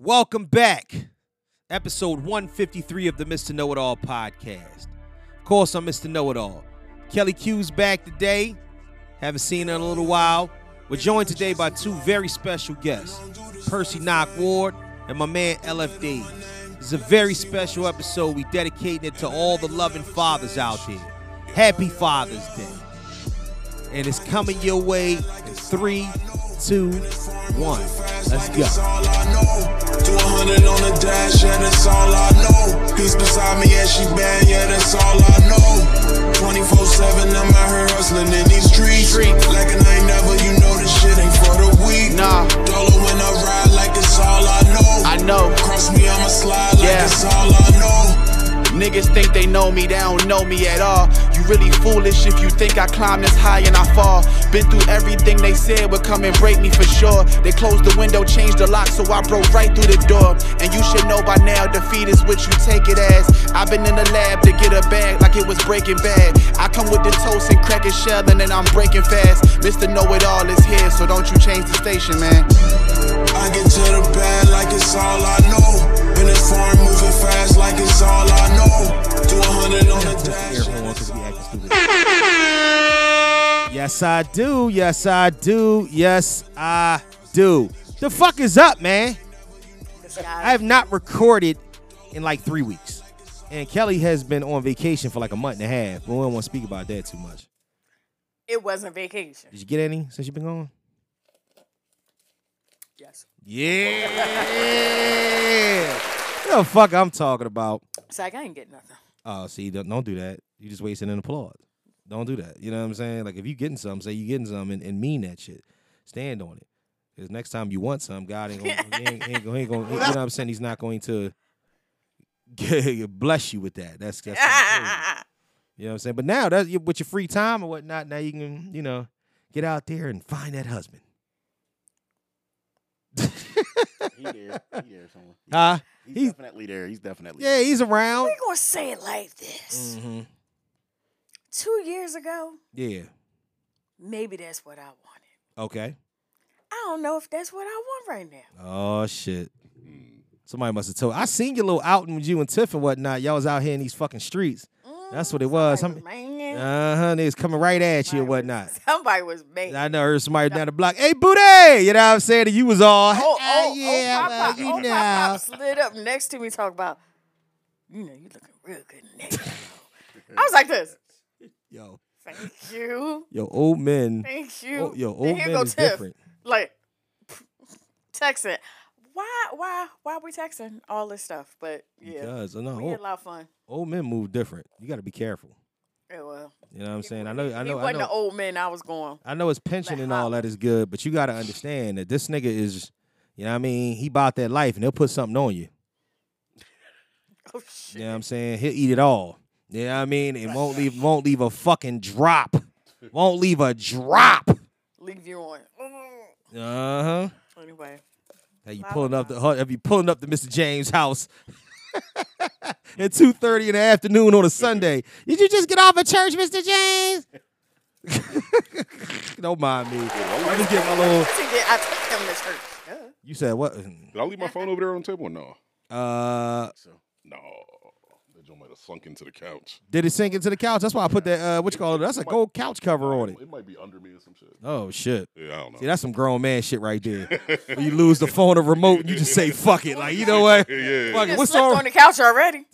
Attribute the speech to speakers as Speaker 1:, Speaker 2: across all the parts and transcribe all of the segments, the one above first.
Speaker 1: Welcome back. Episode 153 of the Mr. Know It All podcast. Of course, I'm Mr. Know It All. Kelly Q's back today. Haven't seen her in a little while. We're joined today by two very special guests Percy Knock Ward and my man LF Daves. This is a very special episode. We dedicating it to all the loving fathers out there. Happy Father's Day and it's coming your way in three, two, one. Let's
Speaker 2: It's
Speaker 1: go.
Speaker 2: all I know. 200 on the dash, yeah, that's all I know. Peace beside me, yeah, she bad, yeah, that's all I know. 24 7, I'm out here hustling in these streets. Like I ain't never, you know, this shit ain't for the weak.
Speaker 3: Nah.
Speaker 2: Dollar when I ride, like it's all I know.
Speaker 3: I know.
Speaker 2: Cross me, I'ma slide, like
Speaker 3: Yeah.
Speaker 2: it's all I know.
Speaker 3: Niggas think they know me, they don't know me at all. You really foolish if you think I climb this high and I fall. Been through everything they said would come and break me for sure. They closed the window, changed the lock, so I broke right through the door. And you should know by now, defeat is what you take it as. I've been in the lab to get a bag like it was breaking bad. I come with the toast and crack and shell, and then I'm breaking fast. Mr. Know It All is here, so don't you change the station, man.
Speaker 2: I get to the bag like it's all I know. In this foreign, moving fast, like it's all I know. 200 on the dash.
Speaker 1: Air horn 'cause we acting stupid. Yes, I do. Yes, I do. Yes, I do. The fuck is up, man? I have not recorded in like three weeks. And Kelly has been on vacation for like a month and a half, but we don't want to speak about that too much.
Speaker 4: It wasn't vacation.
Speaker 1: Did you get any since you've been gone?
Speaker 4: Yes.
Speaker 1: Yeah. the fuck I'm talking about.
Speaker 4: It's like I ain't get nothing.
Speaker 1: Oh, see, don't, don't do that. You just wasting an applause. Don't do that. You know what I'm saying? Like if you getting something, say you getting something and, and mean that shit. Stand on it. Because next time you want something, God ain't gonna, he ain't, he ain't gonna, he ain't gonna you know what I'm saying? He's not going to bless you with that. That's that's kinda crazy. you know what I'm saying. But now that you- with your free time and whatnot, now you can you know get out there and find that husband.
Speaker 5: He there. He there somewhere.
Speaker 1: Huh?
Speaker 5: He's,
Speaker 1: He's-
Speaker 5: definitely there. He's definitely
Speaker 1: Yeah,
Speaker 5: there.
Speaker 1: he's around.
Speaker 4: We're gonna say it like this.
Speaker 1: hmm
Speaker 4: Two years ago,
Speaker 1: Yeah.
Speaker 4: maybe that's what I wanted.
Speaker 1: Okay.
Speaker 4: I don't know if that's what I want right now.
Speaker 1: Oh shit. Somebody must have told. I seen your little outing with you and Tiff and whatnot. Y'all was out here in these fucking streets. That's what it was.
Speaker 4: Mm, Somebody
Speaker 1: Uh
Speaker 4: was man.
Speaker 1: huh. They was coming right at you and
Speaker 4: Somebody
Speaker 1: whatnot.
Speaker 4: Somebody was man.
Speaker 1: I know heard somebody down the block. Hey, booty. You know what I'm saying? And you was all.
Speaker 4: oh,
Speaker 1: "Ah,
Speaker 4: oh,
Speaker 1: yeah,
Speaker 4: oh,
Speaker 1: well,
Speaker 4: Papa,
Speaker 1: you
Speaker 4: oh,
Speaker 1: know.
Speaker 4: Papa slid up next to me, talk about, you know, you looking real good next. I was like this.
Speaker 1: Yo,
Speaker 4: Thank you,
Speaker 1: yo, old men.
Speaker 4: thank you.
Speaker 1: Oh, yo,
Speaker 4: Then
Speaker 1: old
Speaker 4: here
Speaker 1: men
Speaker 4: go
Speaker 1: is
Speaker 4: Tiff.
Speaker 1: different.
Speaker 4: like texting. Why why why we texting all this stuff? But yeah.
Speaker 1: Because oh, no,
Speaker 4: we had
Speaker 1: old,
Speaker 4: a lot of fun.
Speaker 1: old men move different. You got to be careful.
Speaker 4: Yeah, well.
Speaker 1: You know what I'm saying? I know. I know.
Speaker 4: it
Speaker 1: I
Speaker 4: wasn't
Speaker 1: know.
Speaker 4: the old man I was going.
Speaker 1: I know it's pension
Speaker 4: Like,
Speaker 1: and
Speaker 4: how-
Speaker 1: all that is good, but you got to understand that this nigga is, you know what I mean? He bought that life and they'll put something on you.
Speaker 4: Oh shit.
Speaker 1: You know what I'm saying? He'll eat it all. You know what I mean? It won't leave won't leave a fucking drop. Won't leave a drop.
Speaker 4: Leave you on.
Speaker 1: Uh-huh.
Speaker 4: Anyway.
Speaker 1: Have you pulling up the have you pulling up to Mr. James' house at 2:30 in the afternoon on a Sunday? Did you just get off of church, Mr. James? Don't mind me. I just get my little.
Speaker 4: I think that- I took him to church. Duh.
Speaker 1: You said what?
Speaker 6: Did I leave my phone over there on the table? or No.
Speaker 1: Uh,
Speaker 6: No. That joint might have sunk into the couch.
Speaker 1: did it sink into the couch? That's why I put that. Uh, what you call it? That's a gold couch cover on it.
Speaker 6: It might be under me or some shit.
Speaker 1: Oh shit.
Speaker 6: Yeah, I don't know.
Speaker 1: See, that's some grown man shit right there. when you lose the phone or remote, and you just say "fuck it," like you know what?
Speaker 6: yeah, yeah, yeah.
Speaker 1: Fuck
Speaker 4: Just
Speaker 1: it. What's
Speaker 4: slept
Speaker 1: on?
Speaker 4: on the couch already.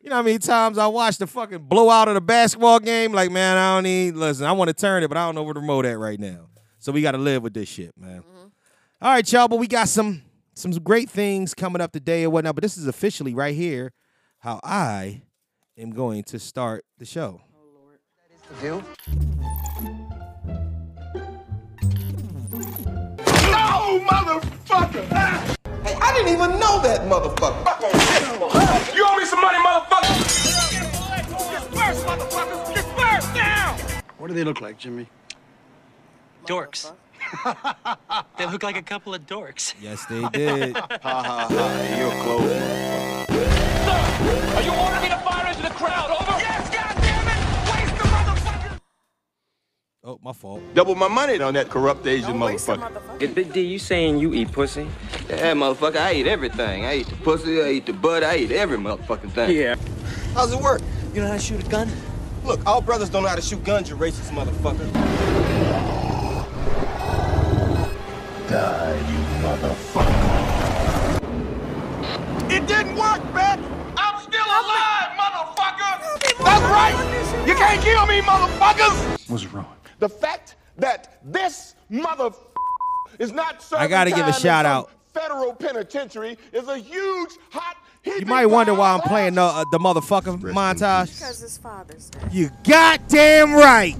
Speaker 1: You know how many times I watched the fucking blowout of the basketball game? Like, man, I don't need. Listen, I want to turn it, but I don't know where the remote at right now. So we got to live with this shit, man. All right, y'all, but we got some some great things coming up today and whatnot. But this is officially right here how I am going to start the show.
Speaker 7: Hey, I didn't even know that motherfucker.
Speaker 8: You owe me some money, motherfucker!
Speaker 9: What do they look like, Jimmy?
Speaker 10: Dorks. they look like a couple of dorks.
Speaker 1: Yes, they did.
Speaker 5: You're close.
Speaker 8: Are you ordering me to fire into the crowd? Over! Yes, goddammit! Waste the motherfucker!
Speaker 1: Oh, Oh, my fault.
Speaker 7: Double my money on that corrupt Asian motherfucker.
Speaker 11: Big D, you saying you eat pussy?
Speaker 7: Yeah, motherfucker, I eat everything. I eat the pussy, I eat the butt, I eat every motherfucking thing.
Speaker 11: Yeah.
Speaker 7: How's it work? You know how to shoot a gun? Look, all brothers don't know how to shoot guns, you racist motherfucker.
Speaker 8: Die, you motherfucker.
Speaker 7: It didn't work, man! I'm still alive, motherfucker! That's right! You can't kill me, motherfuckers!
Speaker 9: What's wrong?
Speaker 7: The fact that this mother is not
Speaker 1: I gotta give a shout out.
Speaker 7: federal penitentiary is a huge hot
Speaker 1: You might wonder why I'm playing the, uh, the motherfucking montage.
Speaker 4: Because his father's dead.
Speaker 1: You goddamn right.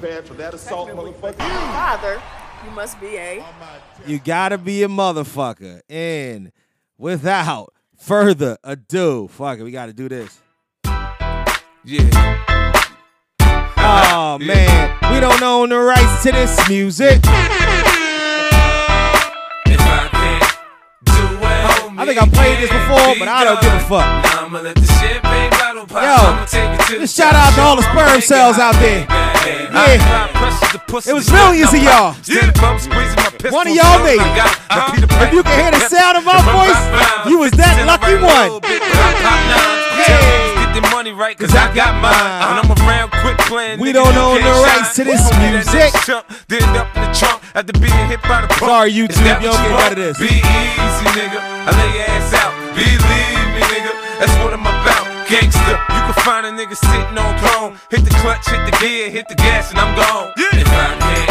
Speaker 7: bad for that assault, motherfucker.
Speaker 4: Father, you must be a.
Speaker 1: You gotta be a motherfucker. And without further ado, fuck it, we gotta do this.
Speaker 12: Yeah.
Speaker 1: Oh man, we don't own the rights to this music. I think I played this before, but I don't give a fuck.
Speaker 12: I'ma let the champagne bottle pop. I'ma take you to
Speaker 1: Yo, just shout out to all the sperm cells out there. Yeah, it was millions of y'all. One of y'all made it. If you can hear the sound of my voice, you was that lucky one.
Speaker 12: Get the money right, cause I got mine. And I'm around quick playing.
Speaker 1: We don't own the rights to this music.
Speaker 12: Did up in the trunk after being hit by the pump.
Speaker 1: Sorry, YouTube, you don't get out of this.
Speaker 12: Be easy, nigga. I lay your ass out. Believe me, nigga. That's what I'm about. Gangster, you can find a nigga sitting on throne. Hit the clutch, hit the gear, hit the gas, and I'm gone. If I can't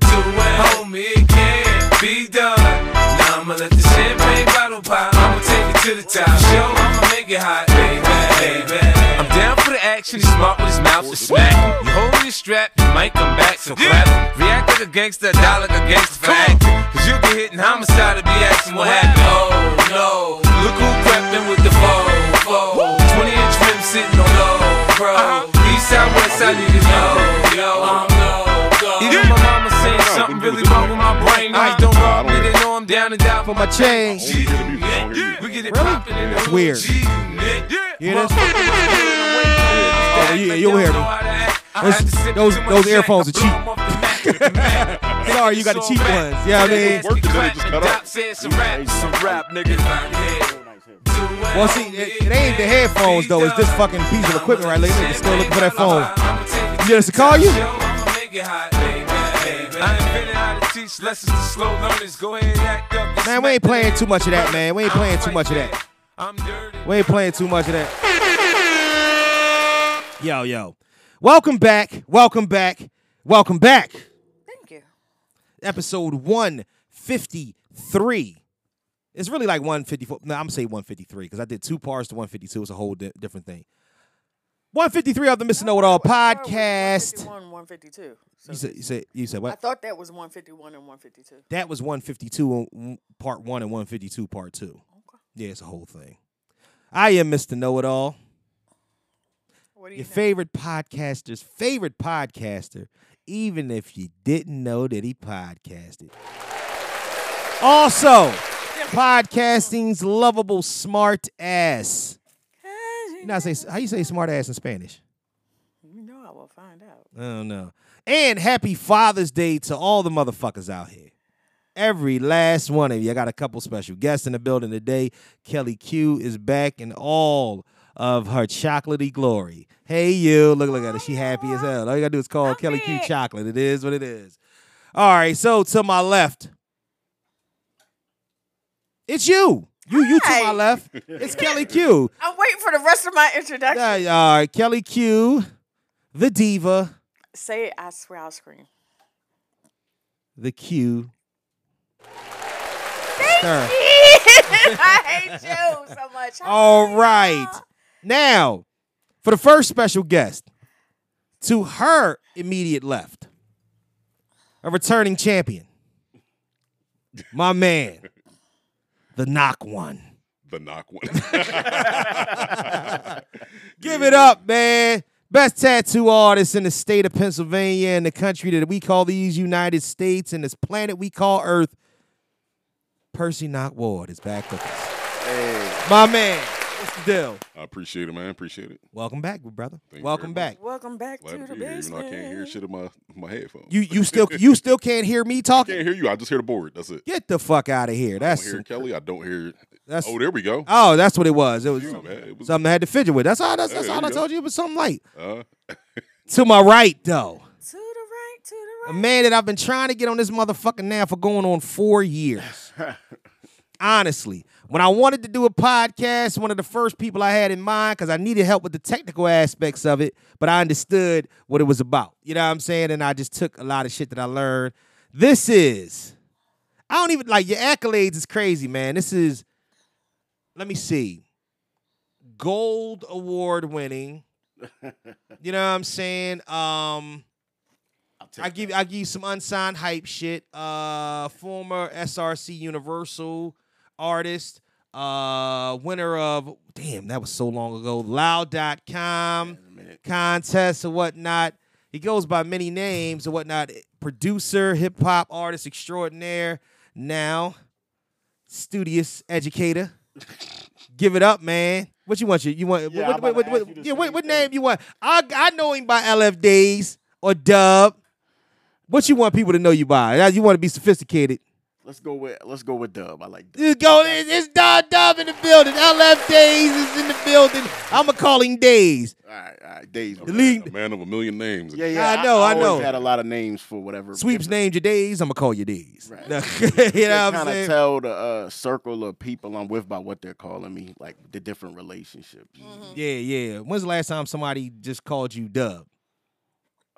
Speaker 12: do it, homie, it can't be done. Now I'ma let the champagne bottle pop. I'ma take it to the top. Show I'ma make it hot, baby, baby. I'm down for the action. He's smart with his mouth to smack. You holding your strap, you might come back, so clap. React like a gangster, die like a gangster for acting. Cause you get hit and homicide to be asking what happened. Oh no, look who crept in with the foe, foe. 20 inch rim sitting on low, bro. East side, west side, niggas know, yo, I'm low, go. Even my mama saying something really wrong with my brain. I don't wrong, me, they know I'm down and down for my chain. We get it poppin' in the
Speaker 1: It's weird. You hear this? Oh, you, you'll hear me. Those, those, those earphones are cheap. Sorry, you got the cheap ones. Yeah, I mean.
Speaker 12: Doc said some rap, some rap, nigga.
Speaker 1: Well, see, it, it ain't the headphones though. It's this fucking piece of equipment right there. They're still looking for that phone. You hear us to call you?
Speaker 12: I invented how to teach lessons to slow learners. Go ahead and act up.
Speaker 1: Man, we ain't playing too much of that, man. We ain't playing too much of that. We ain't playing too much of that. Yo, yo. Welcome back. Welcome back. Welcome back. Thank you. Episode 153. It's really like 154. No, I'm going to say 153 because I did two parts to 152. It's a whole di- different thing. 153 of the Mr. Know It All podcast.
Speaker 4: 151, 152.
Speaker 1: You said, you, said, you said
Speaker 4: I
Speaker 1: what?
Speaker 4: thought that was 151 and 152.
Speaker 1: That was 152 on- mm, part one and 152 part two. Yeah, it's a whole thing. I am Mr. Know It All. Your favorite podcaster's favorite podcaster, even if you didn't know that he podcasted. Also, podcasting's lovable smart ass. You know how, I say, how you say smart ass in Spanish?
Speaker 4: You know I will find out.
Speaker 1: I don't know. And happy Father's Day to all the motherfuckers out here. Every last one of you. I got a couple special guests in the building today. Kelly Q is back in all of her chocolatey glory. Hey, you. Look, look at her. She happy as hell. All you got to do is call Kelly Q chocolate. It is what it is. All right. So to my left, it's you. You, you to my left. It's Kelly Q.
Speaker 4: I'm waiting for the rest of my introduction.
Speaker 1: Uh, all right, Kelly Q, the diva.
Speaker 4: Say it, I swear I'll scream.
Speaker 1: the Q.
Speaker 4: I
Speaker 1: Sir.
Speaker 4: hate you so much.
Speaker 1: All right. Now, for the first special guest, to her immediate left, a returning champion, my man, the knock one.
Speaker 6: The knock one.
Speaker 1: Give it up, man. Best tattoo artist in the state of Pennsylvania and the country that we call these United States and this planet we call Earth. Percy Knock Ward is back with us. My man. What's the deal?
Speaker 6: I appreciate it, man. Appreciate it.
Speaker 1: Welcome back, brother.
Speaker 6: Thank you
Speaker 1: Welcome
Speaker 6: very much.
Speaker 1: back.
Speaker 4: Welcome back
Speaker 6: Glad
Speaker 4: to
Speaker 6: to
Speaker 4: the
Speaker 6: be here, even though I
Speaker 4: basement.
Speaker 6: can't hear shit in my my headphones.
Speaker 1: You you still you still can't hear me talking.
Speaker 6: can't hear you. I just hear the board. That's it.
Speaker 1: Get the fuck out of here.
Speaker 6: I
Speaker 1: That's
Speaker 6: don't hear Kelly. I don't hear.
Speaker 1: That's-
Speaker 6: oh, there we go.
Speaker 1: oh, that's what it was. It was,
Speaker 6: You, man. It was-
Speaker 1: something I had to fidget with. That's all. That's,
Speaker 6: Hey,
Speaker 1: that's
Speaker 6: there
Speaker 1: all
Speaker 6: you
Speaker 1: I
Speaker 6: go.
Speaker 1: told you. It was something like
Speaker 6: Uh,
Speaker 1: to my right though.
Speaker 4: To the right, to the
Speaker 1: A man that I've been trying to get on this motherfucker now for going on four years. Honestly, when I wanted to do a podcast, one of the first people I had in mind because I needed help with the technical aspects of it, but I understood what it was about. You know what I'm saying? And I just took a lot of shit that I learned. This is, I don't even like your accolades is crazy, man. This is, let me see, gold award winning. You know what I'm saying? Um, I give I give you some unsigned hype shit. Uh, former SRC Universal artist, uh, winner of damn that was so long ago. Loud.com contests and whatnot. He goes by many names and whatnot. Producer, hip hop artist extraordinaire. Now, studious educator. Give it up, man. What you want? You, you want?
Speaker 5: Yeah,
Speaker 1: what,
Speaker 5: I'm
Speaker 1: what,
Speaker 5: about
Speaker 1: what,
Speaker 5: to
Speaker 1: what-
Speaker 5: ask you the
Speaker 1: yeah, what, what name you want? I I know him by LF Days or Dub. What you want people to know you by? You want to be sophisticated.
Speaker 5: Let's go with let's go with Dub. I like
Speaker 1: Let's go. It's it's Don Dub in the building. LF Days is in the building. I'ma call him Days.
Speaker 5: All right, all right, Days.
Speaker 1: The league
Speaker 6: a man of a million names.
Speaker 5: Yeah, yeah.
Speaker 1: I know, I
Speaker 5: always
Speaker 1: know.
Speaker 5: Had a lot of names for whatever.
Speaker 1: sweeps named your days. I'ma call you Days.
Speaker 5: Right.
Speaker 1: you know what I'm
Speaker 5: kind of
Speaker 1: saying?
Speaker 5: tell the uh, circle of people I'm with by what they're calling me, like the different relationships.
Speaker 1: Yeah, yeah. When's the last time somebody just called you Dub?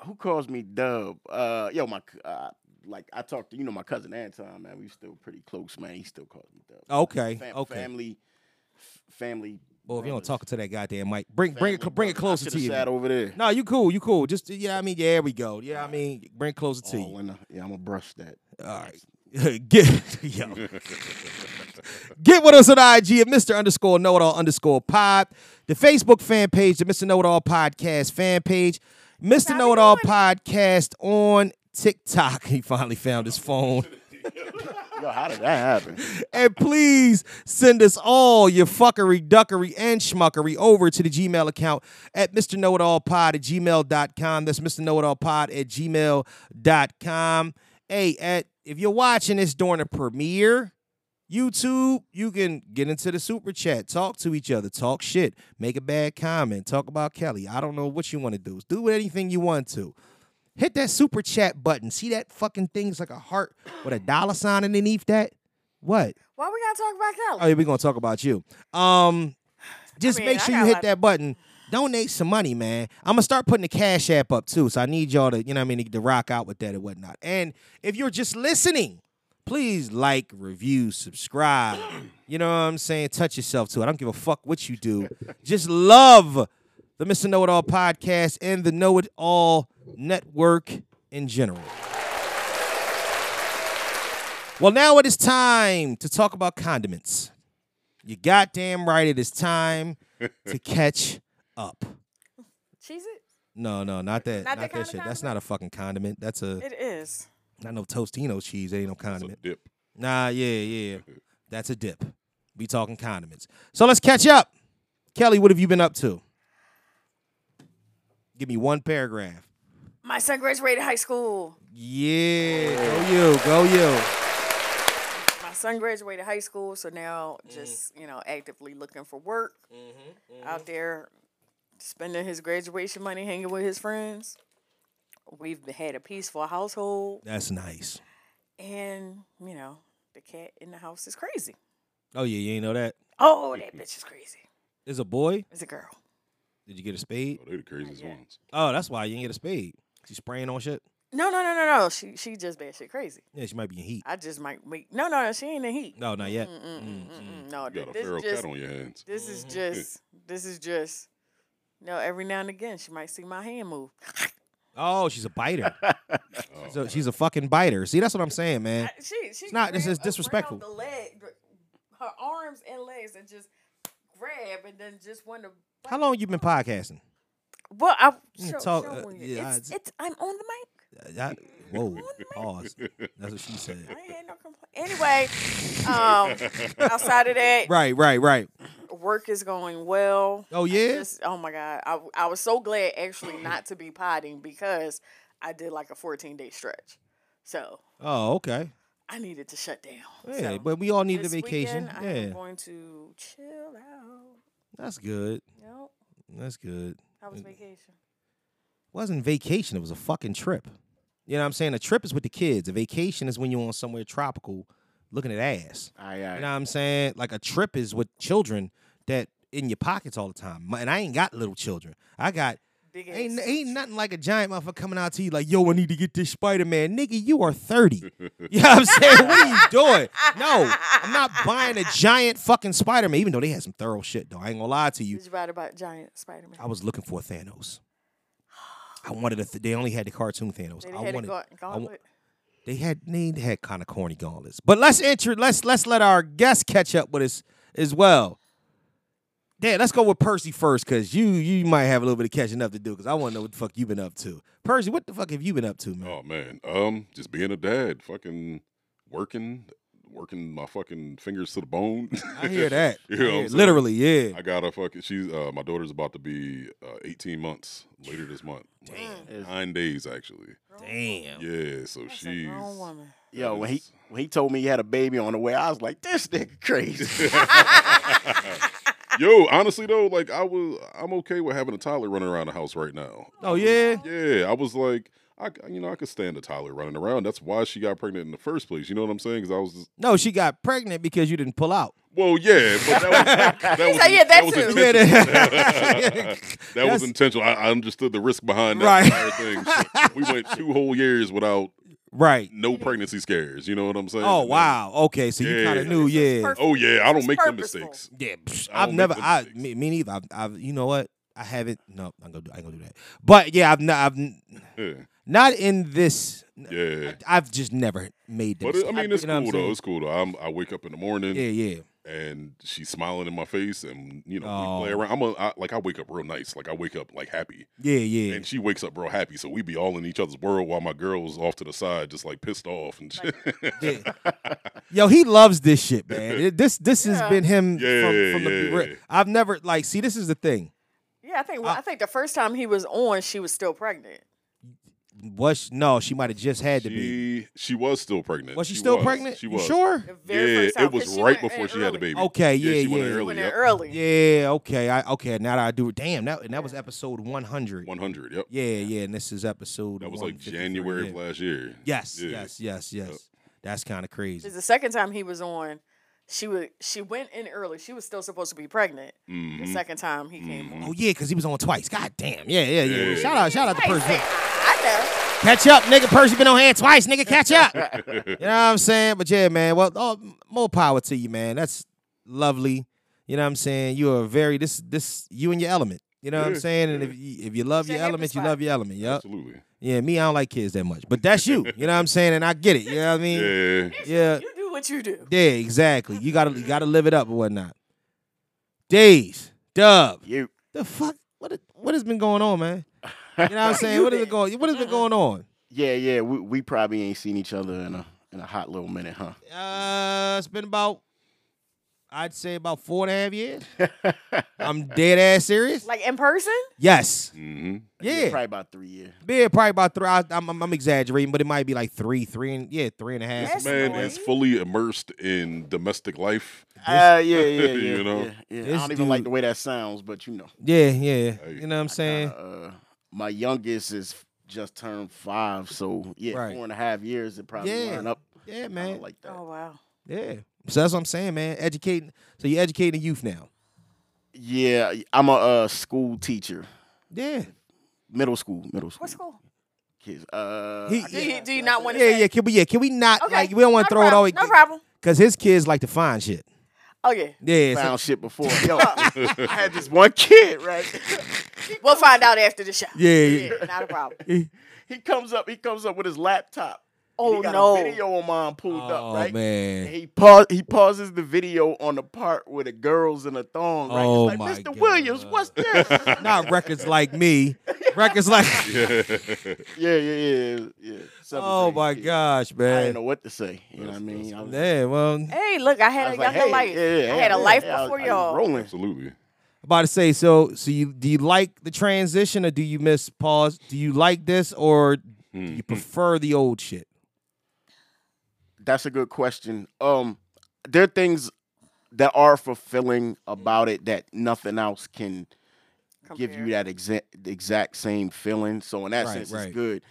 Speaker 5: Who calls me Dub? Uh, yo, my c- uh, like I talked to you know my cousin Anton, man. We still pretty close, man. He still calls me Dub.
Speaker 1: Oh, Okay,
Speaker 5: Fam-
Speaker 1: okay.
Speaker 5: Family, f- family.
Speaker 1: Well, if you don't talk to that goddamn mic, bring bring it
Speaker 5: Family
Speaker 1: bring it
Speaker 5: brother. I
Speaker 1: closer to
Speaker 5: shoulda
Speaker 1: you.
Speaker 5: sat over there.
Speaker 1: No, you cool, you cool. Just you know what I mean. Yeah, we go. Yeah, I mean, bring it closer to you.
Speaker 5: Oh, yeah, I'm gonna brush that.
Speaker 1: All right, get yo. Get with us on IG at Mr. underscore know it all underscore pod. The Facebook fan page, the Mr. Know It All Podcast fan page, Mr. Know It All Podcast on TikTok. He finally found his phone.
Speaker 5: Yo, how did that happen?
Speaker 1: And please send us all your fuckery, duckery, and schmuckery over to the Gmail account at Mr. Know It All Pod at gmail.com. That's Mr. Know It All Pod at gmail.com. Hey, at if you're watching this during the premiere, YouTube, you can get into the super chat, talk to each other, talk shit, make a bad comment, talk about Kelly. I don't know what you want to do. Do anything you want to. Hit that super chat button. See that fucking thing's like a heart with a dollar sign underneath that? What?
Speaker 4: Why we gotta talk about Kelly?
Speaker 1: Oh, yeah, we're gonna talk about you. Um, just
Speaker 4: mean,
Speaker 1: make
Speaker 4: I
Speaker 1: sure
Speaker 4: got
Speaker 1: you
Speaker 4: a
Speaker 1: hit
Speaker 4: lot-
Speaker 1: that button. Donate some money, man. I'm gonna start putting the cash app up too, so I need y'all to, you know, what I mean, to rock out with that and whatnot. And if you're just listening, please like, review, subscribe. You know what I'm saying? Touch yourself to it. I don't give a fuck what you do. just love the Mr. Know It All podcast and the Know It All network in general. Well, now it is time to talk about condiments. You goddamn right, it is time to catch up.
Speaker 4: Cheese it?
Speaker 1: No, no, not that, not,
Speaker 4: Not that
Speaker 1: that,
Speaker 4: kind of
Speaker 1: shit. That's not a fucking condiment. That's a
Speaker 4: It is.
Speaker 1: not no Tostino cheese. It ain't no condiment.
Speaker 6: dip.
Speaker 1: Nah, yeah, yeah, that's a dip. We talking condiments. So let's catch up. Kelly, what have you been up to? Give me one paragraph.
Speaker 4: My son graduated high school.
Speaker 1: Yeah, go you, go you.
Speaker 4: My son graduated high school, so now just, you know, actively looking for work out there, spending his graduation money hanging with his friends. We've had a peaceful household,
Speaker 1: That's nice.
Speaker 4: and, you know, the cat in the house is crazy.
Speaker 1: Oh yeah, you ain't know that.
Speaker 4: Oh, that bitch is crazy.
Speaker 1: It's a boy.
Speaker 4: It's a girl.
Speaker 1: Did you get a spade?
Speaker 6: Oh, they're the craziest ones.
Speaker 1: Oh, that's why you didn't get a spade. She spraying on shit.
Speaker 4: No, no, no, no, no. She she just bad shit crazy.
Speaker 1: Yeah, she might be in heat.
Speaker 4: I just might wait. No, no, no. She ain't in heat. Mm,
Speaker 1: No, not yet.
Speaker 4: Mm-mm, mm-mm, No,
Speaker 6: Mm, You
Speaker 4: th-
Speaker 6: got a
Speaker 4: this
Speaker 6: feral
Speaker 4: just,
Speaker 6: cat on your hands.
Speaker 4: This
Speaker 1: Mm.
Speaker 4: is just. This is just. No, every now and again she might see my hand move.
Speaker 1: Oh, she's a biter. so she's a fucking biter. See, that's what I'm saying, man.
Speaker 4: She she.
Speaker 1: It's not- this
Speaker 4: grab
Speaker 1: is disrespectful.
Speaker 4: around The leg, gr- her arms and legs, and just grab, and then just want to.
Speaker 1: How long you been podcasting?
Speaker 4: Well, I
Speaker 1: You
Speaker 4: show,
Speaker 1: talk, uh,
Speaker 4: showing you.
Speaker 1: yeah,
Speaker 4: it's,
Speaker 1: I-
Speaker 4: it's I'm on the mic.
Speaker 1: Uh, I- whoa, pause. That's what she said.
Speaker 4: I ain't had no complaint. Anyway, um, outside of that,
Speaker 1: Right, right, right.
Speaker 4: work is going well.
Speaker 1: Oh,
Speaker 4: I
Speaker 1: yeah?
Speaker 4: just- oh my God. I I was so glad actually not to be potting because I did like a 14 day stretch. So
Speaker 1: Oh, okay.
Speaker 4: I needed to shut down.
Speaker 1: Yeah,
Speaker 4: So,
Speaker 1: but we all need a
Speaker 4: this
Speaker 1: vacation.
Speaker 4: weekend, I am
Speaker 1: yeah,
Speaker 4: going to chill out.
Speaker 1: that's good.
Speaker 4: Yep.
Speaker 1: That's good.
Speaker 4: How was
Speaker 1: It
Speaker 4: vacation?
Speaker 1: wasn't vacation. It was a fucking trip. You know what I'm saying? A trip is with the kids. A vacation is when you're on somewhere tropical, looking at ass. You know what I'm saying? Like a trip is with children that in your pockets all the time. My- And I ain't got little children. I got
Speaker 4: Big
Speaker 1: ain't ain't nothing like a giant motherfucker coming out to you like, yo, I need to get this Spider Man, nigga. You are thirty. You know what I'm saying? what are you doing? No, I'm not buying a giant fucking Spider Man. Even though they had some thorough shit though, I ain't gonna lie to you.
Speaker 4: Did you write about giant Spider Man?
Speaker 1: I was looking for a Thanos. I wanted a. Th- they only had the cartoon Thanos.
Speaker 4: They
Speaker 1: I
Speaker 4: had a
Speaker 1: wanted.
Speaker 4: gaunt-
Speaker 1: I wa-
Speaker 4: gauntlet.
Speaker 1: they had. They had kind of corny gauntlets. But let's enter. Let's let's let our guests catch up with us as well. Dan, let's go with Percy first, cause you you might have a little bit of catching up to do, cause I want to know what the fuck you've been up to. Percy, what the fuck have you been up to, man?
Speaker 6: Oh man, um, just being a dad, fucking working, working my fucking fingers to the bone.
Speaker 1: I hear that.
Speaker 6: you know
Speaker 1: I
Speaker 6: what I'm
Speaker 1: hear-
Speaker 6: saying?
Speaker 1: literally, yeah.
Speaker 6: I got a fucking. She's uh, my daughter's about to be uh, 18 months later this month. Damn, nine days actually.
Speaker 1: Damn.
Speaker 6: Yeah, so she's
Speaker 5: Yo, when he when he told me he had a baby on the way, I was like, this nigga crazy.
Speaker 6: Yo, honestly though, like I was, I'm okay with having a toddler running around the house right now.
Speaker 1: Oh yeah.
Speaker 6: Yeah, I was like, I, c- you know, I could stand a toddler running around. That's why she got pregnant in the first place. You know what I'm saying? Because I was, just,
Speaker 1: No, she got pregnant because you didn't pull out.
Speaker 6: well, yeah, but that was, that
Speaker 4: He's
Speaker 6: was,
Speaker 4: like, "Yeah, that
Speaker 6: that was
Speaker 4: too."
Speaker 6: intentional.
Speaker 1: Yeah.
Speaker 6: that was
Speaker 1: That's-
Speaker 6: intentional. I, I understood the risk behind that
Speaker 1: Right.
Speaker 6: entire thing. So we went two whole years without
Speaker 1: right
Speaker 6: no pregnancy scares. You know what I'm saying?
Speaker 1: Oh
Speaker 6: And then-
Speaker 1: wow. Okay, so you
Speaker 6: Yeah.
Speaker 1: kind of knew, yeah.
Speaker 6: Oh yeah, I don't
Speaker 1: It's
Speaker 6: make them
Speaker 1: purposeful.
Speaker 6: mistakes.
Speaker 1: Yeah, psh, Mm,
Speaker 6: I don't
Speaker 1: I've
Speaker 6: make
Speaker 1: never.
Speaker 6: them
Speaker 1: I me, me neither. I've, I've. You know what? I haven't. No, I'm gonna. Do, I ain't gonna do that. But yeah, I've not. I've n- not in this.
Speaker 6: Yeah.
Speaker 1: I, have just never made this.
Speaker 6: But it, I mean, it's
Speaker 1: You know what
Speaker 6: cool
Speaker 1: I'm
Speaker 6: though.
Speaker 1: saying?
Speaker 6: It's cool though. I'm, I wake up in the morning.
Speaker 1: Yeah, yeah.
Speaker 6: And she's smiling in my face, and you know
Speaker 1: Oh.
Speaker 6: we play around. I'm a, I, like I wake up real nice. Like I wake up like happy.
Speaker 1: Yeah, yeah.
Speaker 6: And she wakes up real happy, so we be all in each other's world while my girl's off to the side, just like pissed off and shit.
Speaker 1: Yo, he loves this shit, man. It- this this has been him
Speaker 6: Yeah,
Speaker 1: from, from the.
Speaker 6: yeah.
Speaker 1: re- I've never like. See, this is the thing.
Speaker 4: Yeah, I think well, I think the first time he was on, she was still pregnant.
Speaker 1: Was she- no, she might have just had to be.
Speaker 6: she, she was still pregnant.
Speaker 1: Was she still pregnant?
Speaker 6: She
Speaker 1: You
Speaker 6: was.
Speaker 1: sure?
Speaker 6: Yeah,
Speaker 1: The
Speaker 4: very first time,
Speaker 6: it
Speaker 4: 'cause
Speaker 6: was
Speaker 4: she
Speaker 6: right
Speaker 4: went in
Speaker 6: before she had the baby.
Speaker 1: Okay, yeah, yeah.
Speaker 6: she went in early. yep.
Speaker 1: Yeah, okay. I okay. Now that I do it. Damn, that and that was episode one hundred. One
Speaker 6: hundred. Yep.
Speaker 1: Yeah, yeah. And this is episode.
Speaker 6: That was like
Speaker 1: 153,
Speaker 6: January of
Speaker 1: yeah.
Speaker 6: last year.
Speaker 1: Yes,
Speaker 6: Yeah.
Speaker 1: yes, yes, yes. That's kind of crazy.
Speaker 4: 'Cause The second time he was on, she would she went in early. She was still supposed to be pregnant. The
Speaker 5: Mm-hmm.
Speaker 1: Mhm.
Speaker 4: second time he came on.
Speaker 1: Oh yeah, because he was on twice. God damn. Yeah, yeah, yeah.
Speaker 6: Yeah.
Speaker 1: Shout out, shout out to
Speaker 4: Twice,
Speaker 1: Percy.
Speaker 4: I know.
Speaker 1: Catch up, nigga. Percy been on hand twice, nigga. Catch up. you know what I'm saying? But yeah, man. Well, oh, m- more power to you, man. That's lovely. You know what I'm saying? You are very this this you and your element. You know what I'm
Speaker 6: Yeah,
Speaker 1: saying? And if you, if you love your element, you love your element. Yep.
Speaker 6: Absolutely.
Speaker 1: Yeah, me, I don't like kids that much, but that's you. You know what I'm saying? And I get it. You know what I mean?
Speaker 6: Yeah.
Speaker 1: Yeah.
Speaker 5: Uh,
Speaker 4: You do what you do.
Speaker 1: Yeah, exactly. You gotta you gotta live it up and whatnot. Days, Dub.
Speaker 5: You.
Speaker 1: The fuck? What what has been going on, man? You know what I'm saying?
Speaker 5: You
Speaker 1: What is it going what has been going on?
Speaker 5: yeah, yeah. We, we probably ain't seen each other in a in a hot little minute, huh?
Speaker 1: Uh it's been about I'd say about four and a half years. I'm dead ass serious.
Speaker 4: Like in person?
Speaker 1: Yes.
Speaker 6: Mm-hmm.
Speaker 1: Yeah.
Speaker 5: Probably about three years.
Speaker 1: Yeah, probably about three. I, I'm, I'm I'm exaggerating, but it might be like three, three and yeah, three and a half.
Speaker 6: This man is fully immersed in domestic life.
Speaker 5: Uh, yeah, yeah, yeah.
Speaker 6: you know,
Speaker 5: yeah, yeah. I
Speaker 1: This
Speaker 5: don't even like
Speaker 1: dude-
Speaker 5: the way that sounds, but you know.
Speaker 1: Yeah, yeah. You know what I'm saying?
Speaker 5: uh, my youngest is just turned five, so yeah,
Speaker 1: Right.
Speaker 5: four and a half years. It probably
Speaker 1: Yeah.
Speaker 5: line up.
Speaker 1: Yeah, man.
Speaker 5: Like that.
Speaker 4: Oh wow.
Speaker 1: Yeah. So that's what I'm saying, man. Educating. So you're educating the youth now.
Speaker 5: Yeah, I'm a uh, school teacher.
Speaker 1: Yeah.
Speaker 5: Middle school, middle school
Speaker 4: What school?
Speaker 5: kids. Uh,
Speaker 1: He-
Speaker 5: I
Speaker 4: Do
Speaker 5: can't-
Speaker 4: you, do you not want to
Speaker 1: Yeah, yeah. Can we? Yeah, can we not? Like, we don't want to throw
Speaker 4: problem.
Speaker 1: it all.
Speaker 4: No problem.
Speaker 1: Cause his kids like to find shit.
Speaker 4: Oh yeah.
Speaker 1: Yeah.
Speaker 5: found shit before. Yo,
Speaker 1: I
Speaker 5: had this one kid, right?
Speaker 4: We'll find out after the show.
Speaker 1: Yeah, yeah.
Speaker 4: Not a problem.
Speaker 5: he comes up. He comes up with his laptop. Oh he got no! A video of
Speaker 1: Oh,
Speaker 5: mine pulled up, right? man! he pause. He pauses the video on the part where the girls in a thong. Right?
Speaker 1: Oh,
Speaker 5: He's like,
Speaker 1: my
Speaker 5: Mr. Williams, what's this?
Speaker 1: Not records like me. Records like
Speaker 5: yeah, yeah, yeah, yeah. Something
Speaker 1: Oh
Speaker 5: crazy.
Speaker 1: my gosh, man.
Speaker 5: I didn't know what to say. You know what I mean? I was,
Speaker 1: Yeah, well,
Speaker 4: Hey, look, I had a
Speaker 5: like,
Speaker 4: younger
Speaker 5: hey,
Speaker 4: life.
Speaker 5: yeah, yeah,
Speaker 4: I had
Speaker 5: yeah,
Speaker 4: a life
Speaker 5: yeah, I was-
Speaker 4: before
Speaker 5: I was
Speaker 4: y'all.
Speaker 5: rolling.
Speaker 6: Absolutely.
Speaker 1: about to say so. So you do you like the transition or do you miss pause? Do you like this or do
Speaker 5: Mm-hmm.
Speaker 1: you prefer the old shit?
Speaker 5: That's a good question. Um, there are things that are fulfilling about it that nothing else can give you that exact exact same feeling. So in that
Speaker 1: Right,
Speaker 5: sense,
Speaker 1: right.
Speaker 5: it's good.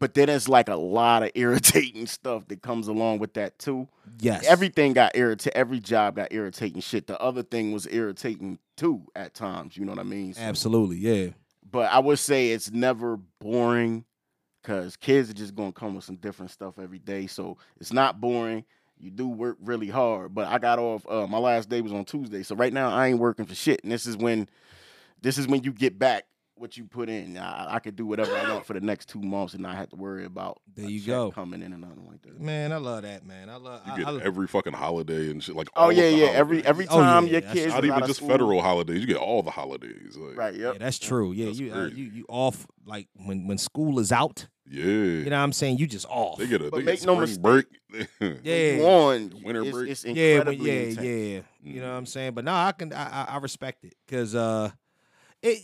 Speaker 5: But then it's like a lot of irritating stuff that comes along with that too.
Speaker 1: Yes.
Speaker 5: everything got irritating. Every job got irritating. Shit. The other thing was irritating too at times. You know what I mean? So-
Speaker 1: Absolutely, yeah.
Speaker 5: but I would say it's never boring because kids are just gonna come with some different stuff every day. So it's not boring. You do work really hard. But I got off uh, my last day was on Tuesday. So right now I ain't working for shit. And this is when this is when you get back what you put in. I, I could do whatever I want for the next two months and not have to worry about there you go coming in and nothing like that.
Speaker 1: Man, I love that, man. I love.
Speaker 6: You get every fucking holiday and shit. Like
Speaker 5: Oh,
Speaker 6: all of
Speaker 5: yeah,
Speaker 6: the
Speaker 5: yeah, every-
Speaker 6: holidays.
Speaker 5: every Oh, time yeah, your that's-
Speaker 6: Not
Speaker 5: kids is out
Speaker 6: even
Speaker 5: of
Speaker 6: just
Speaker 5: school.
Speaker 6: federal holidays. You get all the holidays. Like,
Speaker 5: Right. Yep.
Speaker 1: Yeah, that's true. Yeah, you, uh,
Speaker 6: crazy.
Speaker 1: you you off like when when school is out.
Speaker 6: Yeah.
Speaker 1: You know what I'm saying? You just off.
Speaker 6: They get a
Speaker 1: But
Speaker 6: they
Speaker 1: make
Speaker 6: get
Speaker 1: no
Speaker 6: spring
Speaker 1: mistake,
Speaker 6: break.
Speaker 1: Yeah.
Speaker 5: One
Speaker 6: winter
Speaker 5: it's-
Speaker 6: break.
Speaker 5: it's
Speaker 1: yeah, when-
Speaker 5: incredibly
Speaker 1: yeah,
Speaker 5: intense.
Speaker 1: yeah. You know what I'm saying? But no, I can I, I- I respect it because uh, it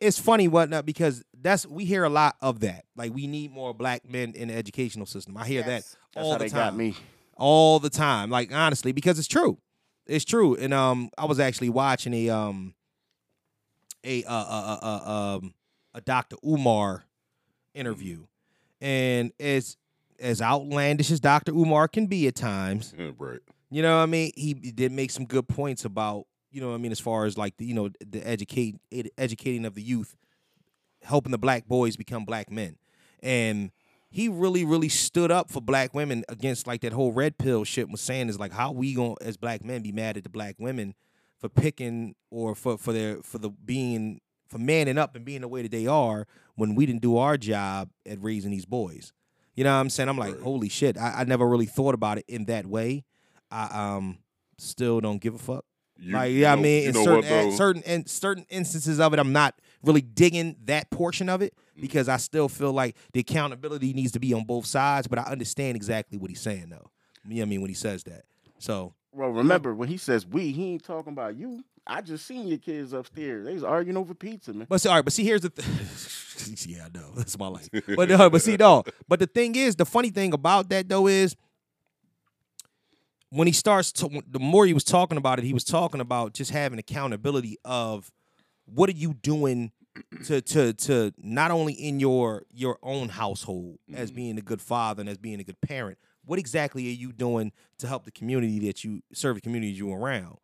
Speaker 1: it's funny whatnot because that's we hear a lot of that. Like we need more black men in the educational system. I hear
Speaker 5: Yes.
Speaker 1: that
Speaker 5: That's
Speaker 1: all
Speaker 5: how
Speaker 1: the
Speaker 5: they
Speaker 1: time.
Speaker 5: got me.
Speaker 1: all the time. Like honestly, because it's true, it's true. And um, I was actually watching a um a uh, uh, uh, uh, um a Dr. Umar interview, and as as outlandish as Dr. Umar can be at times,
Speaker 6: right?
Speaker 1: You know what I mean? He b- did make some good points about you know what I mean as far as like the, you know the educate ed- educating of the youth, helping the black boys become black men, and he really really stood up for black women against like that whole red pill shit and was saying is like how we going to as black men be mad at the black women for picking or for for their for the being for manning up and being the way that they are when we didn't do our job at raising these boys. You know what I'm saying? I'm like, holy shit. I, I never really thought about it in that way. I um still don't give a fuck.
Speaker 6: You-
Speaker 1: like,
Speaker 6: you
Speaker 1: yeah,
Speaker 6: know-
Speaker 1: I mean,
Speaker 6: you
Speaker 1: in
Speaker 6: know
Speaker 1: certain
Speaker 6: what,
Speaker 1: a-
Speaker 6: though?
Speaker 1: certain in certain instances of it, I'm not really digging that portion of it
Speaker 6: Mm.
Speaker 1: because I still feel like the accountability needs to be on both sides. But I understand exactly what he's saying though. You know what I mean when he says that. So
Speaker 5: Well, remember when he says we, he ain't talking about you. I just seen your kids upstairs. They was arguing over pizza, man.
Speaker 1: But see, all right, but see, here's the thing. yeah, I know that's my life. But no, but see, no. But the thing is, the funny thing about that though is when he starts to the more he was talking about it, he was talking about just having accountability of what are you doing to to to not only in your your own household as being a good father and as being a good parent, what exactly are you doing to help the community that you serve the community you around?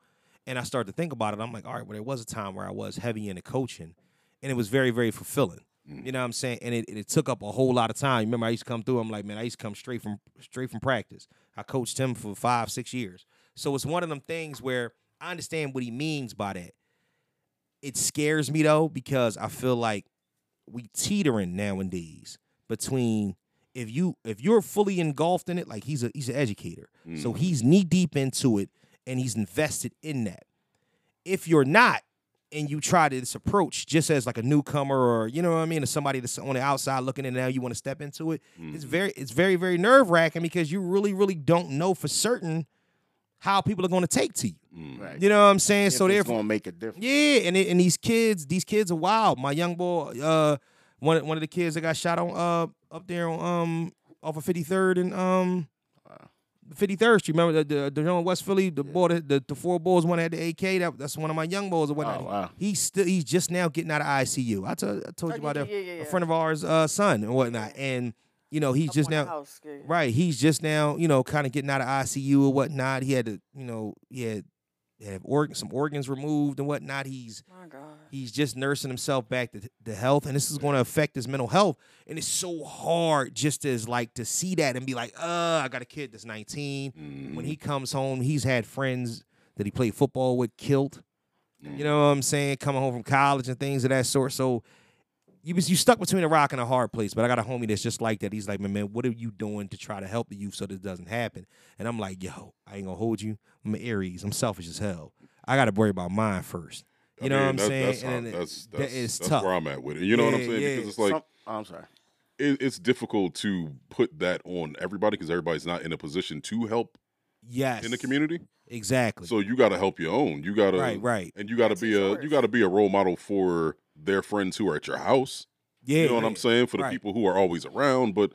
Speaker 1: And I started to think about it. I'm like, all right, well, there was a time where I was heavy into coaching and it was very, very fulfilling. You know what I'm saying? And it, it took up a whole lot of time. Remember, I used to come through. I'm like, man, I used to come straight from straight from practice. I coached him for five, six years. So it's one of them things where I understand what he means by that. It scares me though because I feel like we teetering nowadays between if you if you're fully engulfed in it, like he's a he's an educator, so
Speaker 13: Mhm.
Speaker 1: he's knee deep into it and he's invested in that. If you're not, and you try this approach just as like a newcomer or you know what I mean, or somebody that's on the outside looking in now you want to step into it, it's very it's very very nerve wracking because you really really don't know for certain how people are going to take to you.
Speaker 5: Right.
Speaker 1: You know what I'm saying?
Speaker 5: If
Speaker 1: so
Speaker 5: it's
Speaker 1: they're
Speaker 5: gonna make a difference.
Speaker 1: yeah, and it, and these kids, these kids are wild. My young boy, uh, one one of the kids that got shot on uh up there on um off of 53rd and um 53rd Street. Remember the the, the one in West Philly, the boy, that- the, the four boys, one had the AK. That that's one of my young boys or whatnot.
Speaker 5: Oh,
Speaker 1: He's still he's just now getting out of ICU. I told I
Speaker 5: Oh,
Speaker 1: told you about that. A friend of ours, uh, son and whatnot, and. You know, he's just now
Speaker 4: house, yeah, yeah.
Speaker 1: right. He's just now, you know, kind of getting out of ICU or whatnot. He had to, you know, he had have organ, some organs removed and whatnot. He's
Speaker 4: My God.
Speaker 1: he's just nursing himself back to, to health, and this is going to affect his mental health. And it's so hard just as like to see that and be like, uh, I got a kid that's 19. When he comes home, he's had friends that he played football with killed. You know what I'm saying? Coming home from college and things of that sort. So you was you stuck between a rock and a hard place. But I got a homie that's just like that. He's like, man, man, what are you doing to try to help the youth so this doesn't happen? And I'm like, yo, I ain't gonna hold you. I'm an Aries. I'm selfish as hell. I got to worry about mine first. You
Speaker 6: I
Speaker 1: know
Speaker 6: mean,
Speaker 1: what I'm
Speaker 6: that-
Speaker 1: saying?
Speaker 6: That's, how-
Speaker 1: And it-
Speaker 6: that's,
Speaker 1: that
Speaker 6: that's,
Speaker 1: is
Speaker 6: that's
Speaker 1: tough.
Speaker 6: where I'm at with it. You know what I'm
Speaker 1: Yeah,
Speaker 6: saying?
Speaker 1: yeah.
Speaker 6: Because it's like,
Speaker 1: Some-
Speaker 5: I'm sorry.
Speaker 6: It, it's difficult to put that on everybody because everybody's not in a position to help
Speaker 1: yes,
Speaker 6: in the community.
Speaker 1: exactly.
Speaker 6: So you got to help your own. You got to
Speaker 1: Right, right.
Speaker 6: and you got to be a you got to be a role model for their friends who are at your house.
Speaker 1: Yeah,
Speaker 6: you know what
Speaker 1: yeah,
Speaker 6: I'm saying for the
Speaker 1: right. Mm-hmm.
Speaker 6: people who are always around. But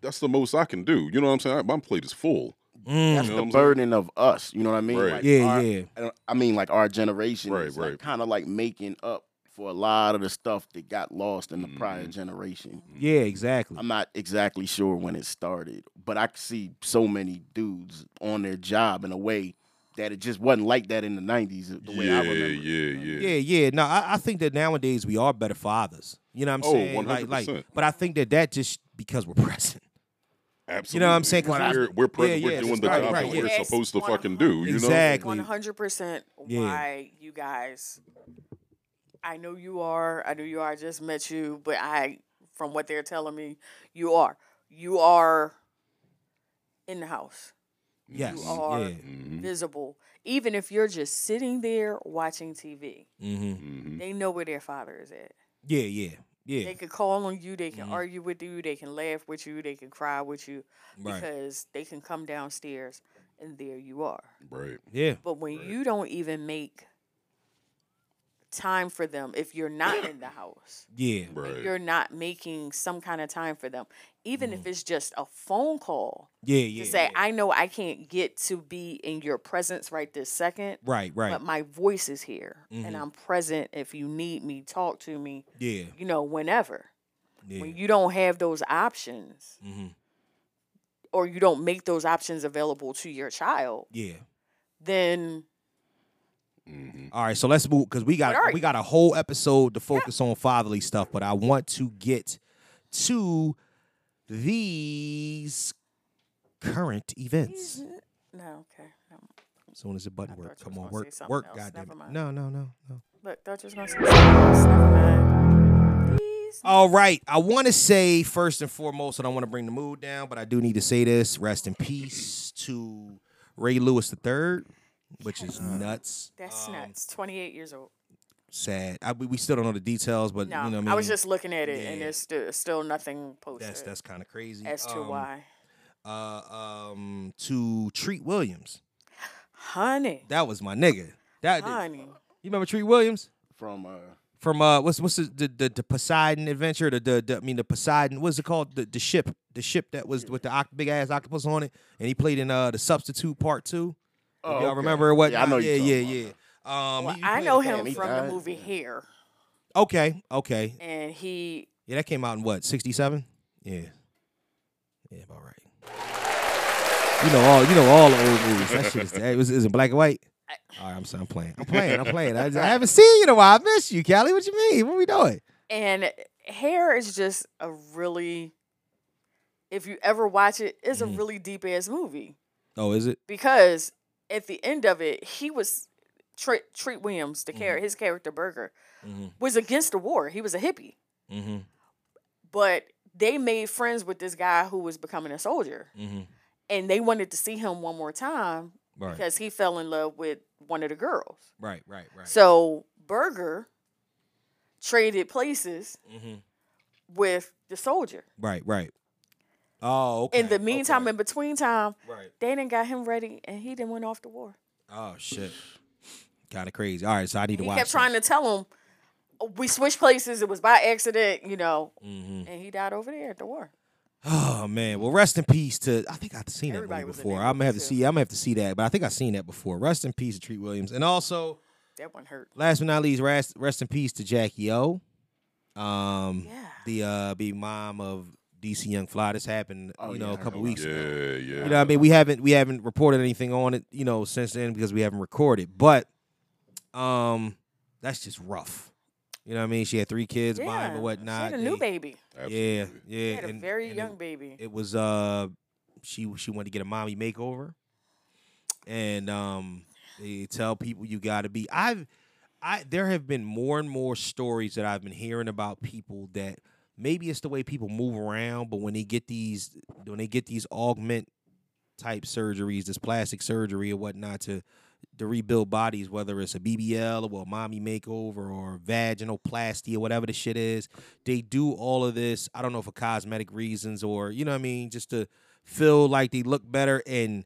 Speaker 6: that's the most I can do. You know what I'm saying? I, my plate is full.
Speaker 5: That's
Speaker 1: Mm.
Speaker 6: You know
Speaker 5: the
Speaker 6: what I'm saying?
Speaker 5: burden of us. You know what I mean?
Speaker 6: Right.
Speaker 5: Like
Speaker 6: Yeah,
Speaker 5: our-
Speaker 6: yeah.
Speaker 5: I don't- I mean, like our generation
Speaker 6: Right,
Speaker 5: is
Speaker 6: right.
Speaker 5: kind of like making up for a lot of the stuff that got lost in the prior generation.
Speaker 1: Yeah, exactly.
Speaker 5: I'm not exactly sure when it started, but I could see so many dudes on their job in a way that it just wasn't like that in the 90s. The way
Speaker 6: yeah,
Speaker 5: I remember.
Speaker 6: yeah, yeah.
Speaker 1: Yeah, yeah. No, I, I think that nowadays we are better fathers. You know what I'm
Speaker 6: Oh,
Speaker 1: saying? Like, like,
Speaker 6: 100%.
Speaker 1: but I think that that just because we're present.
Speaker 6: Absolutely.
Speaker 1: You know what I'm saying? 'Cause I-
Speaker 6: We're, we're, pre-
Speaker 1: Yeah, yeah,
Speaker 6: we're doing the
Speaker 1: right,
Speaker 6: job
Speaker 1: right,
Speaker 6: that we're
Speaker 1: yeah.
Speaker 6: supposed to fucking do. You
Speaker 1: Exactly.
Speaker 4: One hundred percent.
Speaker 1: Yeah.
Speaker 4: Why you guys? I know you are. I know you are. I just met you, but I, from what they're telling me, you are. You are in the house.
Speaker 1: Yes.
Speaker 4: You are
Speaker 1: Yeah.
Speaker 4: visible, even if you're just sitting there watching TV.
Speaker 1: Mm-hmm.
Speaker 4: They know where their father is at.
Speaker 1: Yeah, yeah, yeah.
Speaker 4: They can call on you. They can
Speaker 1: Mhm.
Speaker 4: argue with you. They can laugh with you. They can cry with you
Speaker 1: Right.
Speaker 4: because they can come downstairs and there you are.
Speaker 6: know? Right.
Speaker 1: Yeah.
Speaker 4: But when you don't even make time for them, if you're not in the house,
Speaker 1: Yeah.
Speaker 4: if you're not making some kind of time for them, even if it's just a phone call
Speaker 1: Yeah,
Speaker 4: to
Speaker 1: Mm. yeah.
Speaker 4: say, I know I can't get to be in your presence right this second.
Speaker 1: Right, right.
Speaker 4: But my voice is here and
Speaker 1: Mhm.
Speaker 4: I'm present. If you need me, talk to me,
Speaker 1: yeah.
Speaker 4: you know, whenever.
Speaker 1: Yeah.
Speaker 4: When you don't have those options
Speaker 1: Mm-hmm.
Speaker 4: or you don't make those options available to your child,
Speaker 1: Yeah.
Speaker 4: then
Speaker 1: All right, so let's move because we
Speaker 4: What
Speaker 1: got
Speaker 4: are
Speaker 1: we
Speaker 4: you?
Speaker 1: got a whole episode to focus on fatherly stuff, but I want to get to these current events.
Speaker 4: no, okay. No.
Speaker 1: As soon as the button work, come on,
Speaker 4: gonna
Speaker 1: work,
Speaker 4: say something
Speaker 1: work,
Speaker 4: else.
Speaker 1: goddamn
Speaker 4: Never
Speaker 1: it!
Speaker 4: mind.
Speaker 1: No, no, no, no.
Speaker 4: Look, thought you was gonna say something else. Never mind. Please.
Speaker 1: All right. I want to say first and foremost, and I want to bring the mood down, but I do need to say this. Rest in peace to Ray Lewis III, which is nuts.
Speaker 4: That's nuts. Twenty eight years old.
Speaker 1: Sad. I, we we still don't know the details, but
Speaker 4: No,
Speaker 1: you know what I
Speaker 4: I,
Speaker 1: mean.
Speaker 4: was just looking at it, and
Speaker 1: Yeah.
Speaker 4: there's still, still nothing posted.
Speaker 1: That's that's kind of crazy.
Speaker 4: as to
Speaker 1: Um,
Speaker 4: why.
Speaker 1: Uh, um, to Treat Williams.
Speaker 4: Honey.
Speaker 1: That was my nigga. That
Speaker 4: Honey.
Speaker 1: you remember Treat Williams
Speaker 5: From uh,
Speaker 1: from uh what's what's the the, the, the Poseidon adventure? The, the the I mean the Poseidon what's it called? The the ship the ship that was with the oct- big ass octopus on it, and he played in uh the Substitute Part Two. If
Speaker 5: Oh,
Speaker 1: y'all
Speaker 5: okay.
Speaker 1: remember what?
Speaker 5: Yeah, I know
Speaker 1: Yeah,
Speaker 5: you're
Speaker 1: yeah,
Speaker 5: talking
Speaker 1: yeah. Um,
Speaker 4: Well,
Speaker 1: he- he
Speaker 4: I
Speaker 1: played
Speaker 4: know
Speaker 1: a
Speaker 4: him
Speaker 1: family
Speaker 4: from
Speaker 1: guy.
Speaker 4: the movie Hair,
Speaker 1: Okay, okay,
Speaker 4: and he
Speaker 1: yeah. That came out in what sixty seven? Yeah, yeah, about right. You know all you know all the old movies. That shit is it was is it black and white. All right, I'm sorry, I'm playing. I'm playing. I'm playing. I, I haven't seen you in a while. I miss you, Callie. What you mean? What we doing?
Speaker 4: and Hair is just a really. If you ever watch it, it's
Speaker 1: Mm-hmm.
Speaker 4: a really deep ass movie.
Speaker 1: Oh, is it?
Speaker 4: because at the end of it, he was Tre- Treat Williams, the char-
Speaker 1: Mm-hmm.
Speaker 4: his character Burger,
Speaker 1: Mhm.
Speaker 4: was against the war. He was a hippie,
Speaker 1: Mm-hmm.
Speaker 4: but they made friends with this guy who was becoming a soldier,
Speaker 1: Mm-hmm.
Speaker 4: and they wanted to see him one more time
Speaker 1: Right.
Speaker 4: because he fell in love with one of the girls.
Speaker 1: Right, right, right.
Speaker 4: So Burger traded places
Speaker 1: mm-hmm.
Speaker 4: with the soldier.
Speaker 1: right, right. Oh, okay.
Speaker 4: in the meantime, in between time,
Speaker 1: Right.
Speaker 4: they didn't got him ready, and he didn't went off to war.
Speaker 1: oh shit, kind of crazy. All right, so I need to
Speaker 4: he
Speaker 1: watch.
Speaker 4: kept trying to tell him "Oh, we switched places. It was by accident, you know.
Speaker 1: Mm-hmm.
Speaker 4: And he died over there at the war.
Speaker 1: Oh man, well rest in peace to I think I've seen that
Speaker 4: Everybody
Speaker 1: movie
Speaker 4: was in
Speaker 1: before.
Speaker 4: that
Speaker 1: I'm gonna
Speaker 4: movie,
Speaker 1: have to see. I'm gonna have to see that, but I think I've seen that before. Rest in peace to Treat Williams, and also
Speaker 4: That one hurt.
Speaker 1: last but not least, rest rest in peace to Jackie O. Um,
Speaker 4: Yeah.
Speaker 1: the uh, be mom of DC Young Fly. This happened, you know, a couple weeks
Speaker 6: yeah,
Speaker 1: ago.
Speaker 6: yeah.
Speaker 1: You know, what I mean, we haven't we haven't reported anything on it, you know, since then because we haven't recorded. But um, that's just rough. You know what I mean? She had three kids by him
Speaker 4: Yeah,
Speaker 1: and
Speaker 4: she had
Speaker 1: whatnot.
Speaker 4: a new
Speaker 1: They-
Speaker 4: baby.
Speaker 1: Yeah,
Speaker 4: He
Speaker 1: yeah.
Speaker 4: had a
Speaker 1: and-
Speaker 4: very
Speaker 1: and it-
Speaker 4: young baby.
Speaker 1: it was uh she she wanted to get a mommy makeover and um they tell people you gotta be i've I there have been more and more stories that I've been hearing about people that maybe it's the way people move around, but when they get these when they get these augment type surgeries, this plastic surgery or whatnot to to rebuild bodies, whether it's a BBL or a mommy makeover or vaginoplasty or whatever the shit is, they do all of this. I don't know for cosmetic reasons or you know what I mean, just to feel like they look better and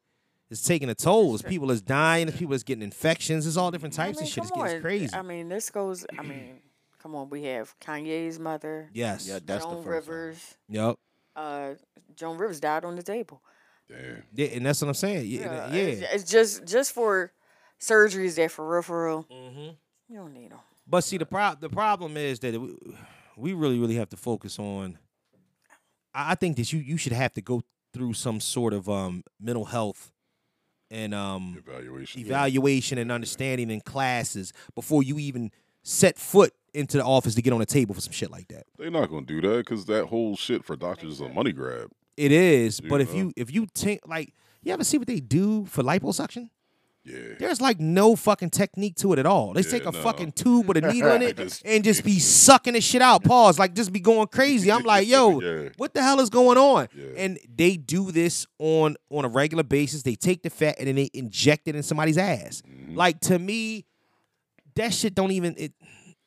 Speaker 1: it's taking a toll. There's people is dying, there's people is getting infections, there's all different types
Speaker 4: I mean,
Speaker 1: of shit. It's
Speaker 4: come
Speaker 1: getting
Speaker 4: on. um,
Speaker 1: crazy.
Speaker 4: I mean, this goes. I mean, come on. We have Kanye's mother.
Speaker 1: Yes. Yeah, that's the
Speaker 4: Joan
Speaker 1: first one.
Speaker 4: Rivers.
Speaker 1: Yep.
Speaker 4: Uh, Joan Rivers died on the table.
Speaker 1: Yeah, and that's what I'm saying. Yeah,
Speaker 4: Yeah,
Speaker 1: uh, yeah.
Speaker 4: It's, it's just just for surgeries that for real, for real.
Speaker 1: Mm-hmm.
Speaker 4: You don't need them.
Speaker 1: But see, the pro- the problem is that we, we really, really have to focus on. I I think that you you should have to go through some sort of um mental health and um evaluation, evaluation and understanding in classes before you even set foot into the office to get on a table for some shit like that.
Speaker 6: They're not gonna do that because that whole shit for doctors is a money grab.
Speaker 1: It is, but if
Speaker 6: know?
Speaker 1: you if you think like you ever see what they do for liposuction?
Speaker 6: Yeah.
Speaker 1: There's like no fucking technique to it at all. They take a
Speaker 6: no.
Speaker 1: fucking tube with a needle in it
Speaker 6: Just-
Speaker 1: and just be sucking the shit out. Pause. Like just be going crazy. I'm like, yo, what the hell is going on? And they do this on on a regular basis. They take the fat and then they inject it in somebody's ass.
Speaker 6: Mm-hmm.
Speaker 1: Like to me, that shit don't even it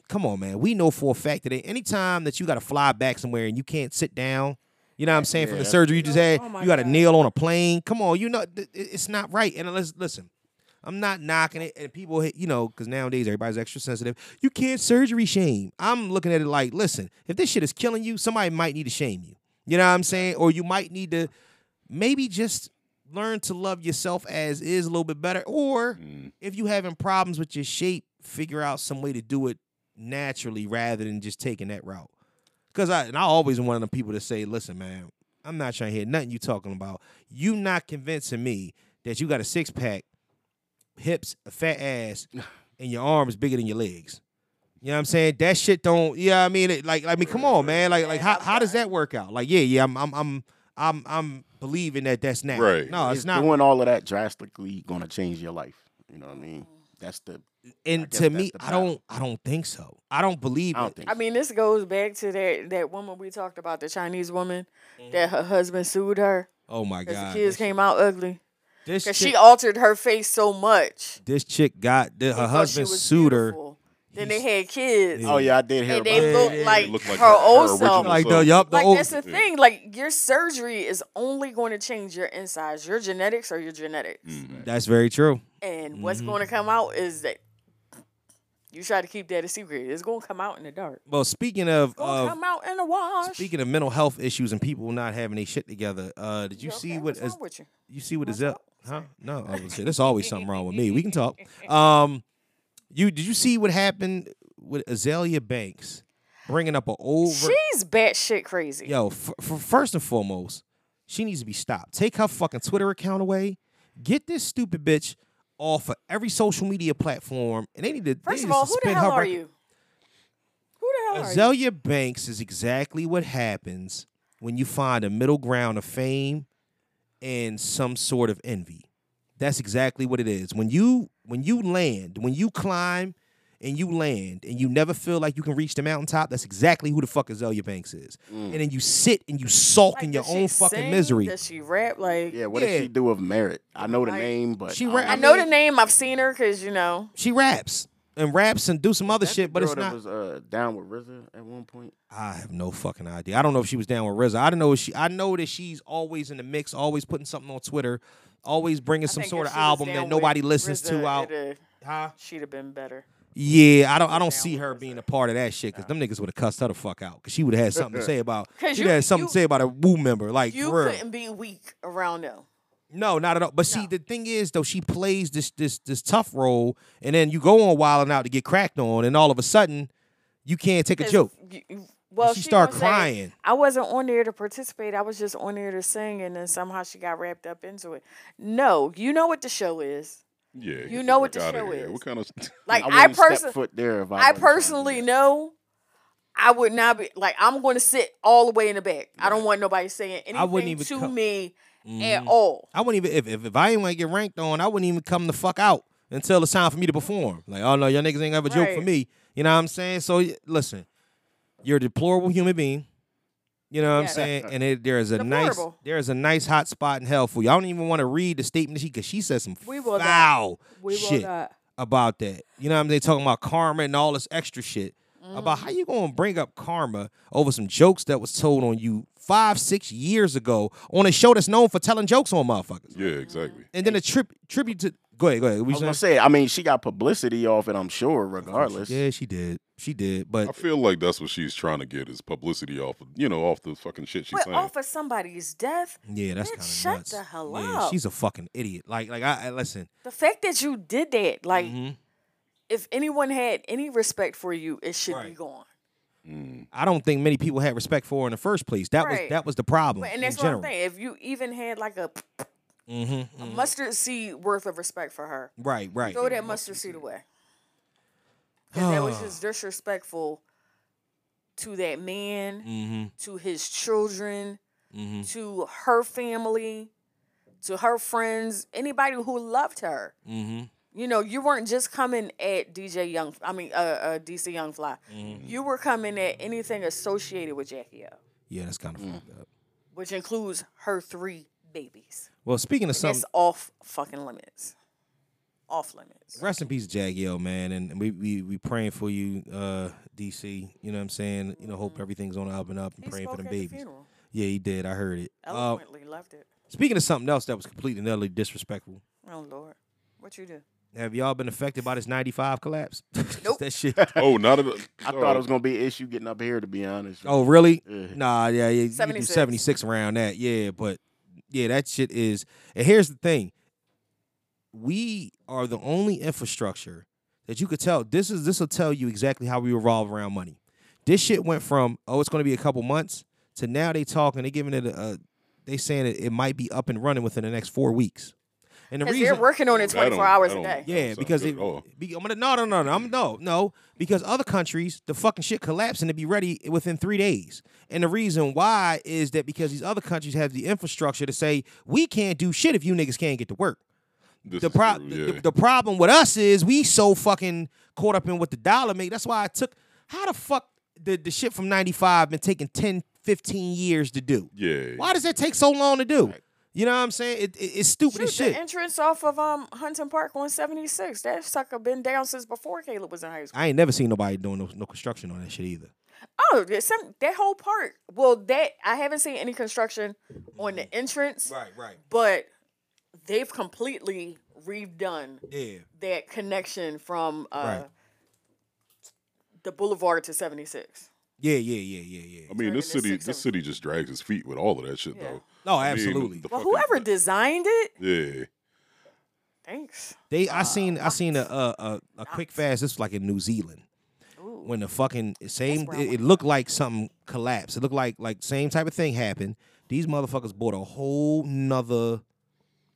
Speaker 1: come on, man. We know for a fact that anytime that you gotta fly back somewhere and you can't sit down, you know what I'm saying, from the
Speaker 13: Yeah.
Speaker 1: surgery you just had,
Speaker 13: Oh my
Speaker 1: you gotta
Speaker 13: God.
Speaker 1: kneel on a plane. Come on, you know th- it- it's not right. And let's listen. I'm not knocking it, and people, hit- you know, because nowadays everybody's extra sensitive. You can't surgery shame. I'm looking at it like, listen, if this shit is killing you, somebody might need to shame you. You know what I'm saying? Or you might need to maybe just learn to love yourself as is a little bit better. Or if you having problems with your shape, figure out some way to do it naturally rather than just taking that route. Cause I and I always one of the people that say, listen, man, I'm not trying to hear nothing you talking about. You not convincing me that you got a six pack, hips, a fat ass, and your arms bigger than your legs. You know what I'm saying? That shit don't. Yeah, you know what I mean, It- like, I mean, come on, man. Like, like, how, how does that work out? Like, yeah, yeah, I'm, I'm, I'm, I'm, I'm believing that that's now. No, it's
Speaker 5: Is
Speaker 1: not.
Speaker 5: Doing all of that drastically going to change your life. You know what I mean? That's the. I
Speaker 1: and
Speaker 5: guess
Speaker 1: to
Speaker 5: that's
Speaker 1: me,
Speaker 5: the
Speaker 1: I don't, I don't think so. I don't believe. it.
Speaker 4: I mean, this goes back to that that woman we talked about, the Chinese woman
Speaker 1: Mm-hmm.
Speaker 4: that her husband sued her.
Speaker 1: Oh my
Speaker 4: 'cause
Speaker 1: god.
Speaker 4: the kids came out ugly.
Speaker 1: This
Speaker 4: Because
Speaker 1: chick-
Speaker 4: she altered her face so much.
Speaker 1: This chick got th- her husband sued her.
Speaker 4: Then they had kids.
Speaker 1: Oh, yeah, I did hear
Speaker 4: And
Speaker 1: about
Speaker 4: they
Speaker 1: that.
Speaker 4: looked
Speaker 1: Yeah, yeah,
Speaker 4: like,
Speaker 1: yeah. Looked like
Speaker 4: her,
Speaker 1: her- her
Speaker 4: old
Speaker 1: original
Speaker 4: self.
Speaker 1: Like the- yup, the
Speaker 4: Like,
Speaker 1: old-
Speaker 4: that's the
Speaker 1: Yeah.
Speaker 4: thing. Like your surgery is only going to change your insides. Your genetics are your genetics,
Speaker 1: That's very true.
Speaker 4: and
Speaker 1: Mm-hmm.
Speaker 4: what's going to come out is that you try to keep that a secret. It's going to come out in the dark.
Speaker 1: Well, speaking of,
Speaker 4: Gonna
Speaker 1: of
Speaker 4: Oh, come out in the wash.
Speaker 1: Uh, Speaking of mental health issues and people not having their shit together, uh, did you see what Az-
Speaker 4: with you?
Speaker 1: see what Azelle? Huh? No, I was say there's always something wrong with me. We can talk. Um, you did you see what happened with Azalea Banks bringing up an old ver-
Speaker 4: She's batshit crazy.
Speaker 1: yo? F- f- first and foremost, she needs to be stopped. Take her fucking Twitter account away. Get this stupid bitch off of every social media platform, and they need to.
Speaker 4: First
Speaker 1: they need
Speaker 4: of
Speaker 1: to
Speaker 4: all, who the
Speaker 1: suspend her
Speaker 4: hell are
Speaker 1: record.
Speaker 4: you? Who the hell are you?
Speaker 1: Azalea Banks is exactly what happens when you find a middle ground of fame and some sort of envy. That's exactly what it is. When you when you land, when you climb and you land and you never feel like you can reach the mountaintop, that's exactly who the fuck Azalea Banks is.
Speaker 5: Mm.
Speaker 1: And then you sit and you sulk in your
Speaker 4: Does
Speaker 1: own
Speaker 4: she
Speaker 1: fucking
Speaker 4: sing?
Speaker 1: misery.
Speaker 4: Does she rap like?
Speaker 5: Yeah, what did she do of merit? I know the
Speaker 4: Like-
Speaker 5: name, but
Speaker 1: She
Speaker 5: I
Speaker 1: ra-
Speaker 5: don't
Speaker 4: I know the name. I've seen her because you know.
Speaker 1: She raps and raps and do some other
Speaker 5: That the
Speaker 1: shit, but it's
Speaker 5: girl that
Speaker 1: not
Speaker 5: Was uh, down with RZA at one point.
Speaker 1: I have no fucking idea. I don't know if she was down with RZA. I don't know if she. I know that she's always in the mix, always putting something on Twitter, always bringing some
Speaker 4: think
Speaker 1: sort
Speaker 4: if
Speaker 1: of
Speaker 4: she was
Speaker 1: album
Speaker 4: down
Speaker 1: that
Speaker 4: with
Speaker 1: nobody listens
Speaker 4: RZA,
Speaker 1: to out.
Speaker 4: it'd
Speaker 1: have- Huh?
Speaker 4: She'd have been better.
Speaker 1: Yeah, I don't. I don't see her being a part of that shit because them niggas would have cussed her the fuck out because she would have had something to say about.
Speaker 4: 'Cause
Speaker 1: She
Speaker 4: you-
Speaker 1: had something
Speaker 4: you-
Speaker 1: to say about a Woo member, like
Speaker 4: you
Speaker 1: for real.
Speaker 4: couldn't be weak around them.
Speaker 1: No, not at all. But see, the thing is, though, she plays this this this tough role, and then you go on wilding out to get cracked on, and all of a sudden, you can't take a
Speaker 4: 'Cause
Speaker 1: joke.
Speaker 4: you- you- well,
Speaker 1: she start
Speaker 4: gonna say,
Speaker 1: crying.
Speaker 4: I wasn't on there to participate. I was just on there to sing, and then somehow she got wrapped up into it. No, you know what the show is.
Speaker 6: Yeah, get
Speaker 4: You know what
Speaker 6: fuck
Speaker 4: the
Speaker 6: outta
Speaker 4: show
Speaker 6: here.
Speaker 4: is.
Speaker 6: What kind of
Speaker 4: Like
Speaker 5: I
Speaker 4: I,
Speaker 5: wouldn't step
Speaker 4: personally,
Speaker 5: foot there if I
Speaker 4: I
Speaker 5: wasn't trying to
Speaker 4: personally know. I would not be like I'm going to sit all the way in the back. I don't want nobody saying anything
Speaker 1: I wouldn't even
Speaker 4: to
Speaker 1: come-
Speaker 4: me at
Speaker 1: Mhm.
Speaker 4: all.
Speaker 1: I wouldn't even if if, if I ain't want to get ranked on, I wouldn't even come the fuck out. until it's time for me to perform. Like, oh no, y'all niggas ain't have a joke for
Speaker 13: Right.
Speaker 1: me. You know what I'm saying? So y- listen, you're a deplorable human being. You know what I'm
Speaker 13: Yes.
Speaker 1: saying? And it, there is a nice
Speaker 13: Deplorable.
Speaker 1: there is a nice hot spot in hell for you. I don't even want to read the statement that she because she said some
Speaker 13: We will not.
Speaker 1: foul
Speaker 13: We will
Speaker 1: shit
Speaker 13: not.
Speaker 1: about that. You know what I'm saying? Talking about karma and all this extra shit. About
Speaker 4: Mm-hmm.
Speaker 1: how you gonna bring up karma over some jokes that was told on you five, six years ago on a show that's known for telling jokes on motherfuckers.
Speaker 6: Yeah, exactly.
Speaker 1: And then a trip tribute to go ahead, go ahead. What you
Speaker 5: I was
Speaker 1: saying?
Speaker 5: gonna say, I mean, she got publicity off it, I'm sure, regardless.
Speaker 1: Yeah, she did. She did. But
Speaker 6: I feel like that's what she's trying to get is publicity off, of, you know, off the fucking shit she's
Speaker 4: But
Speaker 6: saying.
Speaker 4: off of somebody's death,
Speaker 1: Yeah, that's
Speaker 4: bitch,
Speaker 1: kind of
Speaker 4: shut
Speaker 1: nuts.
Speaker 4: the hell
Speaker 1: yeah,
Speaker 4: up.
Speaker 1: she's a fucking idiot. Like, like I, I listen.
Speaker 4: the fact that you did that, like,
Speaker 1: Mhm.
Speaker 4: if anyone had any respect for you, it should be gone.
Speaker 1: I don't think many people had respect for her in the first place. That was
Speaker 4: Right.
Speaker 1: that was the problem.
Speaker 4: But- and that's
Speaker 1: in
Speaker 4: what
Speaker 1: general.
Speaker 4: I'm saying. If you even had like a
Speaker 1: Mm-hmm,
Speaker 4: mustard seed worth of respect for her,
Speaker 1: Right, right.
Speaker 4: throw that mustard seed away. 'Cause that was just disrespectful to that man,
Speaker 1: Mhm.
Speaker 4: to his children,
Speaker 1: Mhm.
Speaker 4: to her family, to her friends, anybody who loved her.
Speaker 1: Mm-hmm.
Speaker 4: You know, you weren't just coming at DJ Young. I mean, uh, uh DC Young Fly.
Speaker 1: Mm-hmm.
Speaker 4: You were coming at anything associated with Jackie O,
Speaker 1: Yeah, that's kind of
Speaker 4: Mm.
Speaker 1: fucked up.
Speaker 4: which includes her three babies.
Speaker 1: Well, speaking of
Speaker 4: That's
Speaker 1: something,
Speaker 4: off fucking limits. Off limits.
Speaker 1: rest in peace, Jagiel, man, and we we we praying for you, uh, DC. You know what I'm saying? You know, hope everything's on the up and up, and praying for
Speaker 4: Mm-hmm.
Speaker 1: them
Speaker 4: spoke at the
Speaker 1: babies.
Speaker 4: funeral.
Speaker 1: yeah, he did. I heard it. Uh,
Speaker 4: Eloquently loved it.
Speaker 1: speaking of something else that was completely and utterly disrespectful.
Speaker 4: Oh Lord, what you do?
Speaker 1: Have y'all been affected by this 95 collapse? Nope. that shit.
Speaker 6: Oh, not at
Speaker 5: I thought it was gonna be an issue getting up here, to be honest.
Speaker 1: Oh, really?
Speaker 5: Yeah.
Speaker 1: Nah, yeah, yeah. You do
Speaker 5: 76.
Speaker 1: 76 around that. Yeah, but yeah, that shit is. And here's the thing we are the only infrastructure that you could tell. This is this will tell you exactly how we revolve around money. This shit went from, oh, it's going to be a couple months to now they talking, they giving it a, a they saying it, it might be up and running within the next four weeks. And the
Speaker 4: 'Cause
Speaker 1: reason
Speaker 4: they're working on it
Speaker 1: That
Speaker 4: 24
Speaker 1: don't-
Speaker 4: hours
Speaker 1: that
Speaker 4: a
Speaker 1: don't-
Speaker 4: day.
Speaker 1: Yeah,
Speaker 4: Sounds
Speaker 1: because
Speaker 4: good
Speaker 1: they,
Speaker 4: at all.
Speaker 1: be, I'm gonna no no no no I'm no no because other countries the fucking shit collapse and it be ready within three days. And the reason why is that because these other countries have the infrastructure to say we can't do shit if you niggas can't get to work. the, pro- the, the problem with us is we so fucking caught up in what the dollar make. That's why I took how the fuck the, the shit from 95 been taking 10, 15 years to do.
Speaker 6: Yeah.
Speaker 1: Why does that take so long to do? You know what I'm saying? It, it, it's stupid
Speaker 4: Shoot,
Speaker 1: as shit.
Speaker 4: the entrance off of um Huntington Park 176. That sucker been down since before Caleb was in high school.
Speaker 1: I ain't never seen nobody doing no, no construction on that shit either.
Speaker 4: Oh, there's some that whole part. Well, that I haven't seen any construction on the entrance.
Speaker 1: Right, right.
Speaker 4: But they've completely redone
Speaker 1: Yeah.
Speaker 4: that connection from uh,
Speaker 6: Right.
Speaker 4: the boulevard to 76.
Speaker 1: Yeah, yeah, yeah, yeah, yeah.
Speaker 6: I mean, this city, this city just drags its feet with all of that shit, though.
Speaker 1: No,
Speaker 6: I mean,
Speaker 1: absolutely.
Speaker 6: the
Speaker 4: Well, whoever designed it,
Speaker 6: Yeah.
Speaker 4: thanks.
Speaker 1: They, I seen, I seen a a, a, a quick fast. This was like in New Zealand, when the fucking same, it, it looked like something collapsed. It looked like like same type of thing happened. These motherfuckers bought a whole nother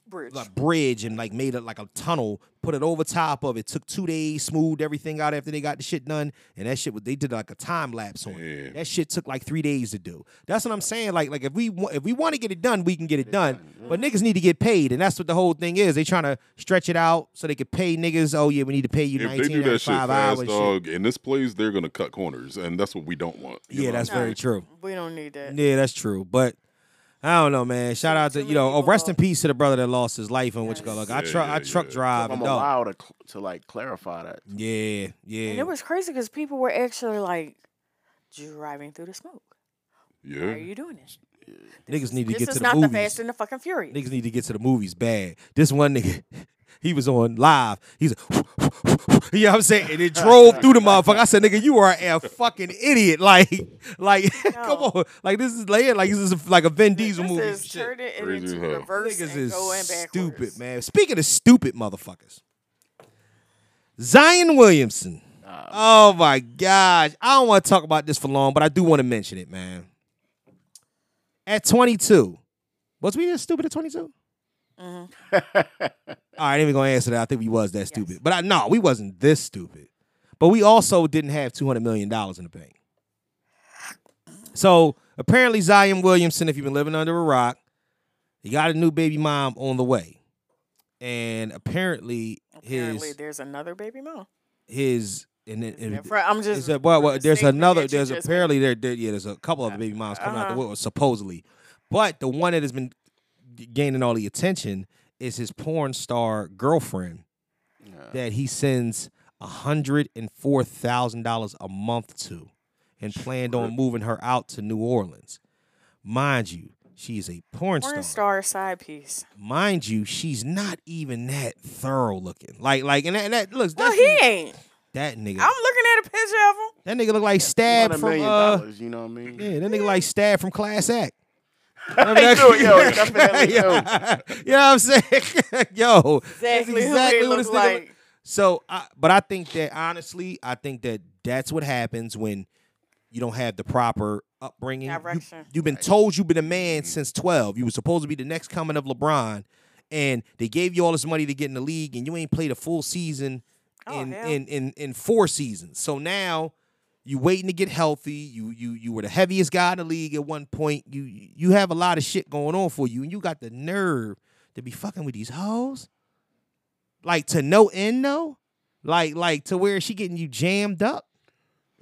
Speaker 4: Bridge.
Speaker 1: like bridge and like made it like a tunnel, put it over top of it. Took two days, smoothed everything out after they got the shit done, and that shit was- they did like a time lapse on it. That shit took like three days to do. That's what I'm saying. Like like if we wa- if we want to get it done, we can get it done. But niggas need to get paid, and that's what the whole thing is. They trying to stretch it out so they could pay niggas. Oh yeah, we need to pay you
Speaker 6: If they
Speaker 1: nineteen
Speaker 6: do that shit
Speaker 1: five
Speaker 6: fast,
Speaker 1: hours.
Speaker 6: dog, in this place, they're gonna cut corners, and that's what we don't want. you
Speaker 1: Yeah,
Speaker 6: know?
Speaker 1: that's very true.
Speaker 4: We don't need that.
Speaker 1: Yeah, that's true. But I don't know, man. Shout out to you know, oh, rest in peace to the brother that lost his life in Wichita. Like I
Speaker 5: Yeah,
Speaker 1: truck,
Speaker 5: yeah,
Speaker 1: I truck
Speaker 5: yeah.
Speaker 1: drive.
Speaker 5: I'm
Speaker 1: and dog.
Speaker 5: allowed to, cl- to like clarify that.
Speaker 1: Yeah, yeah.
Speaker 4: And it was crazy because people were actually like driving through the smoke. Why are
Speaker 1: Yeah.
Speaker 4: you doing this?
Speaker 1: Niggas Mm-hmm. need to
Speaker 4: This
Speaker 1: get
Speaker 4: is
Speaker 1: to the
Speaker 4: not
Speaker 1: movies.
Speaker 4: the Fast and the fucking Furious.
Speaker 1: Niggas need to get to the movies bad. This one nigga, he was on live. He's like, you know what I'm saying? And it drove through the motherfucker. I said, nigga, you are a fucking idiot. Like, like, come on. Like, this is like, like this is like a Vin Diesel movie.
Speaker 4: This is turn it
Speaker 1: Crazy
Speaker 4: into
Speaker 1: as hell.
Speaker 4: reverse
Speaker 1: Niggas
Speaker 4: and
Speaker 1: is
Speaker 4: going back.
Speaker 1: stupid, man. Speaking of stupid motherfuckers, Zion Williamson. oh my gosh. I don't want to talk about this for long, but I do want to mention it, man. At 22, was we that stupid at 22? All right, I ain't even gonna answer that. I think we was that stupid, but I no, we wasn't this stupid. But we also didn't have two hundred million dollars in the bank. So apparently, Zion Williamson, if you've been living under a rock, he got a new baby mom on the way, and apparently,
Speaker 4: Apparently,
Speaker 1: his
Speaker 4: there's another baby mom.
Speaker 1: his and then and
Speaker 4: different. I'm just-
Speaker 1: it's a- well, well,
Speaker 4: the
Speaker 1: there's
Speaker 4: same thing
Speaker 1: another
Speaker 4: that you
Speaker 1: there's
Speaker 4: just
Speaker 1: apparently there, there yeah there's a couple other baby moms coming out the
Speaker 4: uh-huh.
Speaker 1: woodwork supposedly, but the one that has been g- gaining all the attention is his porn star girlfriend that he sends hundred and four thousand dollars a month to, and planned on moving her out to New Orleans. Mind you, she is a porn
Speaker 4: Porn
Speaker 1: star
Speaker 4: star side piece.
Speaker 1: mind you, she's not even that thorough looking. Like, like, and that, and that looks.
Speaker 4: Well,
Speaker 1: that's-
Speaker 4: he ain't.
Speaker 1: That nigga.
Speaker 4: I'm looking at a picture of
Speaker 1: that
Speaker 4: him.
Speaker 1: nigga look like
Speaker 5: One
Speaker 1: Stab
Speaker 5: a
Speaker 1: from.
Speaker 5: million
Speaker 1: Uh,
Speaker 5: dollars, you know what I mean?
Speaker 1: yeah, that nigga like Stab from Class Act.
Speaker 5: He do it, yo, definitely
Speaker 1: you know what I'm saying? yo, that's
Speaker 4: Exactly who he look
Speaker 1: nigga
Speaker 4: like.
Speaker 1: look- So, I, but I think that honestly, I think that that's what happens when you don't have the proper upbringing. You-
Speaker 4: Direction.
Speaker 1: You've been told you've been a man since 12. You were supposed to be the next coming of LeBron, and they gave you all this money to get in the league, and you ain't played a full season in,
Speaker 4: hell.
Speaker 1: in in in four seasons. So now you waiting to get healthy. You you you were the heaviest guy in the league at one point. You you have a lot of shit going on for you, and you got the nerve to be fucking with these hoes, like to no end though, like like to where she getting you jammed up.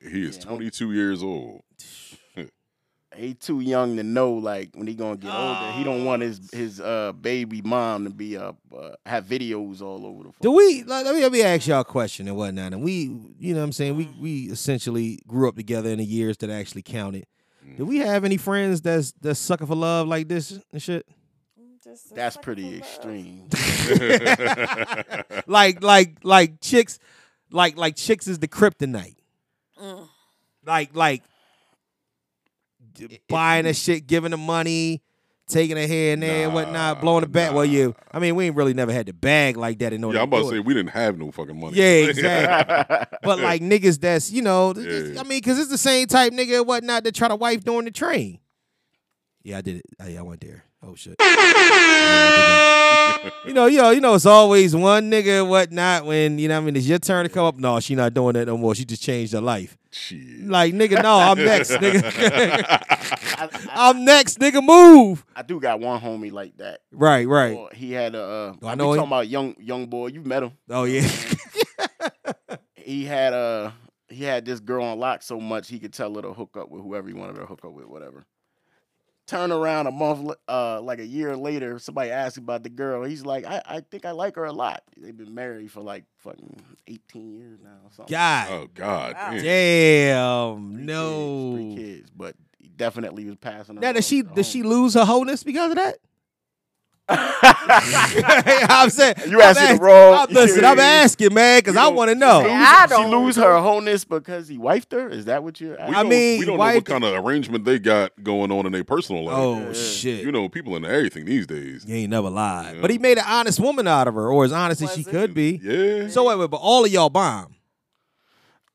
Speaker 6: He is 22 years old.
Speaker 5: He too young to know like when he gonna get older. He don't want his
Speaker 1: Oh,
Speaker 5: his uh baby mom to be up uh, have videos all over the.
Speaker 1: Do we like, let me let me ask y'all a question and whatnot? And we, you know what I'm saying, we we essentially grew up together in the years that actually counted. Do
Speaker 6: Mm.
Speaker 1: we have any friends that's that's sucker for love like this and shit?
Speaker 5: That's pretty extreme.
Speaker 1: like like like chicks like like chicks is the kryptonite.
Speaker 4: Mm.
Speaker 1: Like like d- buying
Speaker 6: Mm.
Speaker 1: that shit, giving the money, taking a here and there and whatnot, blowing the bag. Well, you I mean, we ain't really never had the bag like that in order
Speaker 6: yeah, I'm
Speaker 1: to
Speaker 6: about
Speaker 1: do
Speaker 6: to say
Speaker 1: it.
Speaker 6: we didn't have no fucking money.
Speaker 1: Yeah, exactly. but like niggas that's, you know, th- th-
Speaker 6: Yeah.
Speaker 1: I mean, cause it's the same type nigga and whatnot that try to wife during the train. Yeah, I did it. I, I went there. Oh shit. You know, yo, you know, it's always one nigga and whatnot when, you know what I mean, it's your turn to come up. No, she not doing that no more. She just changed her life. Like, nigga, no, I'm next, nigga. I'm next, nigga, move.
Speaker 5: I do got one homie like that.
Speaker 1: Right, right.
Speaker 5: Well, he had a. Uh,
Speaker 1: I
Speaker 5: I
Speaker 1: know
Speaker 5: know.
Speaker 1: him?
Speaker 5: Talking about young young boy, you met him.
Speaker 1: Oh yeah.
Speaker 5: he had uh he had this girl on lock so much he could tell her to hook up with whoever he wanted her to hook up with, whatever. Turn around a month, la- uh, like a year later, somebody asked about the girl. He's like, I, I think I like her a lot. They've been married for like fucking eighteen years now. or Something.
Speaker 1: God.
Speaker 6: Oh God.
Speaker 1: Damn. no.
Speaker 5: Three kids, but he definitely was passing. her
Speaker 1: Now does
Speaker 5: off.
Speaker 1: she does she lose her wholeness because of that? I'm saying
Speaker 5: You
Speaker 1: I'm
Speaker 5: asking the
Speaker 1: ask-
Speaker 5: wrong-
Speaker 1: I'm, listen, I'm asking, man, because I want to know.
Speaker 5: Lose- she lose her wholeness because he wifed her. Is that what you're?
Speaker 6: We
Speaker 5: Asking?
Speaker 6: don't- we don't know what kind of arrangement they got going on in their personal life.
Speaker 1: Oh, Yeah. shit.
Speaker 6: You know, people into everything these days.
Speaker 1: You ain't never lied, But he made an honest woman out of her, or as honest as she could be.
Speaker 6: Yeah.
Speaker 1: So uh, wait, wait, but all of y'all bomb.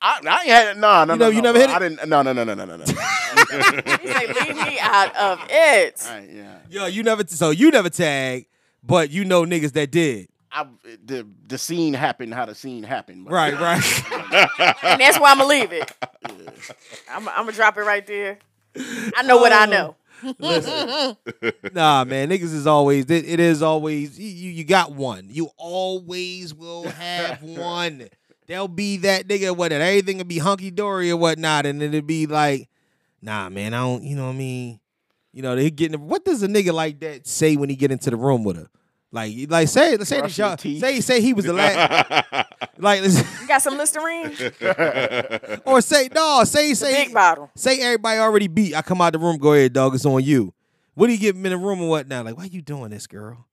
Speaker 5: I, I ain't had no, no,
Speaker 1: You
Speaker 5: no.
Speaker 1: know- you
Speaker 5: no,
Speaker 1: never hit
Speaker 5: I didn't. No, no, no, no, no, no. no.
Speaker 4: He said, "Leave me out of it."
Speaker 1: Yo, you never. So you never tag, but you know niggas that did.
Speaker 5: I, the the scene happened how the scene happened. but-
Speaker 1: Right, right.
Speaker 4: And that's why I'm gonna leave it. I'm, I'm gonna drop it right there. I know what I know.
Speaker 1: Oh. nah, man, niggas is always. It, it is always. You you- you got one. You always will have one. There'll be that nigga. What that everything will be hunky dory or whatnot, and it'll be like, nah, man, I don't. You know what I mean? You know they getting. What does a nigga like that say when he get into the room with her? Like, like say, let's say that
Speaker 4: Brushing
Speaker 1: y'all, say, say he was the last. like, let's-
Speaker 4: You got some Listerine?
Speaker 1: or say no, say say
Speaker 4: big bottle.
Speaker 1: Say everybody already beat. I come out the room. Go ahead, dog. It's on you. What do you give him in the room and whatnot? Like, why you doing this, girl?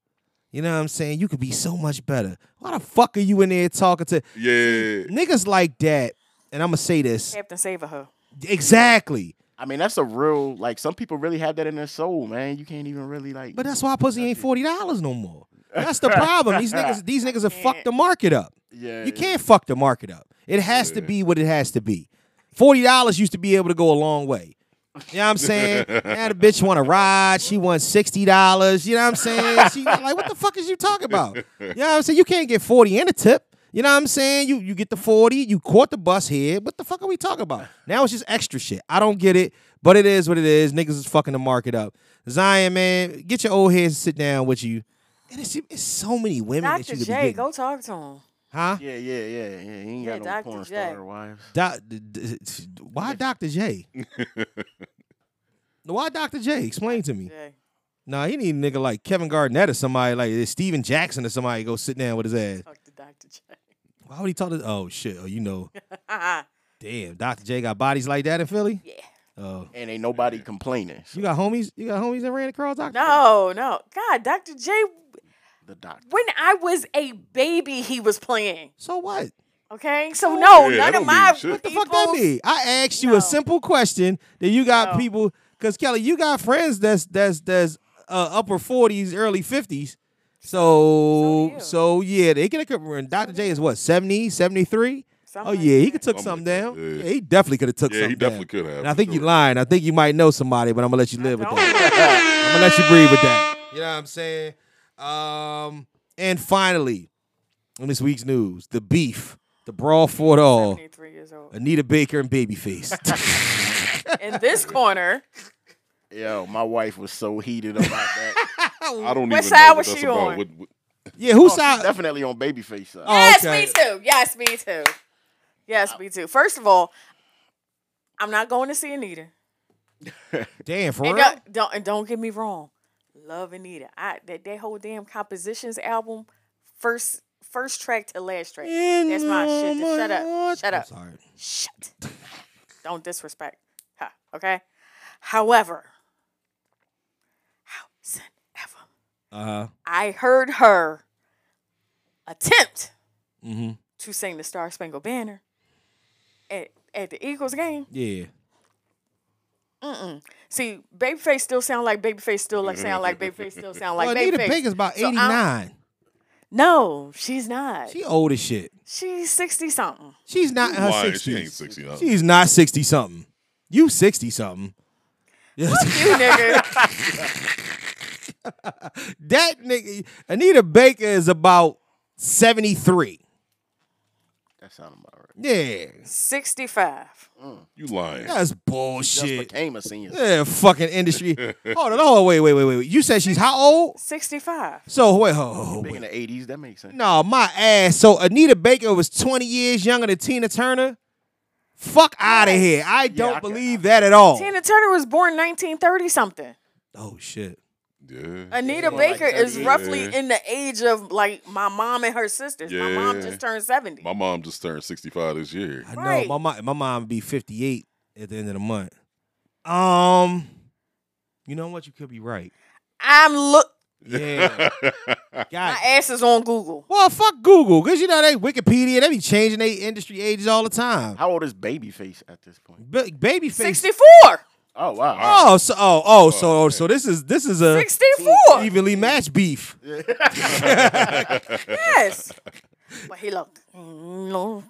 Speaker 1: You know what I'm saying? You could be so much better. Why the fuck are you in there talking to
Speaker 6: yeah
Speaker 1: niggas like that? And I'm gonna say this
Speaker 4: Captain Savor her.
Speaker 1: exactly.
Speaker 5: I mean, that's a real like. Some people really have that in their soul, man. You can't even really like.
Speaker 1: But uh, that's why pussy ain't forty dollars no more. That's the problem. These niggas, these niggas have fucked the market up.
Speaker 5: Yeah.
Speaker 1: You can't fuck the market up. It has to be what it has to be. Forty dollars used to be able to go a long way. You know what I'm saying? now the bitch want to ride. She wants sixty dollars. You know what I'm saying? She like, what the fuck is you talking about? You know what I'm saying? You can't get forty and a tip. You know what I'm saying? You you get the forty. You caught the bus here. What the fuck are we talking about? Now it's just extra shit. I don't get it, but it is what it is. Niggas is fucking the market up. Zion man, get your old heads to sit down with you. And it's, it's so many women that
Speaker 4: Dr.
Speaker 1: you could be
Speaker 4: J,
Speaker 1: getting.
Speaker 4: go talk to him.
Speaker 1: Huh?
Speaker 5: Yeah, yeah, yeah, yeah. He ain't
Speaker 4: Yeah,
Speaker 5: got no
Speaker 4: Dr.
Speaker 5: porn
Speaker 4: J.
Speaker 5: star wives.
Speaker 1: Doc, d- d- why Dr. J? why Dr. J? Explain to me.
Speaker 4: J.
Speaker 1: Nah, he need a nigga like Kevin Garnett or somebody like uh, Steven Jackson or somebody go sit down with his ass.
Speaker 4: Talk to Dr.
Speaker 1: Why would he talk to? Oh shit! Oh, you know,
Speaker 4: J.
Speaker 1: damn, Dr. J got bodies like that in Philly.
Speaker 4: Yeah.
Speaker 1: Oh,
Speaker 5: and ain't nobody complaining.
Speaker 1: You got homies? You got homies that ran across Dr.
Speaker 4: no, no. God, Dr. J,
Speaker 5: The doctor.
Speaker 4: when I was a baby, he was playing.
Speaker 1: So what?
Speaker 4: Okay? So no,
Speaker 1: Yeah, that
Speaker 4: none
Speaker 1: don't
Speaker 4: of my
Speaker 1: mean shit. What the fuck that mean? I asked you a simple question that you got people because Kelly, you got friends that's that's that's uh, upper forties, early fifties. So so, yeah, they can cover. And Dr. J is what 70, 73? Oh yeah, he could took something down. Yeah. he definitely could have took
Speaker 6: Yeah, he
Speaker 1: something.
Speaker 6: definitely
Speaker 1: down.
Speaker 6: could have,
Speaker 1: And I think you're lying. I think you might know somebody, but I'm gonna let you live with that. I'm gonna let you breathe with that. You know what I'm saying? Um, and finally, on this week's news, the beef, the brawl for it all. Anita Baker and Babyface.
Speaker 4: In this corner,
Speaker 5: Yo, my wife was so heated about that.
Speaker 4: I don't Oh, What even side know what was that's she about. on?
Speaker 1: yeah, who's
Speaker 5: oh,
Speaker 1: side?
Speaker 5: Definitely on babyface uh, side.
Speaker 1: Oh.
Speaker 4: yes, me too. Yes, me too. Yes, me too. First of all, I'm not going to see Anita.
Speaker 1: Damn, for
Speaker 4: And
Speaker 1: real?
Speaker 4: don't, don't and don't get me wrong. Love Anita. I that, that whole damn compositions album, first first track to last track. That's my shit. Just shut up. Shut up.
Speaker 1: Sorry.
Speaker 4: Shut. Don't disrespect. her, okay? However,
Speaker 1: Uh huh.
Speaker 4: I heard her attempt
Speaker 1: Mm-hmm.
Speaker 4: to sing the Star Spangled Banner at, at the Eagles game.
Speaker 1: Yeah.
Speaker 4: Mm-mm. See, Babyface still sound like Babyface still like sound like Babyface still sound like
Speaker 1: well,
Speaker 4: Babyface.
Speaker 1: Anita Baker's about
Speaker 4: So um, I'm-
Speaker 1: 89.
Speaker 4: no, she's not.
Speaker 1: She old as shit.
Speaker 4: She's sixty something.
Speaker 1: She's not in her
Speaker 6: Why?
Speaker 1: 60s.
Speaker 6: She ain't 60 now.
Speaker 1: She's not 60 something. You 60 something.
Speaker 4: you nigga.
Speaker 1: that nigga, Anita Baker is about 73.
Speaker 5: That sounded about
Speaker 1: Yeah.
Speaker 4: Sixty five.
Speaker 6: You lying.
Speaker 1: That's bullshit.
Speaker 5: Just became a senior.
Speaker 1: Yeah, fucking industry. hold on, hold on, wait, wait, wait, wait. You said she's how old?
Speaker 4: Sixty five.
Speaker 1: So wait, hold, hold, hold,
Speaker 5: Big in the 80s, that makes sense.
Speaker 1: No, my ass. So Anita Baker was 20 years younger than Tina Turner. Fuck out of here. I don't believe that at
Speaker 6: Oh.
Speaker 1: all.
Speaker 4: Tina Turner was born nineteen thirty something.
Speaker 1: Oh shit.
Speaker 6: Yeah.
Speaker 4: Anita Baker is roughly in the age of like my mom and her sisters. My mom
Speaker 6: Yeah.
Speaker 4: just turned seventy.
Speaker 6: My mom just turned 65 this year.
Speaker 1: I know my mom, my mom would be 58 at the end of the month. Um, you know what? You could be right.
Speaker 4: I'm look.
Speaker 1: Yeah.
Speaker 4: My ass is on Google.
Speaker 1: Well, fuck Google, cause you know they Wikipedia. They be changing their industry ages all the time.
Speaker 5: How old is Babyface at this point?
Speaker 1: Ba- babyface.
Speaker 4: 64.
Speaker 5: Oh wow.
Speaker 1: Oh, so oh, oh, so so this is this is a
Speaker 4: 64.
Speaker 1: evenly matched beef.
Speaker 4: yes. But he looked. mm, No.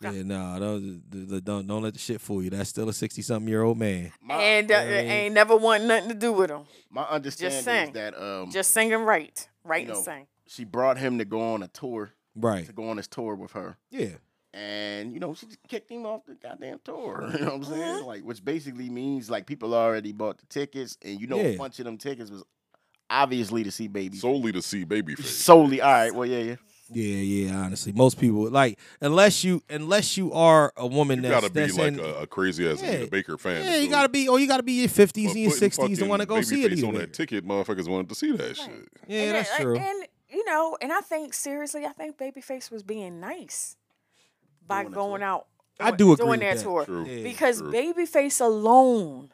Speaker 1: Yeah, nah, don't, don't don't- don't let the shit fool you. That's still a sixty something year old man.
Speaker 4: and uh, ain't never want nothing to do with him.
Speaker 5: My understanding
Speaker 4: Just sing.
Speaker 5: is that um,
Speaker 4: Just singing right. Right
Speaker 5: you know,
Speaker 4: and sing.
Speaker 5: She brought him to go on a tour.
Speaker 1: Right.
Speaker 5: To go on his tour with her.
Speaker 1: Yeah.
Speaker 5: And you know, she just kicked him off the goddamn tour. You know what I'm saying?
Speaker 1: Uh-huh.
Speaker 5: Like, which basically means like people already bought the tickets, and you know
Speaker 6: Yeah.
Speaker 5: a bunch of them tickets was obviously to see baby.
Speaker 6: Solely to see Babyface.
Speaker 5: Solely, all right. Well, yeah, yeah.
Speaker 1: Yeah, yeah. Honestly, most people like unless you unless you are a woman
Speaker 6: You
Speaker 1: that's,
Speaker 6: gotta be
Speaker 1: that's
Speaker 6: like
Speaker 1: in-
Speaker 6: a, a crazy ass
Speaker 1: Yeah.
Speaker 6: Anita Baker fan.
Speaker 1: yeah, you gotta be oh you gotta be in your fifties and your sixties to want to go see it.
Speaker 6: Babyface on
Speaker 1: either.
Speaker 6: that ticket, motherfuckers wanted to see that shit.
Speaker 1: Yeah, that's
Speaker 4: and, uh,
Speaker 1: true.
Speaker 4: And you know, and I think seriously, I think Babyface was being nice by going out.
Speaker 1: I
Speaker 4: doing-
Speaker 1: do agree
Speaker 4: doing
Speaker 1: with
Speaker 4: that
Speaker 1: that.
Speaker 4: tour
Speaker 1: True, Yeah.
Speaker 4: because
Speaker 1: true.
Speaker 4: Babyface alone.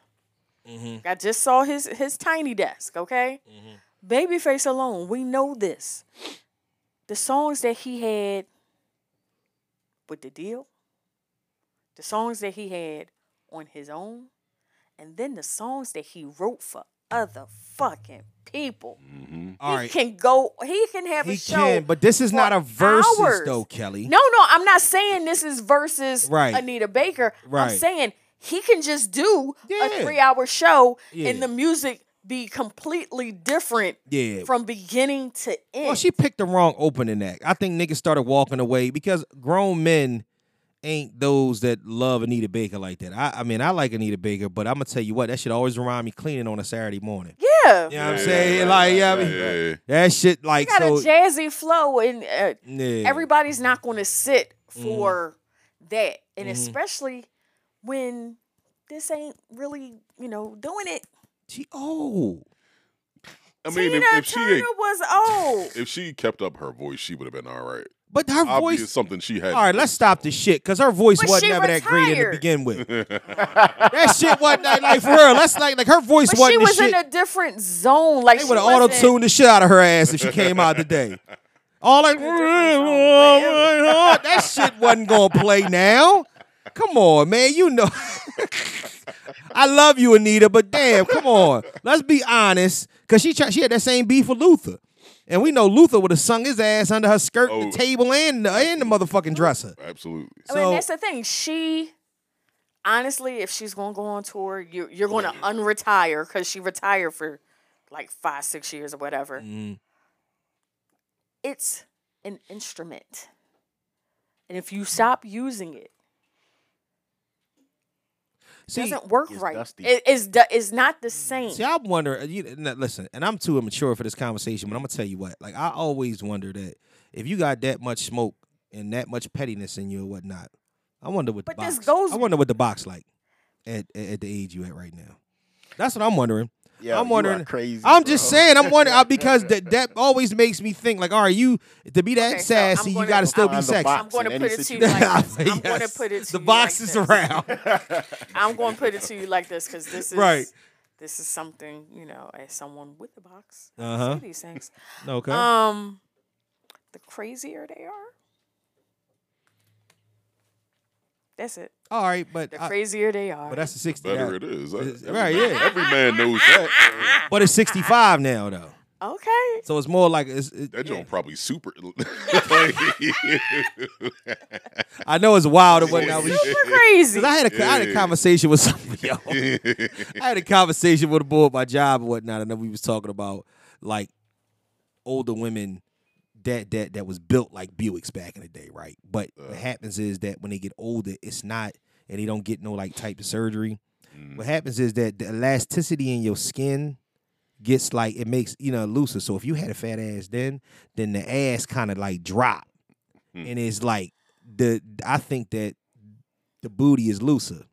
Speaker 1: Mhm.
Speaker 4: I just saw his his tiny desk. Okay, Babyface alone. We know this. The songs that he had with the deal, the songs that he had on his own, and then the songs that he wrote for other fucking people.
Speaker 1: All
Speaker 4: He
Speaker 1: right,
Speaker 4: can go. He can have a
Speaker 1: he
Speaker 4: show.
Speaker 1: can, but this is not a versus
Speaker 4: hours.
Speaker 1: though, Kelly.
Speaker 4: No, no, I'm not saying this is versus
Speaker 1: Right.
Speaker 4: Anita Baker. I'm
Speaker 1: Right.
Speaker 4: saying he can just do
Speaker 1: Yeah.
Speaker 4: a three hour show
Speaker 1: Yeah.
Speaker 4: and the music be completely different
Speaker 1: Yeah.
Speaker 4: from beginning to end.
Speaker 1: Well, she picked the wrong opening act. I think niggas started walking away because grown men ain't those that love Anita Baker like that. I, I mean, I like Anita Baker, but I'm gonna tell you what, that should always remind me cleaning on a Saturday morning.
Speaker 4: Yeah.
Speaker 1: You know what I'm saying? like, yeah, I mean, that shit,
Speaker 4: You
Speaker 1: like,
Speaker 4: got
Speaker 1: so
Speaker 4: a jazzy flow, and uh,
Speaker 1: Yeah.
Speaker 4: everybody's not going to sit
Speaker 1: Mhm.
Speaker 4: for that, and
Speaker 1: Mhm.
Speaker 4: especially when this ain't really, you know, doing it.
Speaker 1: She old.
Speaker 6: I mean, if,
Speaker 4: Tina
Speaker 6: if she
Speaker 4: Turner
Speaker 6: had-
Speaker 4: was old.
Speaker 6: if she kept up her voice, she would have been all right.
Speaker 1: But her
Speaker 6: Obvious
Speaker 1: voice-
Speaker 6: something she had.
Speaker 1: all right, let's stop this shit because her voice
Speaker 6: But
Speaker 1: wasn't
Speaker 6: she
Speaker 1: ever that great in the
Speaker 6: retired.
Speaker 1: begin with. that shit wasn't that, like for her. Let's like like her voice
Speaker 4: But
Speaker 1: wasn't
Speaker 4: she
Speaker 1: the
Speaker 4: was
Speaker 1: shit.
Speaker 4: in a different zone. Like
Speaker 1: they
Speaker 4: she
Speaker 1: would have auto
Speaker 4: wasn't-
Speaker 1: tuned the shit out of her ass if she came out today. All like that shit wasn't gonna play now. Come on, man. You know, I love you, Anita, but damn, come on. Let's be honest, cause she tried, she had that same beef with Luther, and we know Luther would have sung his ass under her skirt, the table, and the, and the motherfucking dresser.
Speaker 6: Absolutely.
Speaker 4: I mean, that's the thing. She honestly, if she's gonna go on tour, you you're gonna unretire because she retired for like five, six years or whatever.
Speaker 1: Mm.
Speaker 4: It's an instrument, and if you stop using it, it doesn't work right. It is is not the same.
Speaker 1: Mm. See, I wonder. uh, You, n- listen, and I'm too immature for this conversation, but I'm gonna tell you what. Like, I always wonder that if you got that much smoke and that much pettiness in you and whatnot, I wonder what.
Speaker 4: But
Speaker 1: the
Speaker 4: this
Speaker 1: box,
Speaker 4: goes-
Speaker 1: I wonder what the box like at, at at the age you at right now. That's what I'm wondering.
Speaker 5: Yo,
Speaker 1: I'm
Speaker 5: you are
Speaker 1: wondering.
Speaker 5: crazy,
Speaker 1: I'm just
Speaker 5: bro.
Speaker 1: saying. I'm wondering I- because that that always makes me think. Like, all right, you to be that
Speaker 4: Okay, so I'm
Speaker 1: sassy, you
Speaker 4: gonna-
Speaker 1: got to still be
Speaker 4: I'm
Speaker 1: sexy.
Speaker 4: gonna put it to you like this. I'm gonna
Speaker 1: Yes.
Speaker 4: put it to
Speaker 1: The
Speaker 4: you
Speaker 1: box
Speaker 4: like
Speaker 1: is
Speaker 4: this.
Speaker 1: around.
Speaker 4: I'm going to put it to you like this because this is
Speaker 1: Right.
Speaker 4: This is something you know, as someone with the box, I
Speaker 1: Uh-huh.
Speaker 4: see these things.
Speaker 1: Okay.
Speaker 4: Um, the crazier they are, that's it.
Speaker 1: All right, but
Speaker 4: the
Speaker 1: I-
Speaker 4: crazier they are,
Speaker 1: But that's the 60.
Speaker 6: Better
Speaker 1: that-
Speaker 6: it is. That- every
Speaker 1: right,
Speaker 6: man-
Speaker 1: yeah.
Speaker 6: Every man knows that.
Speaker 1: But it's 65 now, though.
Speaker 4: okay.
Speaker 1: So it's more like it's, it-
Speaker 6: That joint probably super.
Speaker 1: I know it's wild and whatnot. but you-
Speaker 6: Super
Speaker 1: 'Cause I had a, I had a
Speaker 6: Yeah.
Speaker 1: conversation with somebody. Yo. I
Speaker 6: I
Speaker 1: had a conversation with a boy at my job and whatnot, and then we was talking about like older women that that that was built like Buicks back in the day, right? But
Speaker 6: Uh.
Speaker 1: what happens is that when they get older, it's not, and they don't get no like type of surgery.
Speaker 6: Mm.
Speaker 1: What happens is that the elasticity in your skin gets like it makes you know looser. So if you had a fat ass then, then the ass kind of like drop,
Speaker 6: Hmm.
Speaker 1: and it's like the I think that the booty is looser.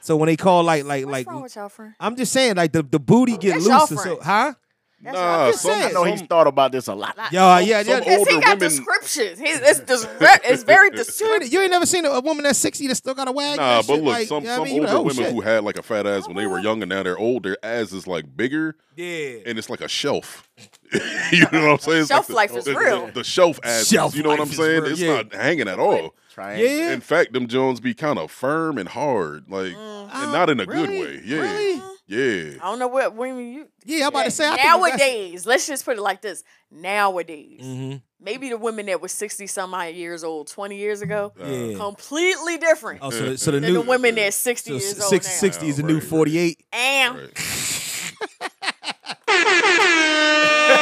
Speaker 1: So when they call like like like
Speaker 4: wrong with y'all, friend?
Speaker 1: I'm just saying like the, the booty get
Speaker 4: That's y'all
Speaker 1: looser. So
Speaker 4: friend.
Speaker 1: huh?
Speaker 4: That's
Speaker 5: Nah, some- I know he's thought about this a lot.
Speaker 1: Yo, yeah, yeah.
Speaker 4: Because he got descriptions. He's it's, disre- it's very
Speaker 1: You
Speaker 4: descriptive.
Speaker 1: ain't, you ain't never seen a, a woman that's 60 that still got a wag.
Speaker 6: Nah,
Speaker 1: and
Speaker 6: but
Speaker 1: shit,
Speaker 6: look,
Speaker 1: like,
Speaker 6: some
Speaker 1: you know
Speaker 6: some
Speaker 1: what I mean? You
Speaker 6: older
Speaker 1: like, oh,
Speaker 6: women
Speaker 1: shit.
Speaker 6: who had like a fat ass when they were young and now they're old, their ass is like bigger.
Speaker 1: Yeah.
Speaker 6: And it's like a shelf. you know what I'm saying? It's
Speaker 4: Shelf
Speaker 6: like the-
Speaker 4: life is
Speaker 6: the,
Speaker 4: real.
Speaker 6: The, the shelf ass.
Speaker 1: Shelf
Speaker 6: you know what
Speaker 1: life
Speaker 6: I'm
Speaker 1: is
Speaker 6: saying?
Speaker 1: real,
Speaker 6: It's
Speaker 1: yeah.
Speaker 6: not hanging at all.
Speaker 1: Yeah.
Speaker 6: In fact, them Jones be kind of firm and hard, like, and not in a
Speaker 4: really?
Speaker 6: good way. Yeah.
Speaker 4: Really?
Speaker 6: Yeah.
Speaker 4: I don't know what women you.
Speaker 1: Yeah, I'm about to say, I think that's-
Speaker 4: nowadays. Let's just put it like this. Nowadays,
Speaker 1: Mhm.
Speaker 4: maybe the women that were sixty some odd years old twenty years ago,
Speaker 1: Oh,
Speaker 6: Uh,
Speaker 1: Yeah.
Speaker 4: completely different.
Speaker 1: Oh, so
Speaker 6: Mm-hmm.
Speaker 1: the- so the
Speaker 4: than
Speaker 1: new-
Speaker 4: the women that's sixty
Speaker 1: So
Speaker 4: years
Speaker 1: s-
Speaker 4: old
Speaker 1: six-
Speaker 4: now.
Speaker 1: 60
Speaker 6: Oh,
Speaker 1: is the new 48.
Speaker 4: And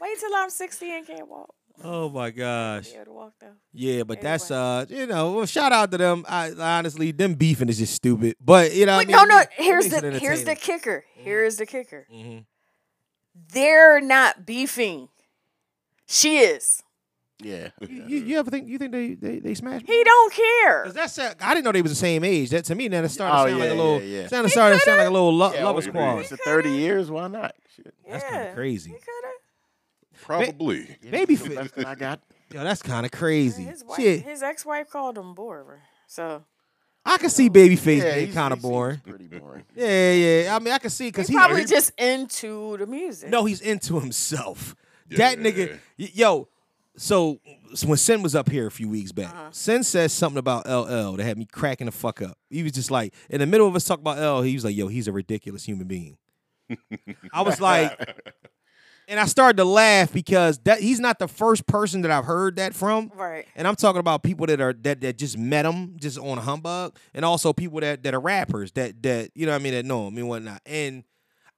Speaker 4: wait till I'm sixty and can't walk.
Speaker 1: Oh my gosh.
Speaker 4: Be able to walk though.
Speaker 1: Yeah, but that's uh, you know, well, shout out to them. I honestly, them beefing is just stupid. But you know,
Speaker 4: But
Speaker 1: what I
Speaker 4: no,
Speaker 1: mean?
Speaker 4: no.
Speaker 1: It
Speaker 4: Here's
Speaker 1: makes it
Speaker 4: the here's the
Speaker 1: entertaining.
Speaker 4: kicker. Here's the kicker.
Speaker 1: Mhm.
Speaker 4: They're not beefing. She is.
Speaker 5: Yeah.
Speaker 1: You, you ever think you think they they, they smash?
Speaker 4: He don't care.
Speaker 1: Cause that's a, I didn't know they was the same age. That to me now that started to
Speaker 5: Oh,
Speaker 1: sound like a
Speaker 5: yeah,
Speaker 1: little
Speaker 5: yeah, yeah.
Speaker 1: sound
Speaker 5: He
Speaker 1: started to sound
Speaker 5: coulda.
Speaker 1: like a little lo-
Speaker 5: Yeah,
Speaker 1: lover
Speaker 5: well,
Speaker 1: squad.
Speaker 5: it's the 30 years, why not? Shit.
Speaker 1: That's kind of crazy.
Speaker 6: Probably.
Speaker 1: Baby
Speaker 5: It's the best thing I got.
Speaker 1: Yo, that's kind of crazy.
Speaker 4: His wife,
Speaker 1: Shit,
Speaker 4: his ex-wife called him boring. So
Speaker 1: I can see Babyface
Speaker 5: Yeah,
Speaker 1: being
Speaker 5: he's-
Speaker 1: kind
Speaker 5: he
Speaker 1: of
Speaker 5: seems
Speaker 1: boring.
Speaker 5: Pretty boring.
Speaker 1: Yeah, yeah. I mean, I can see because
Speaker 4: he's
Speaker 1: he
Speaker 4: probably
Speaker 1: he-
Speaker 4: just into the music.
Speaker 1: No, he's into himself. that nigga, y- yo. So, so when Sin was up here a few weeks back, Sin says something about LL that had me cracking the fuck up. He was just like, in the middle of us talking about LL, he was like, "Yo, he's a ridiculous human being." I was like, and I started to laugh because that he's not the first person that I've heard that from.
Speaker 4: Right.
Speaker 1: And I'm talking about people that are that that just met him just on humbug, and also people that that are rappers that that you know what I mean that know him and whatnot. And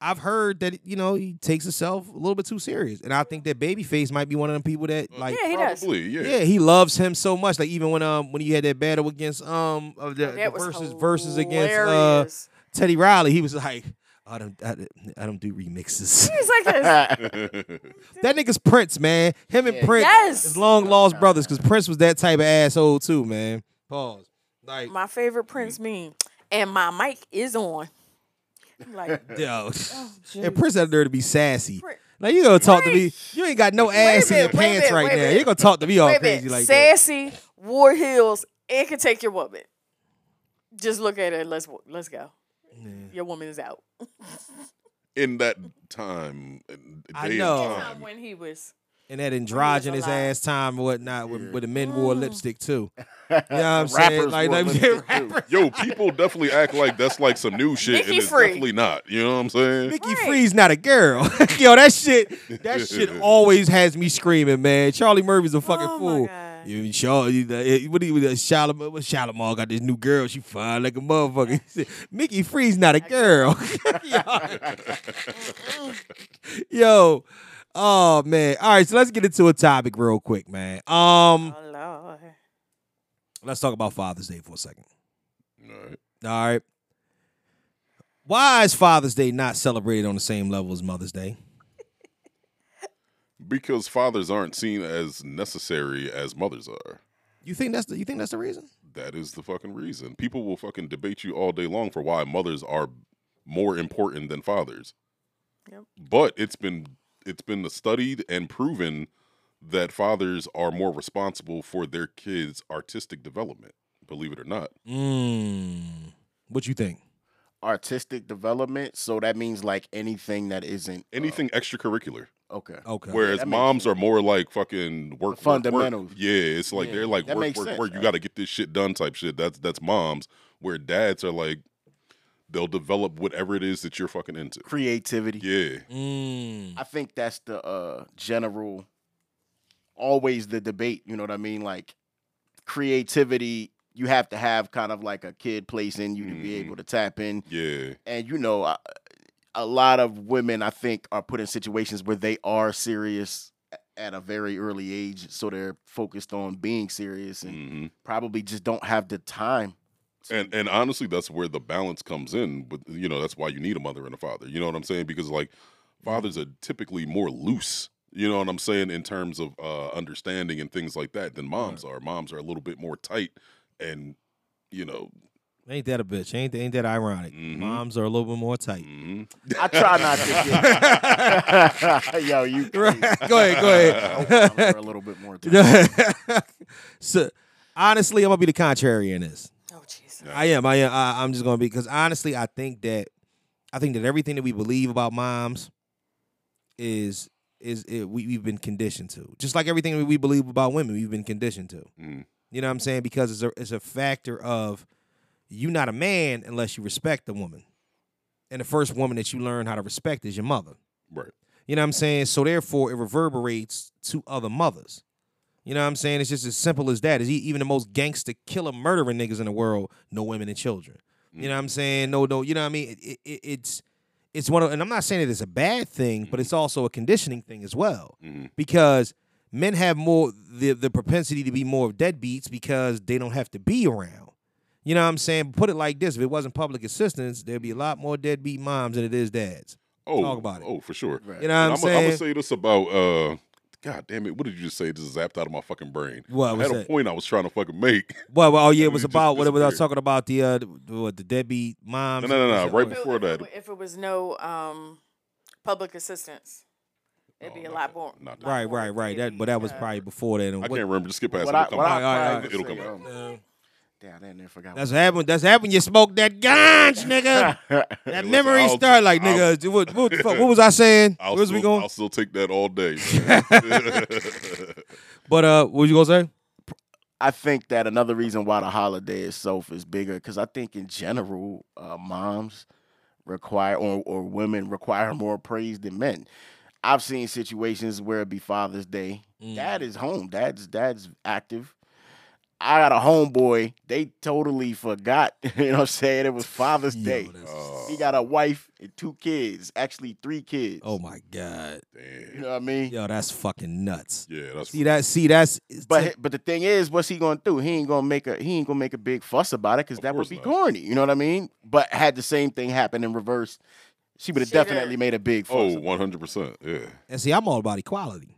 Speaker 1: I've heard that you know he takes himself a little bit too serious, and I think that Babyface might be one of them people that like
Speaker 4: Mm. yeah, he does.
Speaker 6: Probably, yeah.
Speaker 1: he loves him so much. Like even when um when he had that battle against um of the,
Speaker 4: That
Speaker 1: the
Speaker 4: was
Speaker 1: versus versus against uh Teddy Riley, he was like, I don't I, don't- I don't do remixes.
Speaker 4: He's like
Speaker 1: this. that nigga's Prince, man. Him and Prince,
Speaker 4: Yes.
Speaker 1: is long lost brothers, because Prince was that type of asshole too, man. Pause. Like
Speaker 4: my favorite Prince meme, and my mic is on. I'm Like
Speaker 1: Yo.
Speaker 4: Oh,
Speaker 1: and Prince out there to be sassy.
Speaker 4: Prin-
Speaker 1: Now you gonna talk to me? You ain't got no ass in your
Speaker 4: minute, wait a
Speaker 1: pants
Speaker 4: minute,
Speaker 1: right
Speaker 4: wait a
Speaker 1: now.
Speaker 4: minute.
Speaker 1: You're gonna talk to me all
Speaker 4: wait a
Speaker 1: Oh, crazy
Speaker 4: minute,
Speaker 1: like that.
Speaker 4: sassy, wore heels, and can take your woman. Just look at it. Let's let's go. Your woman is out.
Speaker 6: in that time, uh, day
Speaker 1: I
Speaker 6: and
Speaker 1: know.
Speaker 6: time.
Speaker 4: When he was
Speaker 1: And that androgynous ass time or whatnot, where, where the men wore lipstick too. You know what I'm saying?
Speaker 6: Rappers
Speaker 1: Like,
Speaker 6: wore
Speaker 1: like-
Speaker 6: lipstick Yo, people definitely act like that's like some new shit,
Speaker 1: Mickey
Speaker 6: and it's
Speaker 1: Free.
Speaker 6: definitely not. You know what I'm saying?
Speaker 1: Mickey Free's not a girl. Yo, that shit, that shit always has me screaming, man. Charlie Murphy's a
Speaker 4: Oh
Speaker 1: fucking fool. You Charlie, what do you, uh, Shalimar, what Shalimar got this new girl. She fine like a motherfucker. He said, Mickey Free's not a girl. Yo, oh man. All right, so let's get into a topic real quick, man.
Speaker 4: Oh,
Speaker 1: Um, let's talk about Father's Day for a second.
Speaker 6: All right.
Speaker 1: All right. Why is Father's Day not celebrated on the same level as Mother's Day?
Speaker 6: Because fathers aren't seen as necessary as mothers are.
Speaker 1: You think that's the you think that's the reason?
Speaker 6: That is the fucking reason. People will fucking debate you all day long for why mothers are more important than fathers.
Speaker 4: Yep.
Speaker 6: But it's been it's been studied and proven that fathers are more responsible for their kids' artistic development. Believe it or not.
Speaker 1: Mm. What you think?
Speaker 5: Artistic development. So that means like anything that isn't
Speaker 6: Anything extracurricular.
Speaker 5: Uh, Okay.
Speaker 1: Okay.
Speaker 6: Whereas
Speaker 5: That makes
Speaker 6: moms are more like fucking work, work, work.
Speaker 5: fundamentals.
Speaker 6: Yeah, it's like
Speaker 5: Yeah,
Speaker 6: they're like
Speaker 5: that
Speaker 6: work,
Speaker 5: makes
Speaker 6: work,
Speaker 5: sense,
Speaker 6: work. You
Speaker 5: right.
Speaker 6: got to get this shit done type shit. That's that's moms. Where dads are like, they'll develop whatever it is that you're fucking into.
Speaker 5: Creativity.
Speaker 6: Yeah.
Speaker 1: Mm.
Speaker 5: I think that's the uh general always the debate, you know what I mean? Like creativity, you have to have kind of like a kid place in you to be
Speaker 1: Mm-hmm.
Speaker 5: able to tap in.
Speaker 6: Yeah.
Speaker 5: And you know, I- a lot of women I think are put in situations where they are serious a- at a very early age, so they're focused on being serious
Speaker 1: Mm.
Speaker 5: and
Speaker 1: Mm-hmm.
Speaker 5: probably just don't have the time.
Speaker 6: And and honestly, that's where the balance comes in. But you know, that's why you need a mother and a father. You know what I'm saying? Because like
Speaker 1: Mm-hmm.
Speaker 6: fathers are typically more loose. You know what I'm saying in terms of uh, understanding and things like that than moms are. Moms are a little bit more tight, and you know,
Speaker 1: Ain't that a bitch? Ain't ain't that ironic? Moms are a little bit more tight.
Speaker 5: I try not to get Yo, you
Speaker 1: Right.
Speaker 5: crazy.
Speaker 1: Go ahead, go ahead.
Speaker 5: Moms are a little bit more
Speaker 1: tight. so, honestly, I'm gonna be the contrary in this.
Speaker 4: Oh Jesus.
Speaker 1: I am. I am. I, I'm just gonna be because honestly, I think that I think that everything that we believe about moms is is it, we we've been conditioned to. Just like everything that we believe about women, we've been conditioned to. You know what I'm saying? Because it's a it's a factor of you not a man unless you respect the woman, and the first woman that you learn how to respect is your mother.
Speaker 6: Right.
Speaker 1: You know what I'm saying? So therefore, it reverberates to other mothers. You know what I'm saying? It's just as simple as that. Is even the most gangster killer murdering niggas in the world no women and children. You know what I'm saying? No, no. You know what I mean? It, it- it- it's it's one of, and I'm not saying that it's a bad thing, but it's also a conditioning thing as well, because men have more the the propensity to be more of deadbeats because they don't have to be around. You know what I'm saying? Put it like this: if it wasn't public assistance, there'd be a lot more deadbeat moms than it is dads.
Speaker 6: Oh,
Speaker 1: Talk about it.
Speaker 6: Oh, for sure.
Speaker 1: You know what I'm
Speaker 6: I'm gonna
Speaker 1: saying?
Speaker 6: say this about. uh God damn it! What did you just say? This is zapped out of my fucking brain.
Speaker 1: What
Speaker 6: I
Speaker 1: was
Speaker 6: had a
Speaker 1: that?
Speaker 6: point I was trying to fucking make.
Speaker 1: Well, well, oh yeah, it
Speaker 6: And
Speaker 1: was
Speaker 6: it just
Speaker 1: about what it was. I was
Speaker 6: disappeared.
Speaker 1: talking about the uh, the, what, the deadbeat moms.
Speaker 6: No, no, no, no,
Speaker 1: and-
Speaker 6: right before that.
Speaker 4: If it was no um, public assistance, it'd be a lot more.
Speaker 1: Right, right, right. That, but that was probably before that.
Speaker 6: I can't remember. Just skip past
Speaker 5: What
Speaker 6: it.
Speaker 5: I-
Speaker 6: It'll come
Speaker 5: what I
Speaker 6: back.
Speaker 5: tried to
Speaker 6: It'll
Speaker 5: say,
Speaker 6: come back.
Speaker 5: um, Damn, I never forgot.
Speaker 1: That's
Speaker 5: what-
Speaker 1: what happened. That's happened. when You smoked that ganj, nigga. That
Speaker 6: Listen,
Speaker 1: memory
Speaker 6: I'll-
Speaker 1: start like, nigga. What, what, the fuck, what was I saying?
Speaker 6: I'll
Speaker 1: Where was
Speaker 6: still,
Speaker 1: we going?
Speaker 6: I'll still take that all day.
Speaker 1: But uh, what you gonna say?
Speaker 5: I think that another reason why the holiday itself is bigger, because I think in general, uh, moms require or, or women require more praise than men. I've seen
Speaker 1: Mm.
Speaker 5: situations where it be Father's Day, dad is home, dad's dad's active. I got a homeboy. They totally forgot. You know what I'm saying? It was Father's Day.
Speaker 6: Oh.
Speaker 5: He got a wife and two kids, actually three kids.
Speaker 1: Oh my God.
Speaker 5: You know what I mean?
Speaker 1: Yo, that's fucking nuts.
Speaker 6: Yeah, that's
Speaker 1: see that. See that's.
Speaker 5: But he- but the thing is, what's he gonna do? He ain't gonna make a he ain't gonna make a big fuss about it because that would be corny. You know what I mean? But had the same thing happen in reverse, she would have
Speaker 1: She did.
Speaker 5: definitely made a big fuss.
Speaker 6: Oh, 100%. Yeah.
Speaker 1: And see, I'm all about equality.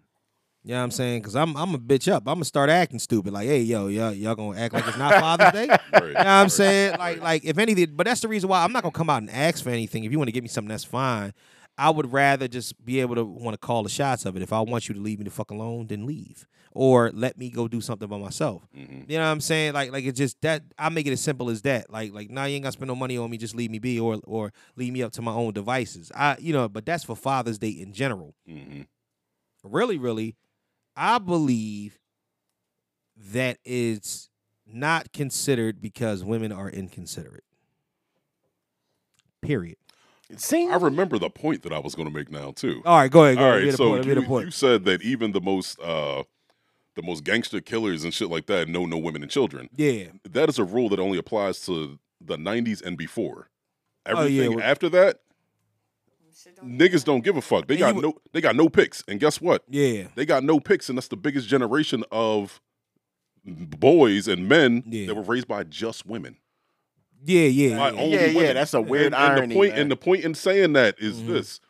Speaker 1: You know what I'm saying? Because I'm I'm a bitch up. I'm gonna start acting stupid. Like, hey, yo, y'all, y'all gonna act like it's not Father's Day? You know what I'm saying? Like, like if anything, but that's the reason why I'm not gonna come out and ask for anything. If you want to give me something, that's fine. I would rather just be able to want to call the shots of it. If I want you to leave me the fuck alone, then leave, or let me go do something by myself. You know what I'm saying? Like, like it's just that I make it as simple as that. Like, like now you ain't gonna spend no money on me. Just leave me be, or or leave me up to my own devices. I, you know, but that's for Father's Day in general
Speaker 6: Mm-hmm.
Speaker 1: really, really, I believe that it's not considered because women are inconsiderate. Period.
Speaker 6: I remember the point that I was going to make now too.
Speaker 1: All right, go ahead, go
Speaker 6: All
Speaker 1: ahead.
Speaker 6: right,
Speaker 1: Oh, Get a
Speaker 6: so
Speaker 1: point,
Speaker 6: you,
Speaker 1: get a point.
Speaker 6: you said that even the most uh, the most gangster killers and shit like that know no women and children.
Speaker 1: Yeah.
Speaker 6: That is a rule that only applies to the '90s and before.
Speaker 1: Oh, yeah,
Speaker 6: Everything
Speaker 1: well-
Speaker 6: after that, niggas don't give a fuck. They got no they got no picks, and guess what?
Speaker 1: Yeah,
Speaker 6: they got no picks, and that's the biggest generation of boys and men that were raised by just women.
Speaker 1: Yeah, yeah,
Speaker 6: By
Speaker 1: yeah.
Speaker 6: only
Speaker 5: Yeah, yeah,
Speaker 6: women.
Speaker 5: that's a weird
Speaker 6: and, and
Speaker 5: irony,
Speaker 6: The point,
Speaker 5: man.
Speaker 6: and the point in saying that is this: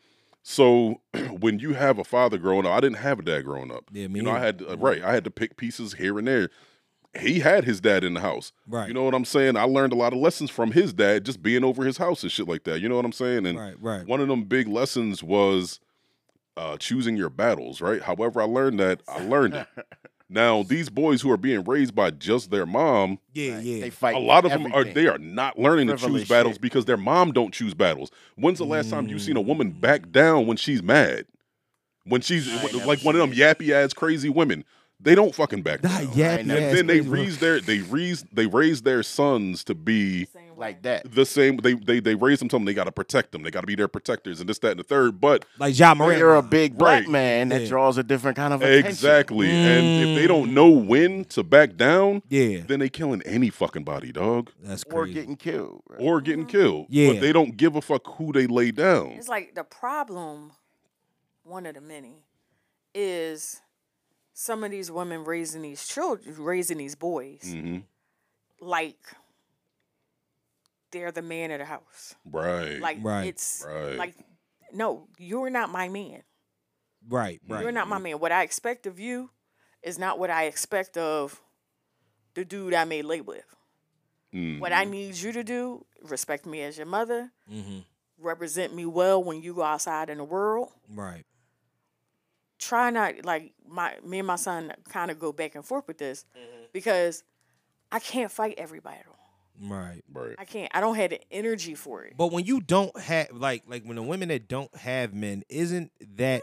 Speaker 6: so when you have a father growing up, I didn't have a dad growing up. Yeah, me. You know, I had uh, right. I had to pick pieces here and there. He had his dad in the house.
Speaker 1: Right.
Speaker 6: You know what I'm saying? I learned a lot of lessons from his dad just being over his house and shit like that. You know what I'm saying? And
Speaker 1: Right, right.
Speaker 6: one of them big lessons was uh, choosing your battles, right? However, I learned that, I learned it. Now, these boys who are being raised by just their mom,
Speaker 1: yeah, yeah,
Speaker 5: they fight.
Speaker 6: a lot of them are
Speaker 5: everything.
Speaker 6: they are not learning to
Speaker 5: Frivolous
Speaker 6: choose battles because their mom don't choose battles. When's the last time you seen a woman
Speaker 5: Mm.
Speaker 6: back down when she's mad? When she's like one of them yappy ass crazy women, they don't fucking
Speaker 1: Ah,
Speaker 6: back down.
Speaker 1: Yeah,
Speaker 6: And then they raise their they raise they raise their sons to be
Speaker 5: like that.
Speaker 6: The same they they they raise them something they got to protect them. They got to be their protectors and this that and the third. But
Speaker 1: like John Moran.
Speaker 5: You're a big black
Speaker 6: Right.
Speaker 5: man that
Speaker 6: Yeah.
Speaker 5: draws a different kind of attention. Mm.
Speaker 6: Exactly. And if they don't know when to back down,
Speaker 1: yeah,
Speaker 6: then they killing any fucking body, dog.
Speaker 1: That's
Speaker 5: or getting killed.
Speaker 6: or getting killed.
Speaker 1: Yeah.
Speaker 6: But they don't give a fuck who they lay down.
Speaker 4: Mm-hmm. It's like the problem, one of the many, is some of these women raising these children, raising these boys,
Speaker 6: Mm-hmm.
Speaker 4: like they're the man of the house.
Speaker 6: Right.
Speaker 4: Like it's like, no, you're not my man.
Speaker 1: right, right.
Speaker 4: You're not my man. What I expect of you is not what I expect of the dude I may lay with.
Speaker 6: Mm.
Speaker 4: What I need you to do, respect me as your mother,
Speaker 1: Mm-hmm.
Speaker 4: represent me well when you go outside in the world.
Speaker 1: Right.
Speaker 4: try not like my me and my son kind of go back and forth with this because I can't fight every battle.
Speaker 1: Right.
Speaker 6: Right.
Speaker 4: I can't. I don't have the energy for it.
Speaker 1: But when you don't have like like when the women that don't have men, isn't that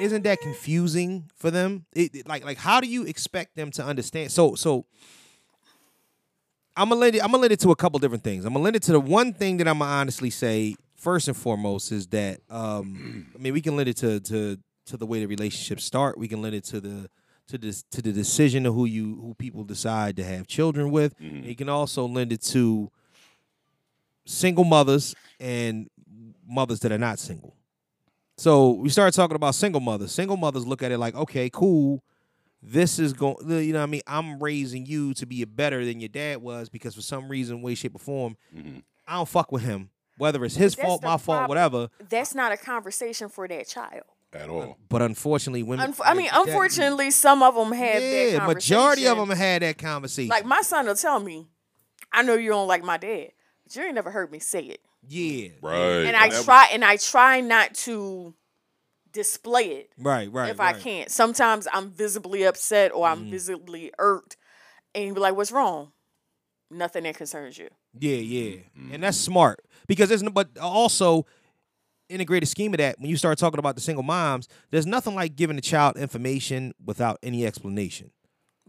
Speaker 1: isn't that confusing for them? It, it- like like how do you expect them to understand? So so I'm gonna lend it, I'm gonna lend it to a couple different things. I'm gonna lend it to the one thing that I'm gonna honestly say first and foremost is that um I mean we can lend it to to to the way the relationships start. We can lend it to the to this to the decision of who you who people decide to have children with. You can also lend it to single mothers and mothers that are not single. So we started talking about single mothers. Single mothers look at it like, okay, cool. This is going, you know what I mean? I'm raising you to be better than your dad was because for some reason, way, shape, or form, I don't fuck with him. Whether it's his
Speaker 4: That's
Speaker 1: fault,
Speaker 4: the
Speaker 1: my fault,
Speaker 4: problem.
Speaker 1: whatever.
Speaker 4: That's not a conversation for that child.
Speaker 6: At all.
Speaker 1: But unfortunately, women.
Speaker 4: Unf- I mean,
Speaker 1: like that-
Speaker 4: unfortunately, some of them have that
Speaker 1: yeah,
Speaker 4: conversation.
Speaker 1: majority of them had that conversation.
Speaker 4: Like my son will tell me, "I know you don't like my dad, but you ain't never heard me say it."
Speaker 1: yeah.
Speaker 6: Right.
Speaker 4: and I try, and I try not to display it.
Speaker 1: Right, right.
Speaker 4: if I
Speaker 1: right. Mm-hmm.
Speaker 4: can't. Sometimes I'm visibly upset or I'm visibly irked, and you be like, "What's wrong?" Nothing that concerns you.
Speaker 1: Yeah, yeah,
Speaker 4: Mm,
Speaker 1: and that's smart because there's no, but also in the greater scheme of that, when you start talking about the single moms, there's nothing like giving a child information without any explanation.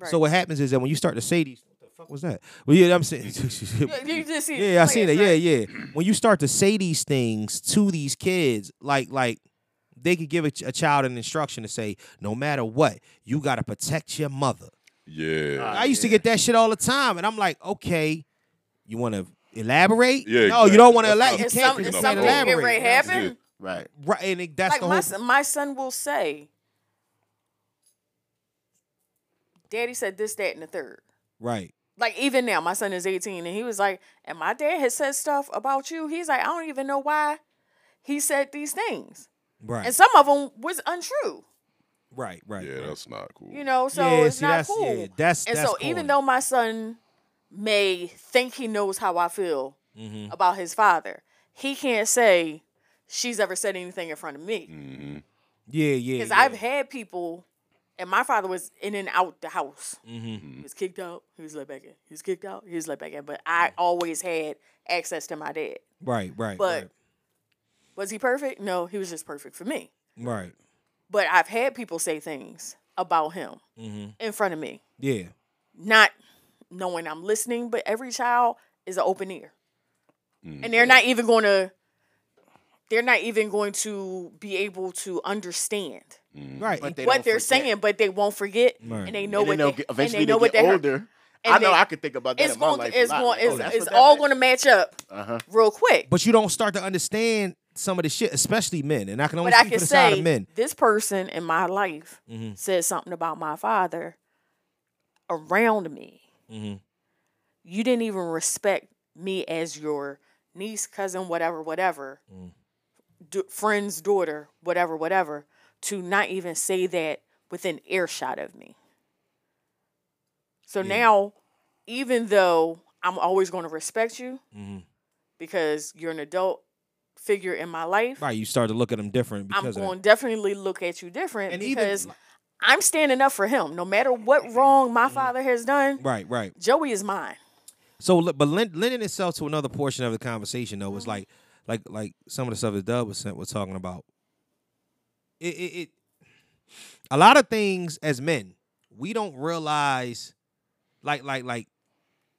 Speaker 1: So what happens is that when you start to say these, what the fuck was that? Well, yeah, I'm saying.
Speaker 4: you just see it
Speaker 1: yeah, I seen that.
Speaker 4: playing,
Speaker 1: Yeah, yeah. When you start to say these things to these kids, like like they could give a, ch- a child an instruction to say, no matter what, you got to protect your mother.
Speaker 6: Yeah.
Speaker 1: I used to get that shit all the time, and I'm like, okay, you want to elaborate?
Speaker 6: Yeah,
Speaker 1: no, you don't want to
Speaker 6: exactly.
Speaker 1: elaborate. You
Speaker 6: It's
Speaker 1: can't
Speaker 6: some-
Speaker 1: because you
Speaker 6: it's
Speaker 1: can't
Speaker 6: something that
Speaker 1: elaborate.
Speaker 4: already happened? Yeah.
Speaker 5: Right.
Speaker 1: Right, and it, that's
Speaker 4: like
Speaker 1: the
Speaker 4: my
Speaker 1: whole.
Speaker 4: son, my son will say, "Daddy said this, that, and the third.
Speaker 1: Right.
Speaker 4: Like even now, my son is eighteen, and he was like, "And my dad has said stuff about you." He's like, "I don't even know why he said these things,"
Speaker 1: Right.
Speaker 4: and some of them was untrue.
Speaker 1: right. Right.
Speaker 6: Yeah, that's not cool.
Speaker 4: You know, so
Speaker 1: Yeah,
Speaker 4: it's
Speaker 1: see,
Speaker 4: not
Speaker 1: that's-
Speaker 4: cool.
Speaker 1: yeah, that's-
Speaker 4: and
Speaker 1: that's
Speaker 4: so
Speaker 1: corny.
Speaker 4: even though my son may think he knows how I feel
Speaker 1: Mm-hmm.
Speaker 4: about his father, he can't say she's ever said anything in front of me.
Speaker 1: Yeah, yeah.
Speaker 4: Because
Speaker 1: Mm. yeah.
Speaker 4: I've had people, and my father was in and out the house. He
Speaker 1: Mhm.
Speaker 4: was kicked out. He was let back in. He was kicked out. He was let back in. But I
Speaker 1: Mm.
Speaker 4: always had access to my dad.
Speaker 1: Right, right,
Speaker 4: But was he perfect? No, he was just perfect for me.
Speaker 1: right.
Speaker 4: But I've had people say things about him
Speaker 1: Mm-hmm.
Speaker 4: in front of me,
Speaker 1: Yeah,
Speaker 4: not knowing I'm listening. But every child is an open ear, and
Speaker 5: Mm-hmm.
Speaker 4: they're not even going to. They're not even going to be able to understand
Speaker 6: Mm.
Speaker 1: right.
Speaker 5: But they
Speaker 4: what
Speaker 5: don't
Speaker 4: they're
Speaker 5: forget.
Speaker 4: saying, but they won't forget,
Speaker 1: Right.
Speaker 4: and they know
Speaker 5: And
Speaker 4: what
Speaker 5: then they'll
Speaker 4: they,
Speaker 5: get-
Speaker 4: and
Speaker 5: eventually
Speaker 4: they know
Speaker 5: they
Speaker 4: what
Speaker 5: get
Speaker 4: they heard.
Speaker 5: older.
Speaker 4: And
Speaker 5: I know
Speaker 4: they-
Speaker 5: I could think about that
Speaker 4: It's
Speaker 5: in my
Speaker 4: going,
Speaker 5: life. a
Speaker 4: it's
Speaker 5: lot.
Speaker 4: going,
Speaker 5: Oh,
Speaker 4: it's,
Speaker 5: that's
Speaker 4: it's
Speaker 5: what that
Speaker 4: all
Speaker 5: meant.
Speaker 4: going to match up
Speaker 5: Uh-huh.
Speaker 4: real quick.
Speaker 1: but you don't start to understand some of the shit, especially men. And I can only
Speaker 4: But I
Speaker 1: speak
Speaker 4: can
Speaker 1: for the side
Speaker 4: say
Speaker 1: of men. Mm-hmm.
Speaker 4: this person in my life said something about my father around me.
Speaker 1: Mm-hmm.
Speaker 4: You didn't even respect me as your niece, cousin, whatever, whatever,
Speaker 1: Mm.
Speaker 4: d- friend's daughter, whatever, whatever, to not even say that within earshot of me. So now, even though I'm always going to respect you
Speaker 1: Mm-hmm.
Speaker 4: because you're an adult figure in my life,
Speaker 1: Right, you start to look at them different
Speaker 4: I'm
Speaker 1: because of
Speaker 4: going
Speaker 1: that.
Speaker 4: to definitely look at you different
Speaker 1: And even-
Speaker 4: because I'm standing up for him. No matter what wrong my
Speaker 1: Mm-hmm.
Speaker 4: father has done,
Speaker 1: Right, right.
Speaker 4: Joey is mine.
Speaker 1: So, li- but lend, lending itself to another portion of the conversation though was like, like, like some of the stuff that Dub was was talking about. It, it, it, a lot of things as men we don't realize, like, like, like,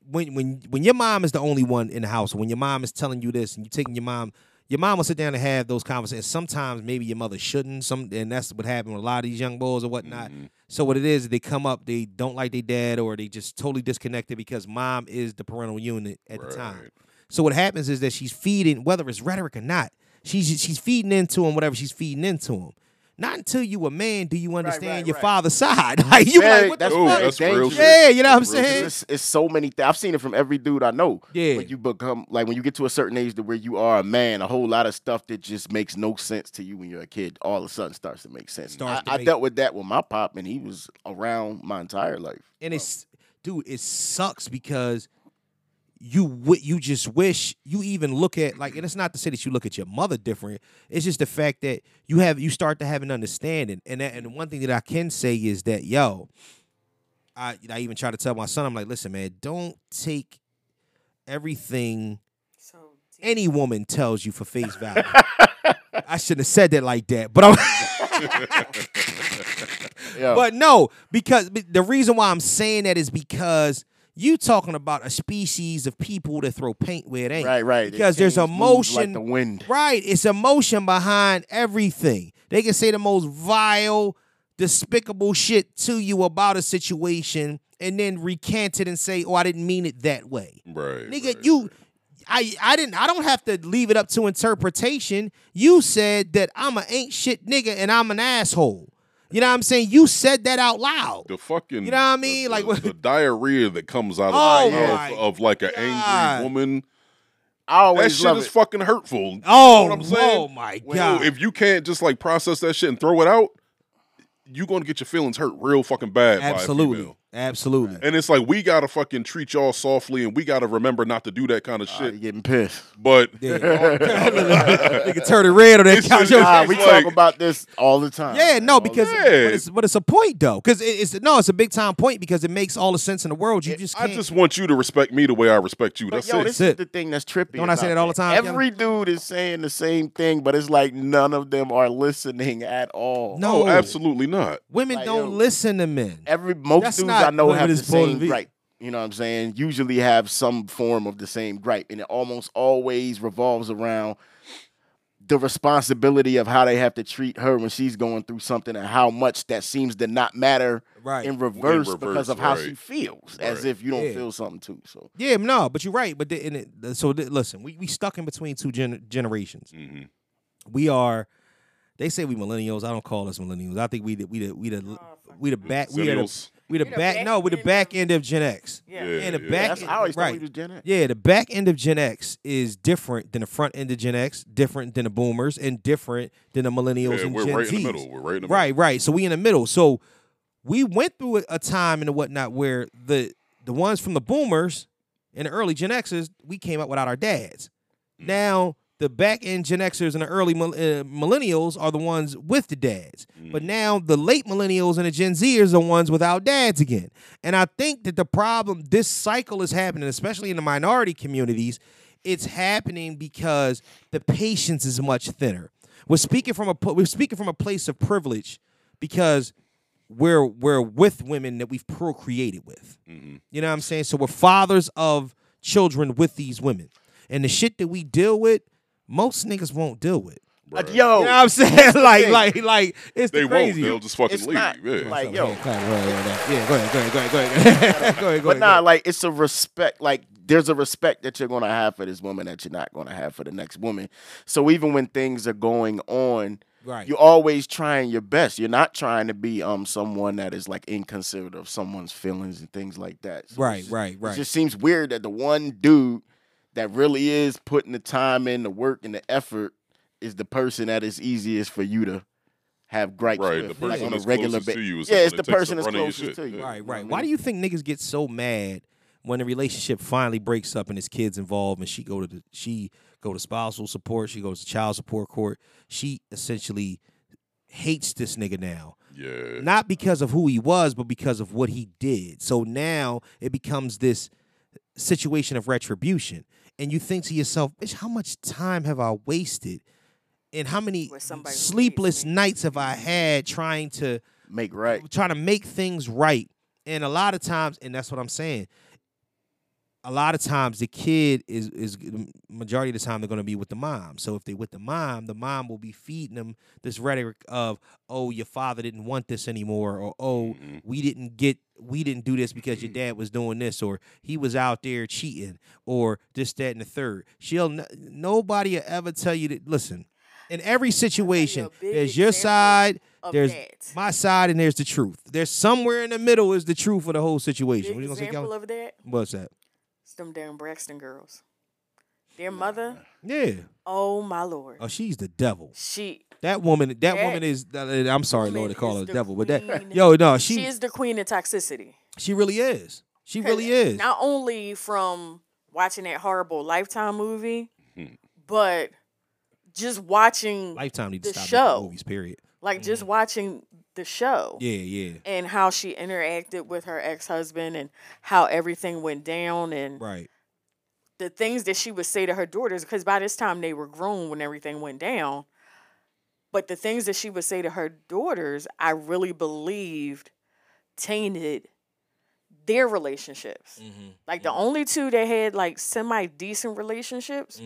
Speaker 1: when when when your mom is the only one in the house, when your mom is telling you this and you taking your mom, your mom will sit down and have those conversations. Sometimes maybe your mother shouldn't. Some and that's what happened with a lot of these young boys or whatnot. So what it is, they come up, they don't like their dad, or they just totally disconnected because mom is the parental unit at the time. So what happens is that she's feeding, whether it's rhetoric or not, she's she's feeding into him whatever she's feeding into him. Not until you a man do you understand
Speaker 5: right,
Speaker 1: your
Speaker 5: right.
Speaker 1: father's side. Like you be
Speaker 5: Very-
Speaker 1: like, what the
Speaker 5: that's
Speaker 1: fuck?
Speaker 5: very dangerous.
Speaker 1: Yeah, you know what I'm
Speaker 5: Because
Speaker 1: saying?
Speaker 5: It's, it's so many. Th- I've seen it from every dude I know.
Speaker 1: Yeah.
Speaker 5: When you become like when you get to a certain age to where you are a man, a whole lot of stuff that just makes no sense to you when you're a kid all of a sudden starts to make sense.
Speaker 1: Starts
Speaker 5: I,
Speaker 1: to
Speaker 5: I
Speaker 1: make-
Speaker 5: dealt with that with my pop, and he was around my entire life.
Speaker 1: and it's dude, it sucks because you w- you just wish you even look at like, and it's not to say that you look at your mother different. It's just the fact that you have you start to have an understanding, and that, and one thing that I can say is that yo, I I even try to tell my son, I'm like, listen, man, don't take everything any woman tells you for face value. I shouldn't have said that like that, but I'm.
Speaker 5: Yo.
Speaker 1: But no, because b- the reason why I'm saying that is because you talking about a species of people that throw paint where it ain't.
Speaker 5: Right, right. They
Speaker 1: Because there's
Speaker 5: change moods
Speaker 1: emotion.
Speaker 5: like the wind.
Speaker 1: Right, it's emotion behind everything. They can say the most vile, despicable shit to you about a situation, and then recant it and say, "Oh, I didn't mean it that way."
Speaker 6: Right.
Speaker 1: Nigga, you I I didn't I don't have to leave it up to interpretation. You said that I'm an ain't shit nigga and I'm an asshole. You know what I'm saying? You said that out loud.
Speaker 6: The fucking
Speaker 1: You know what I mean? like
Speaker 6: the diarrhea that comes out of,
Speaker 1: Oh
Speaker 6: the mouth
Speaker 1: my
Speaker 6: of like an angry woman.
Speaker 5: I always
Speaker 6: that shit
Speaker 5: love
Speaker 6: is
Speaker 5: it.
Speaker 6: fucking hurtful. You
Speaker 1: Oh,
Speaker 6: know what I'm saying?
Speaker 1: oh my
Speaker 6: When-
Speaker 1: God.
Speaker 6: If you can't just like process that shit and throw it out, you're gonna get your feelings hurt real fucking bad. by a
Speaker 1: Absolutely.
Speaker 6: female.
Speaker 1: Absolutely.
Speaker 6: and it's like we gotta fucking treat y'all softly, and we gotta remember not to do that
Speaker 1: Uh,
Speaker 6: kind of shit.
Speaker 5: you getting pissed?
Speaker 6: But
Speaker 1: Nigga turn it red on that
Speaker 6: It's
Speaker 1: couch.
Speaker 6: just-
Speaker 5: Nah, we
Speaker 6: It's like-
Speaker 5: talk about this all the time.
Speaker 1: Yeah, no, because
Speaker 6: Yeah.
Speaker 1: but, it's, but it's a point though, because it, it's no, it's a big time point because it makes all the sense in the world. You just
Speaker 6: I
Speaker 1: can't.
Speaker 6: just want you to respect me the way I respect you.
Speaker 5: But
Speaker 6: That's
Speaker 5: yo,
Speaker 6: it.
Speaker 5: this
Speaker 1: That's
Speaker 5: is
Speaker 1: it.
Speaker 5: the thing that's trippy.
Speaker 1: Don't I say
Speaker 5: about
Speaker 1: that all the time,
Speaker 5: Every dude is saying the same thing, but it's like none of them are listening at all.
Speaker 1: no,
Speaker 6: oh, absolutely not.
Speaker 1: women
Speaker 5: Like,
Speaker 1: don't
Speaker 5: yo.
Speaker 1: listen to men.
Speaker 5: Every most
Speaker 1: That's
Speaker 5: dudes
Speaker 1: not
Speaker 5: I know
Speaker 1: what
Speaker 5: have
Speaker 1: it
Speaker 5: the
Speaker 1: is supposed to
Speaker 5: same
Speaker 1: be.
Speaker 5: gripe. You know what I'm saying? Usually have some form of the same gripe, and it almost always revolves around the responsibility of how they have to treat her when she's going through something and how much that seems to not matter
Speaker 1: Right.
Speaker 5: in, reverse
Speaker 1: reverse,
Speaker 5: because of how she
Speaker 1: right.
Speaker 5: feels as
Speaker 1: Right.
Speaker 5: if you don't
Speaker 1: Yeah.
Speaker 5: feel something too. So
Speaker 1: Yeah, no, but you're right. But the, and it, the- so th- listen, we we stuck in between two gen- generations.
Speaker 6: Mm-hmm.
Speaker 1: We are. They say we millennials. I don't call us millennials. I think we the, we the, we the, we the back we are the,
Speaker 5: Zillials.
Speaker 1: we the
Speaker 5: Oh, We the
Speaker 1: back
Speaker 5: back
Speaker 1: no we the back end of Gen X.
Speaker 5: Yeah. Yeah,
Speaker 1: and the
Speaker 5: yeah.
Speaker 1: back
Speaker 5: That's-
Speaker 1: end,
Speaker 5: I always thought
Speaker 1: right.
Speaker 5: we was Gen X.
Speaker 1: Yeah, the back end of Gen X is different than the front end of Gen X, different than the Boomers, and different than the Millennials
Speaker 6: Yeah,
Speaker 1: and
Speaker 6: we're
Speaker 1: Gen
Speaker 6: right in the
Speaker 1: Zs.
Speaker 6: middle. We're right in the
Speaker 1: Right, right. So we in the middle. So we went through a- a time and whatnot where the the ones from the boomers and the early Gen Xers, we came up without our dads. Now the back end Gen Xers and the early mil- uh, millennials are the ones with the dads, but now the late millennials and the Gen Zers are the ones without dads again. And I think that the problem, this cycle is happening, especially in the minority communities. It's happening because the patience is much thinner. We're speaking from a pu- we're speaking from a place of privilege because we're we're with women that we've procreated with. You know what I'm saying? So we're fathers of children with these women, and the shit that we deal with, most niggas won't deal with.
Speaker 5: Like, yo,
Speaker 1: you know what I'm
Speaker 5: that's
Speaker 1: saying?
Speaker 5: the
Speaker 1: like,
Speaker 5: thing.
Speaker 1: like, like, it's
Speaker 5: Oh,
Speaker 1: the
Speaker 5: They won't.
Speaker 1: crazy.
Speaker 5: They'll just fucking It's leave, not, yeah. like, yo.
Speaker 1: Yeah, go ahead, go ahead, go ahead, go ahead, go ahead, go
Speaker 5: but
Speaker 1: ahead.
Speaker 5: nah, like it's a respect. Like there's a respect that you're gonna have for this woman that you're not gonna have for the next woman. So even when things are going on,
Speaker 1: Right.
Speaker 5: you're always trying your best. You're not trying to be um someone that is like inconsiderate of someone's feelings and things like that. So
Speaker 1: Right,
Speaker 5: it's-
Speaker 1: right, right.
Speaker 5: It just seems weird that the one dude that really is putting the time in, the work, and the effort is the person that is easiest for you to. Have gripes
Speaker 6: Right,
Speaker 5: with,
Speaker 6: the
Speaker 5: like,
Speaker 6: person
Speaker 5: on a
Speaker 6: that's
Speaker 5: regular
Speaker 6: closest to you is
Speaker 5: yeah,
Speaker 6: someone
Speaker 5: it's the
Speaker 6: that takes
Speaker 5: person
Speaker 6: the
Speaker 5: that's
Speaker 6: brunt of your shit.
Speaker 5: closest to you.
Speaker 6: Yeah.
Speaker 1: Right, right. Why do you think niggas get so mad when the relationship finally breaks up and his kids involved and she go to the, she go to spousal support, she goes to child support court. She essentially hates this nigga now.
Speaker 6: Yeah.
Speaker 1: Not because of who he was, but because of what he did. So now it becomes this situation of retribution. And you think to yourself, bitch, how much time have I wasted? And how many sleepless nights have I had trying to
Speaker 5: make right,
Speaker 1: trying to make things right? And a lot of times, and that's what I'm saying. A lot of times, the kid is is majority of the time they're going to be with the mom. So if they're with the mom, the mom will be feeding them this rhetoric of, "Oh, your father didn't want this anymore," or "Oh, we didn't get, we didn't do this because your dad was doing this," or "He was out there cheating," or this, that, and the third. She'll n- nobody will ever tell you that. Listen, in every situation, there's your side,
Speaker 4: of
Speaker 1: there's
Speaker 4: that.
Speaker 1: my side, and there's the truth. There's somewhere in the middle is the truth of the whole situation. What you
Speaker 4: Big
Speaker 1: gonna say,
Speaker 4: example
Speaker 1: Kelly?
Speaker 4: of that
Speaker 1: What's that?
Speaker 4: is them damn Braxton girls. Their mother,
Speaker 1: Yeah.
Speaker 4: oh my lord,
Speaker 1: Oh, she's the devil.
Speaker 4: She.
Speaker 1: That woman. That,
Speaker 4: That
Speaker 1: woman is. uh, I'm sorry,
Speaker 4: woman
Speaker 1: Lord, to call
Speaker 4: is
Speaker 1: her the
Speaker 4: the
Speaker 1: devil, but that.
Speaker 4: queen.
Speaker 1: Yo, no, she.
Speaker 4: she is the queen of toxicity.
Speaker 1: She really is. She
Speaker 4: 'Cause
Speaker 1: really is.
Speaker 4: Not only from watching that horrible Lifetime movie,
Speaker 1: Hmm.
Speaker 4: but just watching
Speaker 1: Lifetime need to
Speaker 4: the
Speaker 1: stop
Speaker 4: show.
Speaker 1: making movies. Period.
Speaker 4: Like just
Speaker 1: mm-hmm.
Speaker 4: watching the show.
Speaker 1: Yeah, yeah.
Speaker 4: And how she interacted with her ex husband and how everything went down and
Speaker 1: Right.
Speaker 4: the things that she would say to her daughters, because by this time they were grown when everything went down. But the things that she would say to her daughters, I really believed tainted their relationships. Like the only two that had like semi decent relationships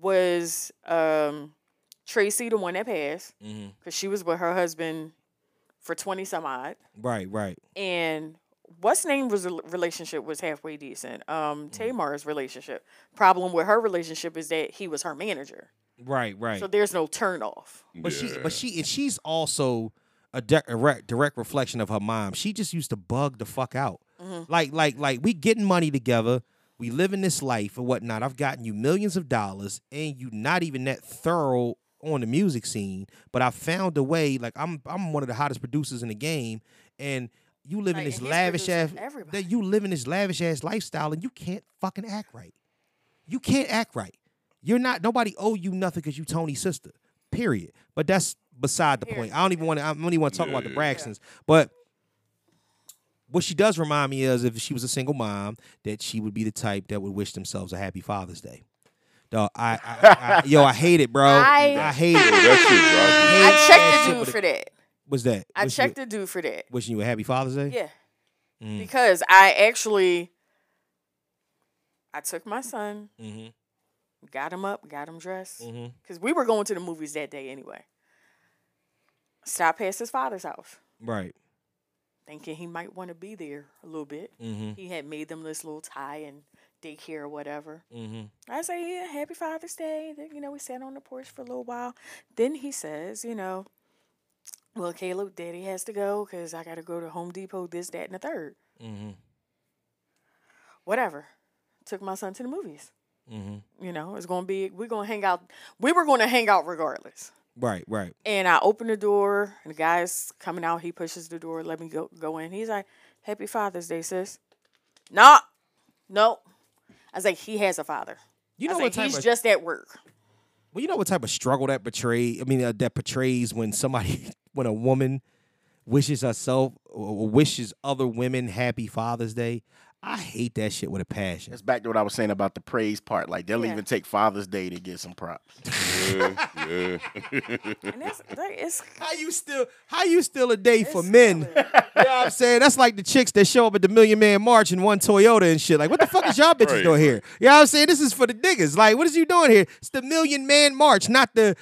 Speaker 4: was um, Tracy, the one that passed,
Speaker 1: Mhm.
Speaker 4: because she was with her husband for twenty some odd,
Speaker 1: Right. Right.
Speaker 4: and what's name was relationship was halfway decent.
Speaker 1: Mm-hmm.
Speaker 4: Um, Tamar's relationship problem with her relationship is that he was her manager,
Speaker 1: Right. Right.
Speaker 4: so there's no turn off.
Speaker 1: But she's but she and she's also a direct direct reflection of her mom. She just used to bug the fuck out.
Speaker 4: Mhm.
Speaker 1: Like like like we getting money together. We living this life and whatnot. I've gotten you millions of dollars, and you not even that thorough on the music scene. But I found a way. Like I'm I'm one of the hottest producers in the game, and you living
Speaker 4: Right,
Speaker 1: this
Speaker 4: and he's
Speaker 1: lavish ass
Speaker 4: producing
Speaker 1: that you living this lavish ass lifestyle, and you can't fucking act right. You can't act right. You're not nobody owe you nothing because you Tony's sister. Period. But that's beside the point. I don't even want to. I don't even want to talk about the Braxtons. But what she does remind me is, if she was a single mom, that she would be the type that would wish themselves a happy Father's Day. Dog, I, I, I yo, I hate it, bro. I,
Speaker 4: I-
Speaker 1: hate it.
Speaker 4: I
Speaker 1: I
Speaker 4: checked the dude for that.
Speaker 1: What's that?
Speaker 4: I
Speaker 1: Wish
Speaker 4: checked
Speaker 1: you,
Speaker 4: the dude for that.
Speaker 1: Wishing you a happy Father's Day.
Speaker 4: Yeah.
Speaker 1: Mm.
Speaker 4: Because I actually I took my son
Speaker 1: Mhm.
Speaker 4: got him up, got him dressed.
Speaker 1: Mhm.
Speaker 4: Because we were going to the movies that day anyway. Stopped past his father's house,
Speaker 1: Right.
Speaker 4: thinking he might want to be there a little bit.
Speaker 1: Mhm.
Speaker 4: He had made them this little tie and daycare or whatever.
Speaker 1: Mm-hmm.
Speaker 4: I say, yeah, happy Father's Day. Then, you know, we sat on the porch for a little while. Then he says, you know, well, Caleb, daddy has to go because I got to go to Home Depot, this, that, and the third.
Speaker 1: Mm-hmm.
Speaker 4: Whatever. Took my son to the movies.
Speaker 1: Mm-hmm.
Speaker 4: You know, it's going to be, we're going to hang out. We were going to hang out regardless.
Speaker 1: Right. Right.
Speaker 4: And I open the door, and the guy's coming out. He pushes the door, let me go go in. He's like, "Happy Father's Day, sis." Nah, nope. I was like, "He has a father."
Speaker 1: You
Speaker 4: I was
Speaker 1: know what
Speaker 4: like,
Speaker 1: type
Speaker 4: He's
Speaker 1: of-
Speaker 4: just at work.
Speaker 1: Well, you know what type of struggle that betrays. I mean, uh, that portrays when somebody, when a woman wishes herself or wishes other women happy Father's Day. I hate that shit with a passion.
Speaker 5: It's back to what I was saying about the praise part. Like they'll
Speaker 4: Yeah.
Speaker 5: even take Father's Day to get some props.
Speaker 6: yeah,
Speaker 4: And that's like, it's
Speaker 1: how you still how you still a day for men. you know what I'm saying? That's like the chicks that show up at the Million Man March in one Toyota and shit. Like, what the fuck is y'all bitches
Speaker 6: Right,
Speaker 1: doing here? You know what I'm saying? This is for the niggas. Like, what is you doing here? It's the Million Man March, not the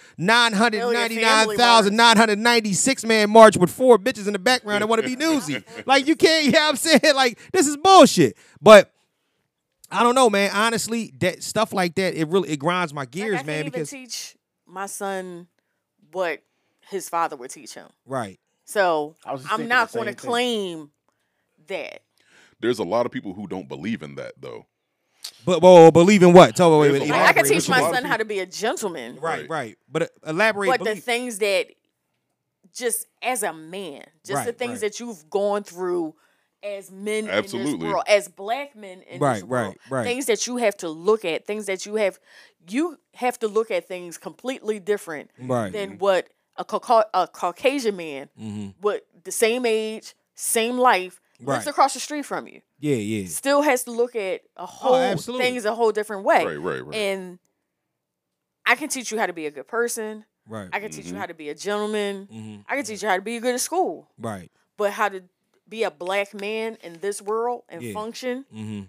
Speaker 1: 999,996 man march with four bitches in the background that want to be newsy. like, you can't, you know what I'm saying? Like, this is bullshit. But I don't know, man. Honestly, that stuff like that, it really it grinds my
Speaker 4: like,
Speaker 1: gears,
Speaker 4: I
Speaker 1: man.
Speaker 4: can't even
Speaker 1: Because
Speaker 4: teach my son what his father would teach him.
Speaker 1: right,
Speaker 4: So
Speaker 5: was just
Speaker 4: I'm
Speaker 5: thinking
Speaker 4: not
Speaker 5: the
Speaker 4: going to
Speaker 5: same thing.
Speaker 4: claim that.
Speaker 6: There's a lot of people who don't believe in that though.
Speaker 1: but well, believe in what? Tell me, wait, wait,
Speaker 6: There's a
Speaker 4: Like, I
Speaker 6: lot
Speaker 1: elaborate.
Speaker 4: can
Speaker 6: of
Speaker 4: teach
Speaker 6: people-
Speaker 4: my son how to be a gentleman,
Speaker 1: Right, right. But uh, elaborate.
Speaker 4: but the
Speaker 1: belief.
Speaker 4: things that just as a man, just the
Speaker 1: Right,
Speaker 4: things
Speaker 1: right.
Speaker 4: that you've gone through as men in
Speaker 6: Absolutely.
Speaker 4: this world, as black men in this
Speaker 1: Right,
Speaker 4: world,
Speaker 1: right, right.
Speaker 4: things that you have to look at, things that you have, you have to look at things completely different
Speaker 1: Right.
Speaker 4: than what a, Cauca- a Caucasian man, with the same age, same life, lives
Speaker 1: Mm-hmm. Right.
Speaker 4: across the street from you,
Speaker 1: yeah, yeah.
Speaker 4: still has to look at a whole
Speaker 1: absolutely.
Speaker 4: things a whole different way,
Speaker 6: Right, right, right.
Speaker 4: and I can teach you how to be a good person.
Speaker 1: Right,
Speaker 4: I can teach you how to be a gentleman.
Speaker 1: Mhm.
Speaker 4: I can teach you how to be good at school.
Speaker 1: right.
Speaker 4: But how to be a black man in this world and
Speaker 1: Yeah.
Speaker 4: function.
Speaker 1: Mm-hmm.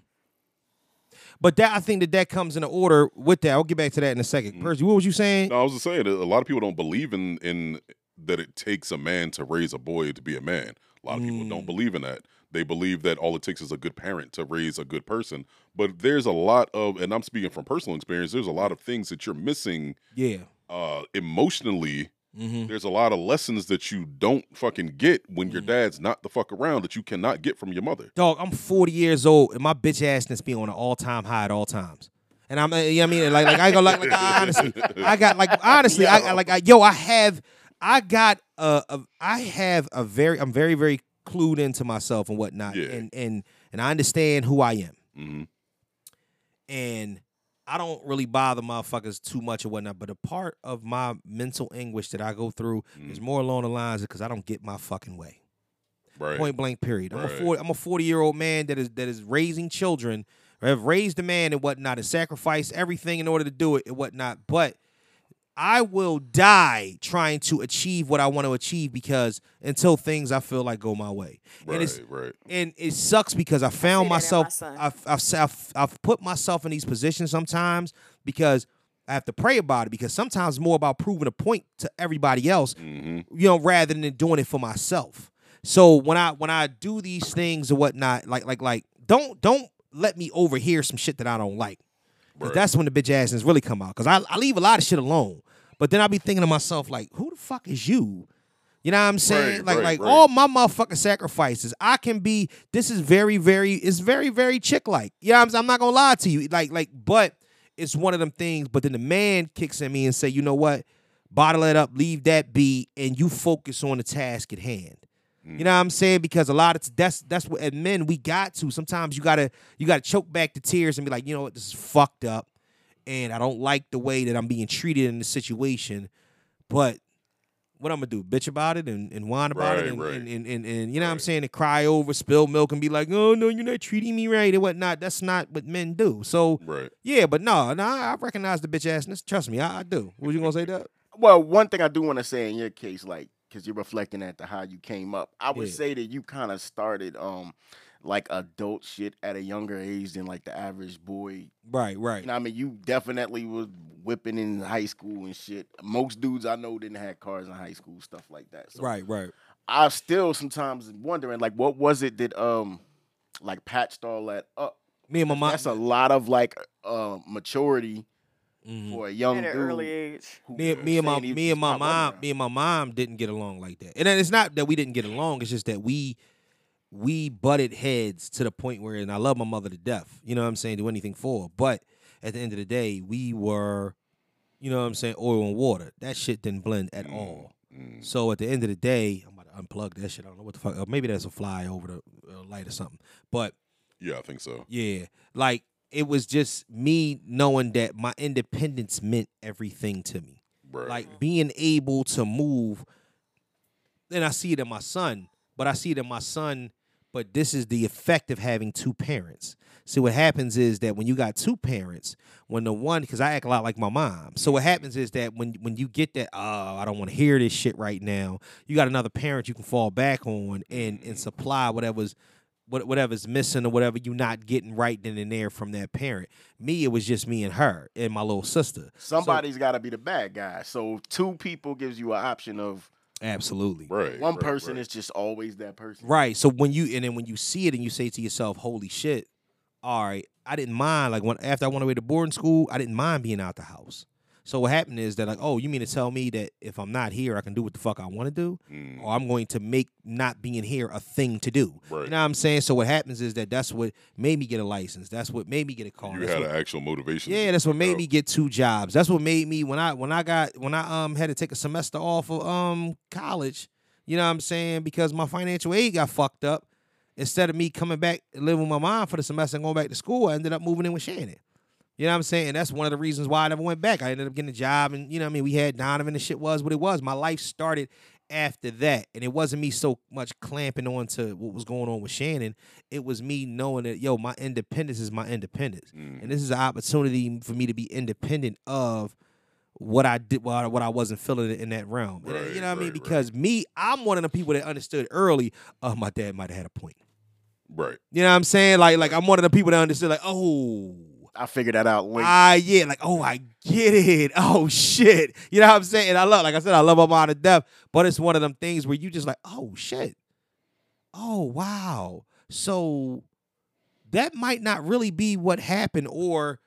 Speaker 1: But that I think that that comes into order with that. I'll get back to that in a 2nd Percy, what was you saying?
Speaker 6: Mm-hmm. No, I was just saying a lot of people don't believe in in that it takes a man to raise a boy to be a man. A lot of people
Speaker 1: Mm.
Speaker 6: don't believe in that. They believe that all it takes is a good parent to raise a good person. But there's a lot of, and I'm speaking from personal experience. There's a lot of things that you're missing
Speaker 1: Yeah.
Speaker 6: uh, emotionally.
Speaker 1: Mm-hmm.
Speaker 6: There's a lot of lessons that you don't fucking get when your dad's not the fuck around that you cannot get from your mother.
Speaker 1: Dog, I'm 40 years old and my bitch assness be on an all time high at all times. And I'm, uh, you know what I mean? Like, like I go, like, like I honestly, I got, like, honestly, I got, like, I, yo, I have, I got, uh, a, I have a very, I'm very, very clued into myself and whatnot.
Speaker 6: Yeah.
Speaker 1: And, and, and I understand who I am.
Speaker 6: hmm
Speaker 1: and I don't really bother motherfuckers too much or whatnot. But a part of my mental anguish that I go through
Speaker 6: Mm.
Speaker 1: is more along the lines because I don't get my fucking way.
Speaker 6: Right.
Speaker 1: Point blank. Period. I'm a
Speaker 6: Right.
Speaker 1: 40, I'm a 40 year old man that is that is raising children, or have raised a man and whatnot, and sacrificed everything in order to do it and whatnot. But I will die trying to achieve what I want to achieve because until things I feel like go my way,
Speaker 6: Right.
Speaker 1: and it's
Speaker 6: right.
Speaker 1: and it sucks because I found
Speaker 4: that in my
Speaker 1: myself.
Speaker 4: son.
Speaker 1: I've, I've s- I've I've put myself in these positions sometimes because I have to pray about it because sometimes it's more about proving a point to everybody else,
Speaker 6: hmm
Speaker 1: you know, rather than doing it for myself. So when I when I do these things or whatnot, like like like don't don't let me overhear some shit that I don't like. 'Cause
Speaker 6: Right.
Speaker 1: That's when the bitch asses really come out. Cause I, I leave a lot of shit alone. But then I be thinking to myself, like, who the fuck is you? You know what I'm saying?
Speaker 6: Right,
Speaker 1: like
Speaker 6: right,
Speaker 1: like
Speaker 6: right.
Speaker 1: all my motherfucking sacrifices. I can be this is very, very, it's very, very chick like. You know what I'm saying? I'm not gonna lie to you. Like, like, but it's one of them things. But then the man kicks at me and say, you know what? Bottle it up, leave that be, and you focus on the task at hand. You know what I'm saying? Because a lot of that's that's what and men we got to. Sometimes you gotta you gotta choke back the tears and be like, you know what, this is fucked up, and I don't like the way that I'm being treated in this situation. But what I'm gonna do? Bitch about it and, and whine about
Speaker 6: Right,
Speaker 1: it and,
Speaker 6: right.
Speaker 1: and, and, and, and you know what I'm saying? And cry over, spill milk and be like, oh no, you're not treating me right and whatnot. That's not what men do. So
Speaker 6: Right.
Speaker 1: yeah, but no, no, I I recognize the bitch assness. Trust me, I, I do. What you gonna say that?
Speaker 5: Well, one thing I do want to say in your case, like, because you're reflecting at the how you came up, I would
Speaker 1: Yeah.
Speaker 5: say that you kind of started. Um, like adult shit at a younger age than like the average boy.
Speaker 1: Right, right.
Speaker 5: You know, what I mean, you definitely was whipping in high school and shit. Most dudes I know didn't have cars in high school, stuff like that. So
Speaker 1: Right, right.
Speaker 5: I still sometimes wondering like what was it that um like patched all that up.
Speaker 1: Me and my mom.
Speaker 5: That's a lot of like uh maturity
Speaker 1: Mhm.
Speaker 5: for a young dude. who
Speaker 1: Me, me and my
Speaker 5: saying he
Speaker 1: me
Speaker 5: was
Speaker 1: and my
Speaker 5: pop
Speaker 1: mom me and my mom didn't get along like that. And then it's not that we didn't get along. It's just that we we butted heads to the point where, and I love my mother to death. You know what I'm saying? Do anything for her. But at the end of the day, we were, you know what I'm saying, oil and water. That shit didn't blend
Speaker 5: Mm,
Speaker 1: at all.
Speaker 6: Mm,
Speaker 1: So at the end of the day, I'm about to unplug that shit. I don't know what the fuck. Or maybe there's a fly over the uh, light or something. But
Speaker 6: Yeah, I think so.
Speaker 1: yeah, like it was just me knowing that my independence meant everything to me.
Speaker 6: Right.
Speaker 1: Like being able to move. And I see it in my son, but I see it in my son. But this is the effect of having two parents. See, what happens is that when you got two parents, when the one, because I act a lot like my mom. So what happens is that when when you get that, oh, I don't want to hear this shit right now. You got another parent you can fall back on and and supply whatever's what whatever's missing or whatever you're not getting right then and there from that parent. Me, it was just me and her and my little sister.
Speaker 5: Somebody's got to be the bad guy. So two people gives you an option of
Speaker 1: Absolutely.
Speaker 6: Right.
Speaker 5: one person is just always that person.
Speaker 1: Right. So when you and then when you see it and you say to yourself, "Holy shit! All right, I didn't mind." Like when after I went away to boarding school, I didn't mind being out the house. So what happened is that like, oh, you mean to tell me that if I'm not here, I can do what the fuck I want to do,
Speaker 6: Mm.
Speaker 1: or I'm going to make not being here a thing to do. You know what I'm saying? So what happens is that that's what made me get a license. That's what made me get a car.
Speaker 6: You
Speaker 1: Oh, That's
Speaker 6: had
Speaker 1: what-
Speaker 6: an actual motivation.
Speaker 1: yeah, that's what made me get two jobs. That's what made me when I when I got when I um had to take a semester off of um college. You know what I'm saying? Because my financial aid got fucked up. Instead of me coming back and living with my mom for the semester and going back to school, I ended up moving in with Shannon. You know what I'm saying? And that's one of the reasons why I never went back. I ended up getting a job, and you know what I mean. We had Donovan, and shit was what it was. My life started after that, and it wasn't me so much clamping on to what was going on with Shannon. It was me knowing that yo, my independence is my independence, and this is an opportunity for me to be independent of what I did, what I, what I wasn't feeling in that realm. And, you know what I mean? Because me, I'm one of the people that understood early. Oh, my dad might have had a point.
Speaker 6: Right.
Speaker 1: You know what I'm saying? Like, like I'm one of the people that understood. Like, oh.
Speaker 5: I figured that out late.
Speaker 1: Ah, yeah, like oh, I get it. Oh shit, you know what I'm saying? I love, like I said, I love Amon to death, but it's one of them things where you just like, oh shit, oh wow. So that might not really be what happened, or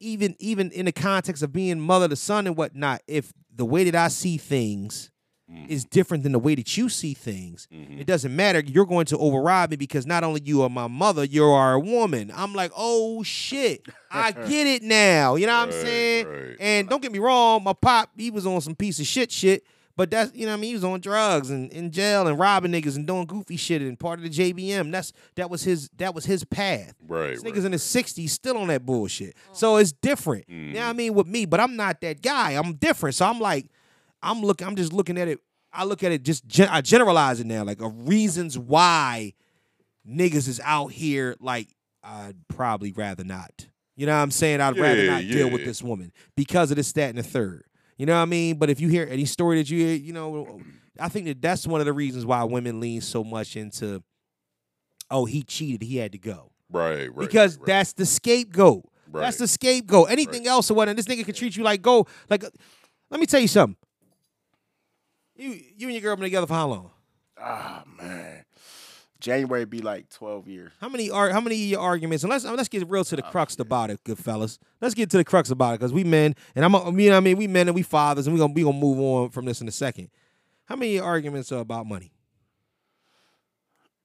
Speaker 1: even even in the context of being mother to son and whatnot. If the way that I see things
Speaker 6: Mm.
Speaker 1: is different than the way that you see things,
Speaker 6: Mm-hmm.
Speaker 1: it doesn't matter. You're going to override me because not only you are my mother, you are a woman. I'm like, oh shit, I get it now. You know what I'm
Speaker 6: Right,
Speaker 1: saying?
Speaker 6: right.
Speaker 1: And don't get me wrong, my pop, he was on some piece of shit shit. But that's you know what I mean. He was on drugs and in jail and robbing niggas and doing goofy shit and part of the JBM. That's that was his that was his path.
Speaker 6: Right.
Speaker 1: This niggas in his 60s still on that bullshit. So it's different. You know what I
Speaker 6: Mm.
Speaker 1: mean? With me, but I'm not that guy. I'm different. So I'm like, I'm looking, I'm just looking at it. I look at it just gen- I generalize it now. Like of reasons why niggas is out here like I'd probably rather not. You know what I'm saying? I'd rather
Speaker 6: Yeah,
Speaker 1: not deal with
Speaker 6: yeah.
Speaker 1: this woman because of this, that, and the third. You know what I mean? But if you hear any story that you hear, you know, I think that that's one of the reasons why women lean so much into, oh, he cheated, he had to go
Speaker 6: Right. Right.
Speaker 1: because that's the scapegoat.
Speaker 6: Right.
Speaker 1: That's the scapegoat. Anything else or whatnot, this nigga could treat you like go. Like, uh, let me tell you something. You you and your girl been together for how long?
Speaker 5: Ah man, January be like twelve years.
Speaker 1: How many are how many of your arguments? And let's uh, let's get real to the
Speaker 6: Ah,
Speaker 1: crux about it, good fellas. Let's get to the crux about it because we men and I'm a- you know what I mean we men and we fathers and we gonna we gonna move on from this in a second. How many of your arguments are about money?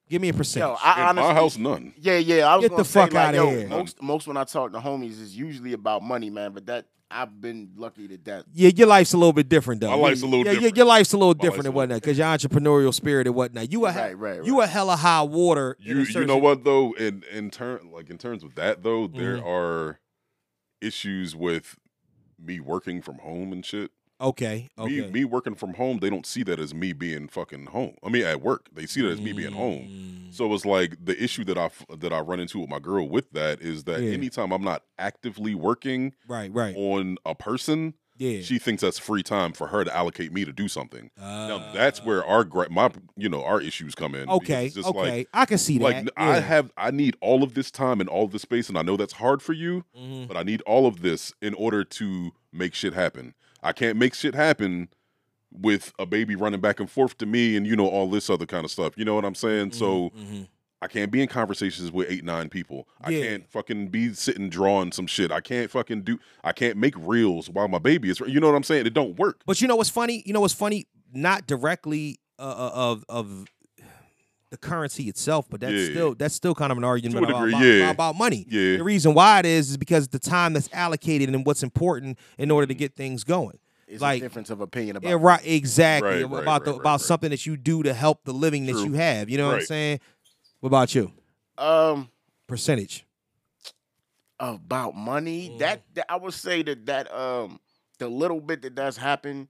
Speaker 1: Give me a percentage.
Speaker 5: Yo, I honestly, Yeah, yeah. I was
Speaker 1: Get
Speaker 5: gonna
Speaker 1: the
Speaker 5: say,
Speaker 1: fuck
Speaker 5: like,
Speaker 1: outta
Speaker 5: yo,
Speaker 1: here.
Speaker 5: Most most when I talk to homies is usually about money, man. But that I've been lucky that that
Speaker 1: Yeah, your life's a little bit different though.
Speaker 6: My life's a little
Speaker 1: yeah, your- Your,
Speaker 6: different.
Speaker 1: life's a little
Speaker 6: My
Speaker 1: different
Speaker 6: life's
Speaker 1: and whatnot because your entrepreneurial spirit and whatnot. You a he-
Speaker 5: Right, right,
Speaker 1: you a hella high water. in
Speaker 6: you
Speaker 1: a
Speaker 6: you
Speaker 1: certain-
Speaker 6: know what though in in turn like in terms of that though there
Speaker 1: Mhm.
Speaker 6: are issues with me working from home and shit
Speaker 1: Okay, okay.
Speaker 6: me, me working from home they don't see that as me being fucking home i mean at work they see that as me being home
Speaker 1: Mm.
Speaker 6: so it's like the issue that i f- that i run into with my girl with that is that
Speaker 1: Yeah.
Speaker 6: anytime i'm not actively working
Speaker 1: Right, right.
Speaker 6: on a person
Speaker 1: Yeah.
Speaker 6: She thinks that's free time for her to allocate me to do something. now that's where our gra- my you know our issues come in. because
Speaker 1: Ah. Okay,
Speaker 6: it's just
Speaker 1: okay.
Speaker 6: like-
Speaker 1: I can see
Speaker 6: Like
Speaker 1: that,
Speaker 6: I
Speaker 1: yeah.
Speaker 6: have I need all of this time and all of this space, and I know that's hard for you,
Speaker 1: Mhm.
Speaker 6: but I need all of this in order to make shit happen. I can't make shit happen with a baby running back and forth to me, and you know all this other kind of stuff. You know what I'm saying? So. I can't be in conversations with eight, nine people.
Speaker 1: Mm-hmm,
Speaker 6: I
Speaker 1: Yeah.
Speaker 6: can't fucking be sitting drawing some shit. I can't fucking do. I can't make reels while my baby is. You know what I'm saying? It don't work.
Speaker 1: But you know what's funny? You know what's funny? Not directly uh, uh, of of the currency itself, but that's
Speaker 6: Yeah.
Speaker 1: still that's still kind of an argument
Speaker 6: To a
Speaker 1: about,
Speaker 6: degree,
Speaker 1: about-
Speaker 6: yeah.
Speaker 1: about money.
Speaker 6: Yeah.
Speaker 1: The reason why it is is because the time that's allocated and what's important in order to get things going.
Speaker 5: It's
Speaker 1: like
Speaker 5: a difference of opinion about
Speaker 1: yeah, right, exactly
Speaker 6: Right,
Speaker 1: about
Speaker 6: right,
Speaker 1: the,
Speaker 6: right,
Speaker 1: about something that you do to help the living that
Speaker 6: True.
Speaker 1: you have. You know what I'm
Speaker 6: Right.
Speaker 1: saying? What about you?
Speaker 5: um
Speaker 1: Percentage.
Speaker 5: about money. That, that I would say that that um the little bit that that's happened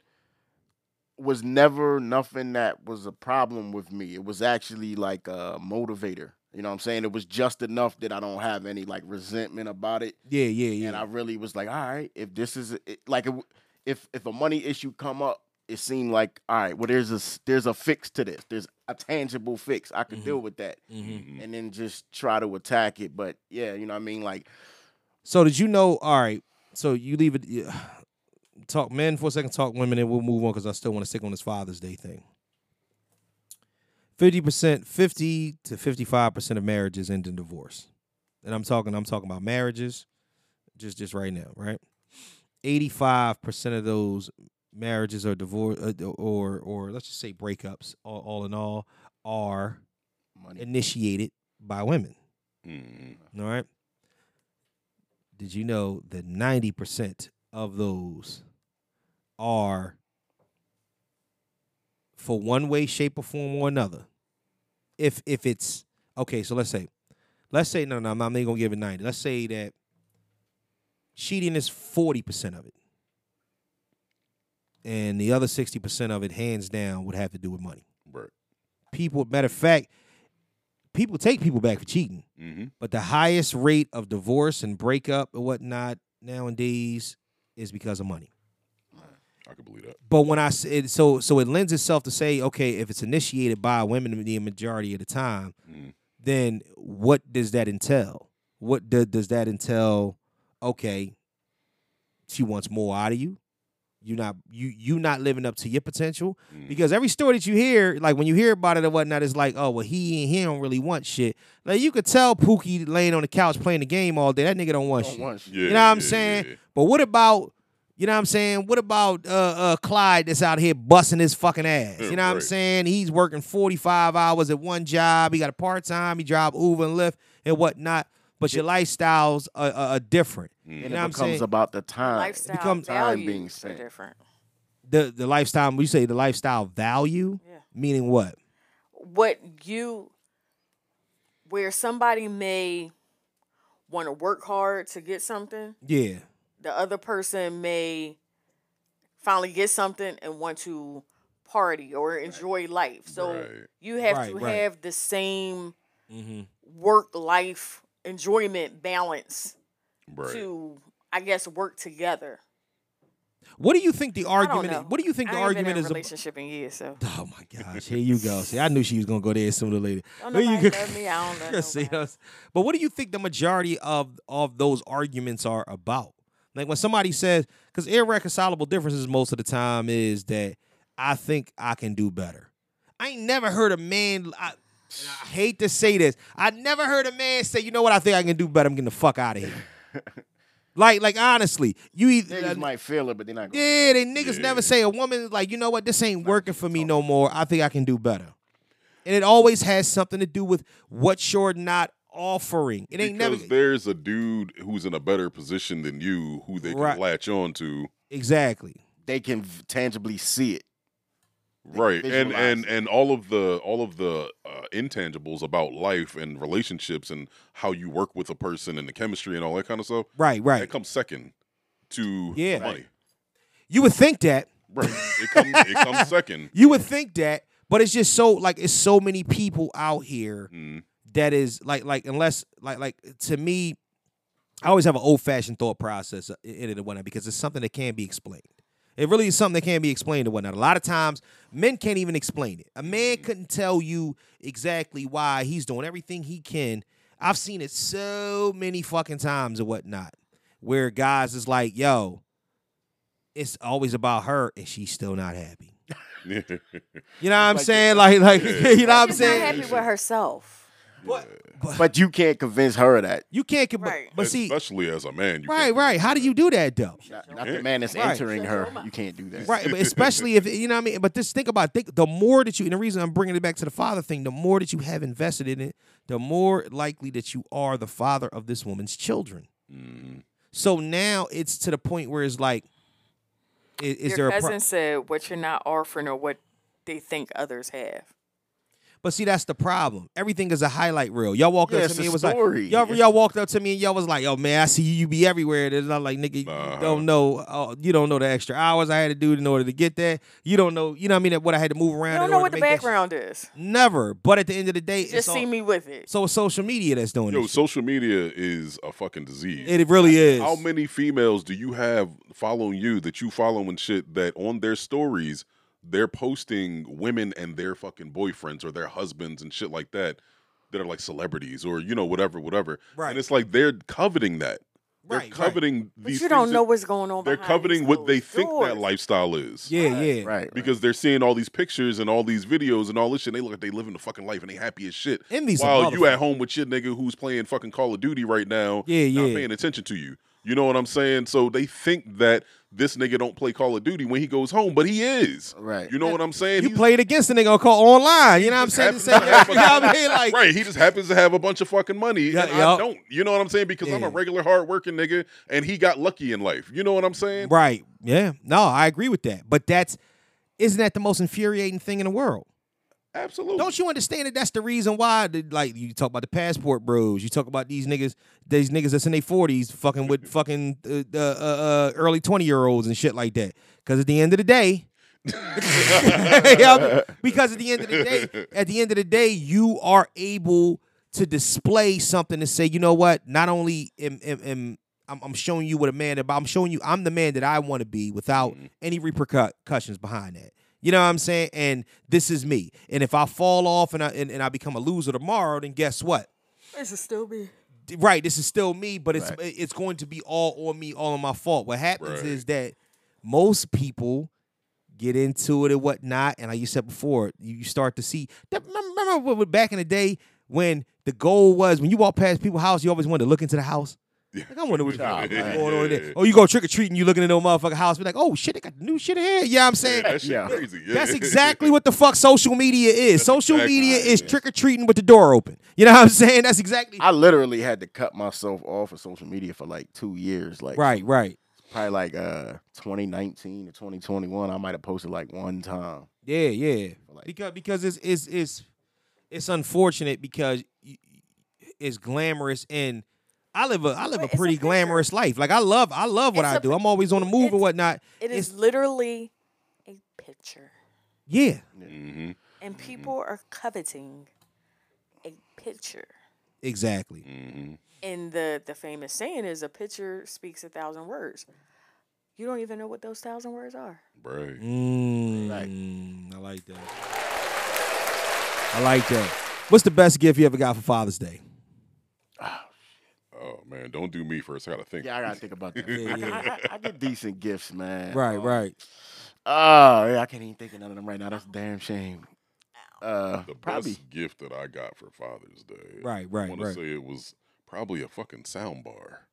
Speaker 5: was never nothing that was a problem with me. It was actually like a motivator. You know what I'm saying? It was just enough that I don't have any like resentment about it.
Speaker 1: Yeah, yeah, yeah.
Speaker 5: And I really was like, all right, if this is it, like, it, if if a money issue come up, it seemed like, all right, well, there's a s- there's a fix to this. There's a tangible fix. I could deal with that, and then just try to attack it. But yeah, you know what I mean? Like,
Speaker 1: So did you know? All right. So you leave it. yeah, Talk men for a second. Talk women, and we'll move on because I still want to stick on this Father's Day thing. Fifty percent, fifty to fifty-five percent of marriages end in divorce, and I'm talking. I'm talking about marriages, just just right now, right? Eighty-five percent of those marriages or divorce, uh, or or let's just say breakups, all, all in all, are initiated by women. All right. Did you know that 90% of those are for one way, shape, or form or another? If if it's okay, so let's say, let's say, no, no, I'm not even gonna give it 90. Let's say that cheating is 40% of it. And the other 60% of it, hands down, would have to do with money.
Speaker 6: Right.
Speaker 1: People, matter of fact, people take people back for cheating.
Speaker 6: Mm-hmm.
Speaker 1: But the highest rate of divorce and breakup and whatnot nowadays is because of money.
Speaker 6: I can believe that.
Speaker 1: But when I said so, so it lends itself to say, okay, if it's initiated by women the majority of the time, then what does that entail? What do, does that entail? Okay, she wants more out of you. You not you you not living up to your potential because every story that you hear, like when you hear about it or whatnot, it's like, oh well, he ain't- he don't really want shit. Like you could tell Pookie laying on the couch playing the game all day. That nigga don't want, shit. You know what I'm saying? But what about you know what I'm saying? What about uh, uh, Clyde that's out here busting his fucking ass? You know what I'm
Speaker 13: Right.
Speaker 1: saying? He's working 45 hours at one job. He got a part time. He drive Uber and Lyft and whatnot. But your lifestyles are, are, are different.
Speaker 5: and
Speaker 6: Mm,
Speaker 1: You
Speaker 5: it
Speaker 1: know what I'm
Speaker 5: becomes
Speaker 1: saying?
Speaker 5: about the time.
Speaker 4: Lifestyle
Speaker 1: becomes-
Speaker 5: uh, time
Speaker 4: values
Speaker 5: being
Speaker 4: are
Speaker 5: spent.
Speaker 4: different.
Speaker 1: the the lifestyle. We say the lifestyle value. Meaning what?
Speaker 4: What you, where somebody may want to work hard to get something,
Speaker 1: Yeah.
Speaker 4: the other person may finally get something and want to party or enjoy life. So you have
Speaker 1: Right,
Speaker 4: to
Speaker 1: right.
Speaker 4: have the same
Speaker 1: Mm-hmm.
Speaker 4: work life enjoyment balance
Speaker 1: Right.
Speaker 4: to, I guess, work together.
Speaker 1: What do you think the
Speaker 4: I don't know.
Speaker 1: argument? What do you think
Speaker 4: I
Speaker 1: the
Speaker 4: ain't been
Speaker 1: argument
Speaker 4: in
Speaker 1: is?
Speaker 4: a
Speaker 1: ab-
Speaker 4: relationship in years? So
Speaker 1: Oh my gosh, here you go. See, I knew she was gonna go there sooner or later.
Speaker 4: Don't
Speaker 1: Then you
Speaker 4: nobody
Speaker 1: could-
Speaker 4: love me, I don't love
Speaker 1: See, that's- but what do you think the majority of of those arguments are about? Like when somebody says, because irreconcilable differences most of the time is that I think I can do better. I ain't never heard a man. I, and I hate to say this. I never heard a man say, "You know what? I think I can do better. I'm getting the fuck out of here." like, like honestly, you either
Speaker 5: Niggas might feel it, but they're not. Gonna
Speaker 1: yeah, they niggas never say a woman like, you know what, this ain't working for me no more. I think I can do better. And it always has something to do with what you're not offering. It ain't
Speaker 6: because
Speaker 1: never
Speaker 6: there's a dude who's in a better position than you who they can
Speaker 1: Right.
Speaker 6: latch on to.
Speaker 1: Exactly.
Speaker 5: They can v- tangibly see it.
Speaker 6: right and
Speaker 5: visualize
Speaker 6: and and all of the all of the uh, intangibles about life and relationships and how you work with a person and the chemistry and all that kind of stuff
Speaker 1: Right, right.
Speaker 6: that comes second to
Speaker 1: Yeah.
Speaker 6: money
Speaker 1: You would think that.
Speaker 6: right it comes it comes second
Speaker 1: You would think that, but it's just so like it's so many people out here that is like like unless like like to uh, me, I always have an old fashioned thought process in it and whatnot because it's something that can't be explained. It really is something that can't be explained or whatnot. A lot of times, men can't even explain it. A man couldn't tell you exactly why he's doing everything he can. I've seen it so many fucking times or whatnot, where guys is like, "Yo, it's always about her, and she's still not happy."
Speaker 6: you know
Speaker 1: what I'm saying? Like, like, you know what I'm
Speaker 4: She's not
Speaker 1: saying?
Speaker 4: happy with herself.
Speaker 5: But you can't convince her of that.
Speaker 1: You can't, but, but see,
Speaker 6: especially as a man. You
Speaker 1: right, right. How do you do that though?
Speaker 5: Not the man that's
Speaker 1: Right.
Speaker 5: entering her. You can't do that.
Speaker 1: Right, but especially if you know what I mean. But just think about think the more that you and the reason I'm bringing it back to the father thing, the more that you have invested in it, the more likely that you are the father of this woman's children.
Speaker 6: Mm.
Speaker 1: So now it's to the point where it's like, i- is,
Speaker 4: Your
Speaker 1: there a
Speaker 4: cousin
Speaker 1: pro-
Speaker 4: said what you're not offering or what they think others have.
Speaker 1: But see, that's the problem. Everything is a highlight reel. Y'all walked
Speaker 4: Yeah,
Speaker 1: up
Speaker 4: it's
Speaker 1: to me
Speaker 4: a
Speaker 1: and was
Speaker 4: story.
Speaker 1: like, y'all, y'all walked up to me and y'all was like, "Yo, man, I see you. You be everywhere." And I'm like, "Nigga, you don't know. Uh, you don't know the extra hours I had to do in order to get there. You don't know. You know what I mean? What I had to move around.
Speaker 4: You
Speaker 1: in
Speaker 4: don't know
Speaker 1: order
Speaker 4: what
Speaker 1: to
Speaker 4: the
Speaker 1: make that shit."
Speaker 4: background is.
Speaker 1: Never. But at the end of the day,
Speaker 4: Just
Speaker 1: it's all-
Speaker 4: see me with it.
Speaker 1: So it's social media that's doing
Speaker 6: Yo,
Speaker 1: this.
Speaker 6: social media is a fucking disease.
Speaker 1: It really is.
Speaker 6: How many females do you have following you that you following shit that on their stories they're posting women and their fucking boyfriends or their husbands and shit like that that are like celebrities or you know whatever whatever.
Speaker 1: Right.
Speaker 6: And it's like they're coveting that. They're
Speaker 1: Right, right.
Speaker 6: coveting
Speaker 4: But
Speaker 6: these
Speaker 4: you don't
Speaker 6: things
Speaker 4: know
Speaker 6: that-
Speaker 4: what's going on.
Speaker 6: they're
Speaker 4: behind these
Speaker 6: coveting what they
Speaker 4: closed
Speaker 6: think
Speaker 4: doors.
Speaker 6: that lifestyle is.
Speaker 1: Yeah, yeah.
Speaker 5: Right.
Speaker 6: Because they're seeing all these pictures and all these videos and all this shit. They look like they living the fucking life and they happy as shit.
Speaker 1: Envy's a
Speaker 6: While you
Speaker 1: motherfucker.
Speaker 6: at home with your nigga who's playing fucking Call of Duty right now,
Speaker 1: Yeah,
Speaker 6: not
Speaker 1: yeah.
Speaker 6: paying attention to you. You know what I'm saying? So they think that this nigga don't play Call of Duty when he goes home, but he is.
Speaker 5: Right.
Speaker 6: You know what I'm saying?
Speaker 1: You played against the nigga on call online. You know what I'm saying?
Speaker 6: happens
Speaker 1: Say, you
Speaker 6: to
Speaker 1: know
Speaker 6: have
Speaker 1: what I
Speaker 6: fucking-
Speaker 1: mean? Like,
Speaker 6: right, he just happens to have a bunch of fucking money, and
Speaker 1: yeah.
Speaker 6: I don't. You know what I'm saying? Because I'm a regular, hardworking nigga, and he got lucky in life. You know what I'm saying?
Speaker 1: right. Yeah. No, I agree with that. But that's isn't that the most infuriating thing in the world?
Speaker 6: Absolutely.
Speaker 1: Don't you understand that that's the reason why? the- like you talk about the passport bros, you talk about these niggas, these niggas that's in their forties, fucking with fucking uh, uh, uh, early twenty year olds and shit like that. Because at the end of the day, Yeah, because at the end of the day, at the end of the day, you are able to display something to say, you know what? Not only am, am, am I'm, I'm showing you what a man, but I'm showing you I'm the man that I want to be without any repercussions behind that. You know what I'm saying? And this is me. And if I fall off and I and, and I become a loser tomorrow, then guess what?
Speaker 4: This is still me.
Speaker 1: right this is still me but it's
Speaker 4: Right.
Speaker 1: it's going to be all on me all on my fault what happens
Speaker 6: Right.
Speaker 1: is that most people get into it and whatnot and like you said before you you start to see that- remember remember what- what back in the day when the goal was when you walk past people's house you always wanted to look into the house like, I wonder what's going
Speaker 6: man.
Speaker 1: on there. Oh, you go trick or treating, you looking in no motherfucking house, be like, oh shit, they got new shit here. Yeah, I'm saying.
Speaker 6: That shit crazy. Yeah.
Speaker 1: That's exactly what the fuck social media is. Social
Speaker 5: exactly
Speaker 1: media is trick or treating with the door open. You know what I'm saying? That's exactly.
Speaker 5: I literally had to cut myself off of social media for like two years. Like
Speaker 1: Right, right.
Speaker 5: Probably like uh 2019 to 2021. I might have posted like one time.
Speaker 1: Yeah, yeah. because because it's it's it's it's unfortunate because y- y- it's glamorous and I live a I live a pretty glamorous life. Like I love I love what I do. I'm always on the move and whatnot.
Speaker 4: It is literally a picture.
Speaker 1: Yeah,
Speaker 4: And
Speaker 6: Mm-hmm.
Speaker 4: people are coveting a picture.
Speaker 1: exactly.
Speaker 4: And the, the famous saying is a picture speaks a thousand words. You don't even know what those thousand words are.
Speaker 6: Right.
Speaker 1: Mm, I like that. I like that. What's the best gift you ever got for Father's Day?
Speaker 6: Oh man, don't do me first. I gotta think.
Speaker 5: Yeah, I gotta think about that.
Speaker 1: Yeah,
Speaker 5: I,
Speaker 1: yeah.
Speaker 5: I- I get decent gifts, man.
Speaker 1: Right,
Speaker 5: Um,
Speaker 1: right.
Speaker 6: Uh,
Speaker 5: Oh, yeah, I can't even think of none of them right now. That's a damn shame. Uh,
Speaker 6: the
Speaker 5: probably
Speaker 6: best gift that I got for Father's Day.
Speaker 1: Right, right,
Speaker 6: I want
Speaker 1: right.
Speaker 6: to say it was probably a fucking sound bar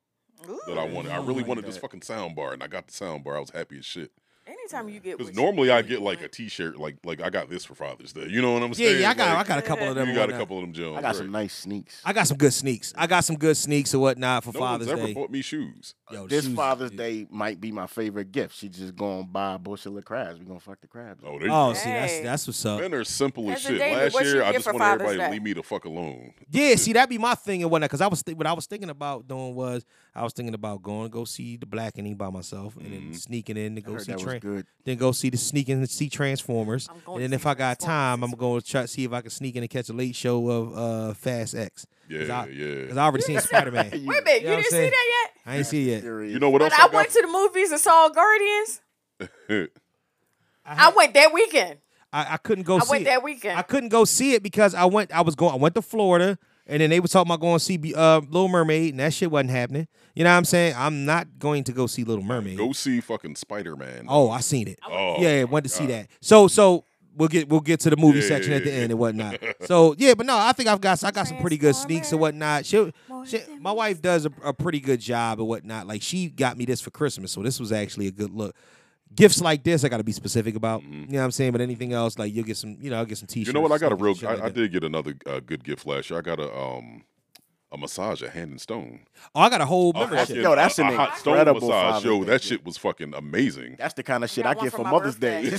Speaker 6: that I wanted. I
Speaker 4: Oh,
Speaker 1: Ooh.
Speaker 6: really
Speaker 1: Like
Speaker 6: wanted this
Speaker 1: that.
Speaker 6: fucking sound bar, and I got the sound bar. I was happy as shit.
Speaker 4: Anytime you get
Speaker 6: Because
Speaker 4: what
Speaker 6: normally I get like a T-shirt, like like I got this for Father's Day. You know what I'm
Speaker 1: Yeah, yeah,
Speaker 6: saying?
Speaker 1: I got-
Speaker 6: Like,
Speaker 1: I got a couple of them
Speaker 6: You got a
Speaker 1: on
Speaker 6: couple of them,
Speaker 1: there.
Speaker 6: Jones.
Speaker 5: I got
Speaker 6: right.
Speaker 5: some nice sneaks.
Speaker 1: I got some good sneaks. I got some good sneaks or whatnot for
Speaker 6: No
Speaker 1: Father's
Speaker 6: one's ever
Speaker 1: Day.
Speaker 6: bought me shoes.
Speaker 1: Yo,
Speaker 5: This
Speaker 1: shoes-
Speaker 5: Father's Day might be my favorite gift. She just gonna buy a bushel of crabs. We gonna fuck the crabs.
Speaker 6: Oh, there you
Speaker 1: Oh,
Speaker 6: go.
Speaker 1: see, that's
Speaker 4: Hey.
Speaker 1: that's what's up.
Speaker 6: Men are simple as
Speaker 4: Cousin
Speaker 6: shit.
Speaker 4: David,
Speaker 6: Last
Speaker 4: what's your
Speaker 6: year, I
Speaker 4: gift
Speaker 6: just
Speaker 4: for
Speaker 6: wanted everybody
Speaker 4: Father's
Speaker 6: to
Speaker 4: Day?
Speaker 6: leave me the fuck alone.
Speaker 1: Yeah, see, that'd be my thing and whatnot. Cause I was thi- what I was thinking about doing was I was thinking about going to go see the blackening by myself and then sneaking in to go
Speaker 5: Mm-hmm. heard
Speaker 1: see
Speaker 5: that was
Speaker 1: Tran-
Speaker 5: good.
Speaker 1: then go see the sneaking to see Transformers.
Speaker 4: going
Speaker 1: And
Speaker 4: to
Speaker 1: then
Speaker 4: see
Speaker 1: if I got time, I'm gonna try see if I can sneak in and catch a late show of uh Fast X.
Speaker 6: Yeah,
Speaker 1: I,
Speaker 6: yeah.
Speaker 1: Cause I already seen Spider Man.
Speaker 4: Wait a minute, you, didn't see that yet?
Speaker 1: I ain't see it yet.
Speaker 6: You know what
Speaker 4: But
Speaker 6: else
Speaker 4: I
Speaker 6: I got?
Speaker 4: went to the movies and saw Guardians. I went that weekend.
Speaker 1: I, I couldn't go
Speaker 4: I
Speaker 1: see
Speaker 4: went
Speaker 1: it.
Speaker 4: that weekend.
Speaker 1: I couldn't go see it because I went. I was going. I went to Florida, and then they were talking about going to see B- uh, Little Mermaid, and that shit wasn't happening. You know what I'm saying? I'm not going to go see Little Mermaid.
Speaker 6: Go see fucking Spider Man.
Speaker 1: Oh, I seen it.
Speaker 6: Oh,
Speaker 1: yeah, went to see that. So, so we'll get we'll get to the movie
Speaker 6: Yeah,
Speaker 1: section
Speaker 6: yeah,
Speaker 1: at the
Speaker 6: yeah.
Speaker 1: end and whatnot. so, yeah, but no, I think I've got I got some pretty good sneaks and whatnot. She, she my wife does a, a pretty good job and whatnot. Like she got me this for Christmas, so this was actually a good look. Gifts like this, I got to be specific about. You know what I'm saying? But anything else, like you'll get some, you know, I'll get some t-shirts.
Speaker 6: Mm-hmm. You know what? I got a
Speaker 1: stuff,
Speaker 6: real.
Speaker 1: shit
Speaker 6: I,
Speaker 1: like
Speaker 6: I
Speaker 1: that.
Speaker 6: did get another uh, good gift last year. I got a um a massage at Hand and Stone.
Speaker 1: Oh, I got a whole
Speaker 6: A
Speaker 1: membership.
Speaker 6: fucking-
Speaker 5: Yo, that's
Speaker 6: a,
Speaker 5: an
Speaker 6: a hot stone
Speaker 5: incredible
Speaker 6: massage.
Speaker 5: Father's
Speaker 6: Yo,
Speaker 5: Day
Speaker 6: that shit was fucking amazing.
Speaker 5: That's the kind of shit I get for Mother's Day.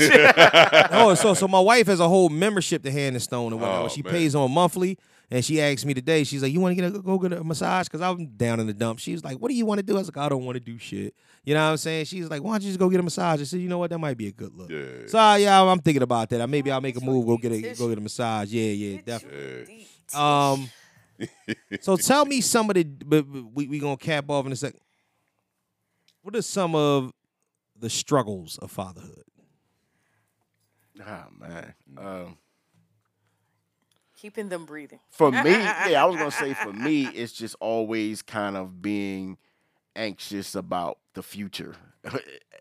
Speaker 1: oh, so so my wife has a whole membership to Hand and Stone and whatnot.
Speaker 6: Oh,
Speaker 1: she
Speaker 6: man.
Speaker 1: pays on monthly, and she asked me today. She's like, "You want to get a, go get a massage?" Because I'm down in the dump. She was like, "What do you want to do?" I was like, "I don't want to do shit." You know what I'm saying? She's like, "Why don't you just go get a massage?" I said, "You know what? That might be a good look."
Speaker 6: Yeah.
Speaker 1: So uh, yeah, I'm thinking about that. Uh, Maybe I'll make a move. Go get a go get a massage. Yeah, yeah, definitely. Um. so tell me some of the. But but we we gonna cap off in a second. What are some of the struggles of fatherhood?
Speaker 5: Ah man. Um,
Speaker 4: Keeping them breathing.
Speaker 5: for me, yeah, I was gonna say for me, it's just always kind of being anxious about the future.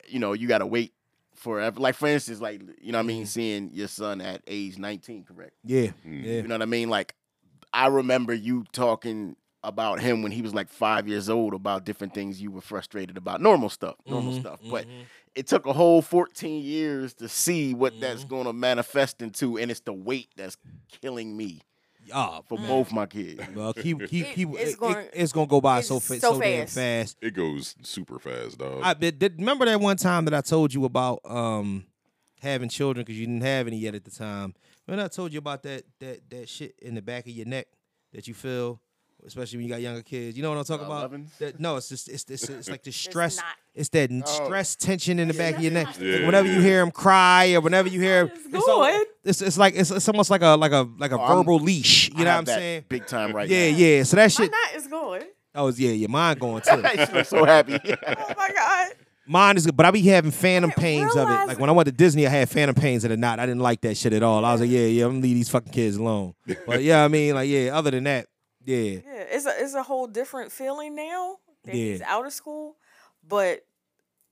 Speaker 5: you know, you gotta wait forever. Like for instance, like you know, what I
Speaker 6: Mm-hmm.
Speaker 5: mean, seeing your son at age nineteen, correct?
Speaker 1: Yeah,
Speaker 6: Hmm.
Speaker 1: yeah.
Speaker 5: You know what I mean? Like I remember you talking about him when he was like five years old about different things you were frustrated about. Normal stuff. Normal
Speaker 1: Mhm,
Speaker 5: stuff. But it took a whole 14 years to see what that's
Speaker 1: Mm-hmm.
Speaker 5: gonna manifest into, and it's the weight that's killing me.
Speaker 1: Oh,
Speaker 5: for both my kids.
Speaker 1: Well, keep keep
Speaker 4: It-
Speaker 1: keep.
Speaker 4: it's
Speaker 1: It's, it,
Speaker 4: gonna-
Speaker 1: it, it's gonna go by
Speaker 4: it's
Speaker 1: so fa-
Speaker 4: so
Speaker 1: so, damn
Speaker 4: fast.
Speaker 1: fast.
Speaker 6: It goes super fast, dog.
Speaker 1: I but did, remember that one time that I told you about um having children because you didn't have any yet at the time. Remember I told you about that that that shit in the back of your neck that you feel, especially when you got younger kids. You know what I'm talking
Speaker 5: Uh,
Speaker 1: about?
Speaker 5: lovin's?
Speaker 1: That- no, it's just it's it's, it's like the
Speaker 5: It's
Speaker 1: stress.
Speaker 5: not.
Speaker 1: It's that
Speaker 5: Oh.
Speaker 1: stress tension in the back of your neck.
Speaker 6: Yeah,
Speaker 1: Like, whenever you
Speaker 6: yeah.
Speaker 1: hear him cry or whenever you hear, it's, al-
Speaker 4: going.
Speaker 1: it's it's like it's, it's almost like a like a like a
Speaker 5: Oh, I'm-
Speaker 1: verbal leash. You
Speaker 5: I
Speaker 1: know what
Speaker 5: have
Speaker 1: I'm
Speaker 5: that
Speaker 1: saying?
Speaker 5: Big time right
Speaker 1: Yeah,
Speaker 5: now.
Speaker 1: yeah. So that shit.
Speaker 4: Not is going.
Speaker 1: Oh yeah, yeah. Mine going too.
Speaker 5: she looks so happy.
Speaker 4: Oh my god.
Speaker 1: Mine is, but I be having phantom pains of it.
Speaker 4: realize
Speaker 1: Like when I went to Disney, I had phantom pains of the night. I didn't like that shit at all. I was like, yeah, yeah, I'm gonna leave these fucking kids alone. But yeah, I mean, like, yeah. Other than that, yeah,
Speaker 4: Yeah, it's a it's a whole different feeling now that he's
Speaker 1: Yeah.
Speaker 4: out of school, but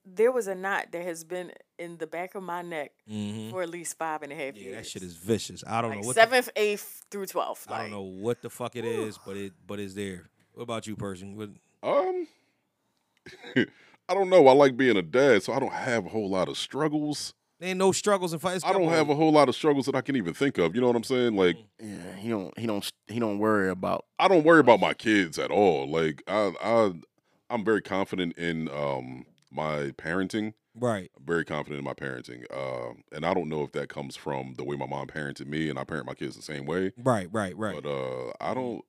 Speaker 4: there was a knot that has been in the back of my neck
Speaker 1: Mhm.
Speaker 4: for at least five and a half years.
Speaker 1: that shit is vicious. I don't
Speaker 4: like
Speaker 1: know what
Speaker 4: seventh, eighth through twelfth.
Speaker 1: The, I don't know what the fuck it is, but it but it's there. What about you, person? What,
Speaker 6: Um, I don't know. I like being a dad, so I don't have a whole lot of struggles.
Speaker 1: there ain't no struggles and fights.
Speaker 6: I don't have a whole lot of struggles that I can even think of. You know what I'm saying? Like,
Speaker 5: yeah, he don't he don't he don't worry about
Speaker 6: I don't worry about my kids at all. Like, I, I, I'm very confident in um my parenting.
Speaker 1: right.
Speaker 6: very confident in my parenting. Uh, and I don't know if that comes from the way my mom parented me and I parent my kids the same way.
Speaker 1: Right, right, right.
Speaker 6: But uh, I don't,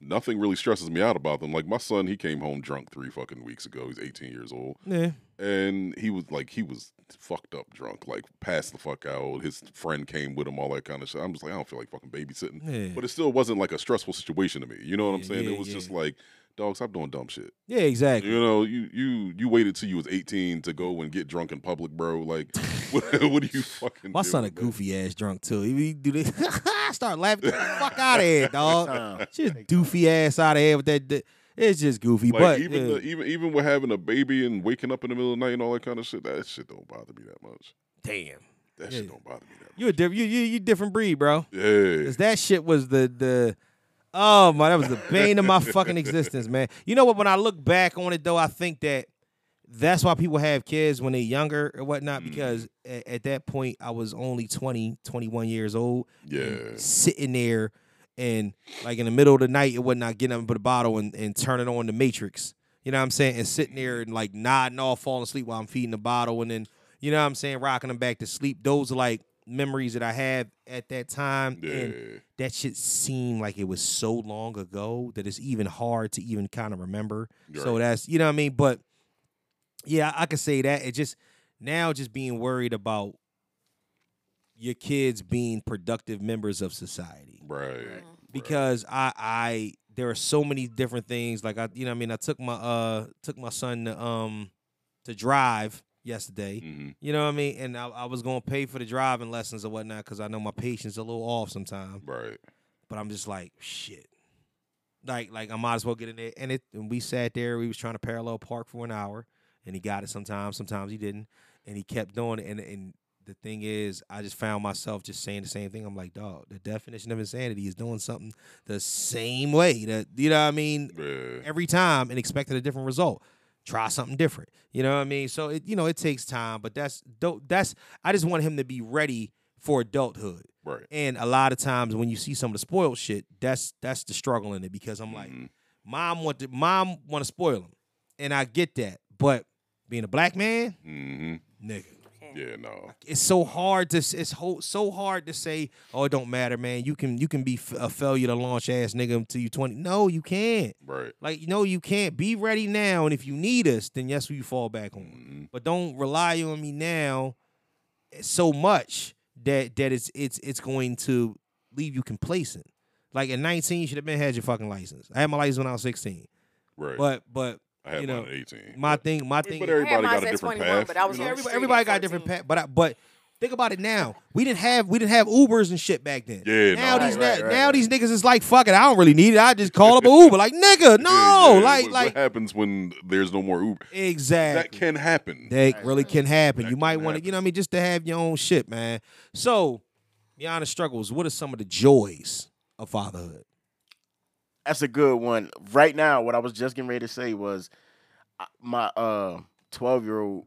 Speaker 6: nothing really stresses me out about them. Like my son, he came home drunk three fucking weeks ago. He's 18 years old.
Speaker 1: Yeah.
Speaker 6: And he was like, he was fucked up drunk, like passed the fuck out. His friend came with him, all that kind of shit. I'm just like, I don't feel like fucking babysitting.
Speaker 1: Yeah.
Speaker 6: But it still wasn't like a stressful situation to me. You know what I'm
Speaker 1: Yeah,
Speaker 6: saying?
Speaker 1: yeah,
Speaker 6: it was
Speaker 1: yeah.
Speaker 6: just like, dog, stop doing dumb shit.
Speaker 1: Yeah, exactly.
Speaker 6: You know, you you you waited till you was eighteen to go and get drunk in public, bro. Like, what, what are you fucking?
Speaker 1: My son a
Speaker 6: doing, man?
Speaker 1: goofy ass drunk too. He be- do this, start laughing. Get the fuck out of here, dog. Just doofy ass out of here with that. d- It's just goofy,
Speaker 6: Like
Speaker 1: but
Speaker 6: even
Speaker 1: yeah.
Speaker 6: the, even even with having a baby and waking up in the middle of the night and all that kind of shit, that shit don't bother me that much.
Speaker 1: damn,
Speaker 6: That
Speaker 1: Yeah.
Speaker 6: shit don't bother me that.
Speaker 1: you a different you you you different breed, bro.
Speaker 6: Yeah,
Speaker 1: Cause that shit was the the oh my that was the bane of my fucking existence, man. You know what? When I look back on it though, I think that that's why people have kids when they're younger or whatnot
Speaker 6: Mm-hmm.
Speaker 1: because at, at that point I was only 20, 21 years old.
Speaker 6: yeah.
Speaker 1: sitting there and like in the middle of the night and whatnot, getting up and put a bottle and, and turning on the matrix. You know what I'm saying? And sitting there and like nodding off, falling asleep while I'm feeding the bottle and then, you know what I'm saying, rocking them back to sleep. Those are like memories that I have at that time.
Speaker 6: Yeah.
Speaker 1: And that shit seemed like it was so long ago that it's even hard to even kind of remember. So
Speaker 6: Right.
Speaker 1: that's you know what I mean? But yeah, I could say that. It just now just being worried about your kids being productive members of society
Speaker 6: Right.
Speaker 1: because I I there are so many different things like I you know what I mean I took my uh took my son to um to drive yesterday.
Speaker 6: Mm. Mm-hmm.
Speaker 1: You know what I mean? And I, I was gonna pay for the driving lessons or whatnot because I know my patience a little off sometimes.
Speaker 6: Right.
Speaker 1: But I'm just like shit. Like like I might as well get in there. And it and we sat there. We was trying to parallel park for an hour, and he got it sometimes. Sometimes he didn't, and he kept doing it. And and the thing is, I just found myself just saying the same thing. I'm like, dog, the definition of insanity is doing something the same way that you know what I mean every time and expecting a different result. Try something different. You know what I mean? So it you know it takes time, but that's tho- that's I just want him to be ready for adulthood.
Speaker 6: Right.
Speaker 1: And a lot of times when you see some of the spoiled shit, that's that's the struggle in it because I'm like, mom want to mom want to spoil him, and I get that, but being a black man,
Speaker 6: Mm-hmm.
Speaker 1: Nigga.
Speaker 6: Yeah, no.
Speaker 1: it's so hard to s- it's ho- so hard to say oh it don't matter man you can you can be f- a failure to launch ass nigga until you 20 no you can't
Speaker 6: Right.
Speaker 1: like no you can't be ready now and if you need us then yes we fall back on
Speaker 6: Mm-hmm.
Speaker 1: but don't rely on me now so much that that it's it's it's going to leave you complacent like at 19 you should have been had your fucking license i had my license when i was 16
Speaker 6: Right.
Speaker 1: but but
Speaker 6: I had
Speaker 1: you
Speaker 6: mine
Speaker 1: know,
Speaker 6: at 18,
Speaker 1: My thing, my
Speaker 6: But
Speaker 1: thing.
Speaker 6: everybody I had got mine a at different 21, path, but I was you know? on the
Speaker 1: everybody,
Speaker 6: street
Speaker 1: everybody got a different path. But I, but think about it now. We didn't have we didn't have Ubers and shit back then.
Speaker 6: Yeah,
Speaker 1: Now
Speaker 6: no.
Speaker 1: these
Speaker 6: Right, right,
Speaker 1: now,
Speaker 6: right,
Speaker 1: now these niggas is like fuck it. I don't really need it. I just call up an Uber. Like nigga, no.
Speaker 6: Yeah,
Speaker 1: like
Speaker 6: what,
Speaker 1: like
Speaker 6: what happens when there's no more Uber?
Speaker 1: Exactly.
Speaker 6: That can happen.
Speaker 1: That really can happen. you might want to, you know what I mean, just to have your own shit, man. So, beyond the struggles, what are some of the joys of fatherhood?
Speaker 5: That's a good one. Right now, what I was just getting ready to say was I- my uh 12 year old,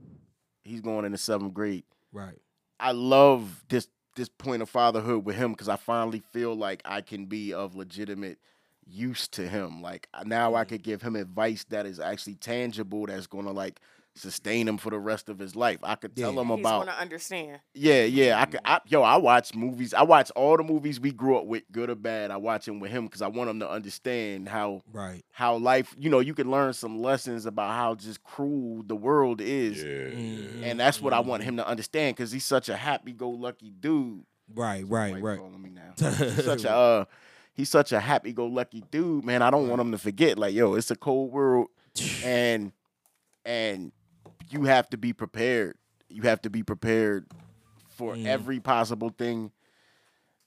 Speaker 5: he's going into seventh grade.
Speaker 1: Right.
Speaker 5: I love this this point of fatherhood with him because I finally feel like I can be of legitimate use to him. Like I- now
Speaker 4: Mm-hmm.
Speaker 5: I could give him advice that is actually tangible that's gonna like sustain him for the rest of his life. I could tell him
Speaker 4: He's
Speaker 5: about
Speaker 4: gonna Mm-hmm. understand.
Speaker 5: yeah, yeah. I could. I, yo, I watch movies. I watch all the movies we grew up with, good or bad. I watch them with him because I want him to understand how
Speaker 1: Right.
Speaker 5: how life. You know, you can learn some lessons about how just cruel the world is.
Speaker 1: Mm.
Speaker 5: And that's what I want him to understand because he's such a happy-go-lucky dude.
Speaker 1: Right, right, right.
Speaker 5: He's such a uh, he's such a happy-go-lucky dude, man. I don't want him to forget. Like, yo, it's a cold world, and and you have to be prepared. You have to be prepared for
Speaker 13: Mm.
Speaker 5: every possible thing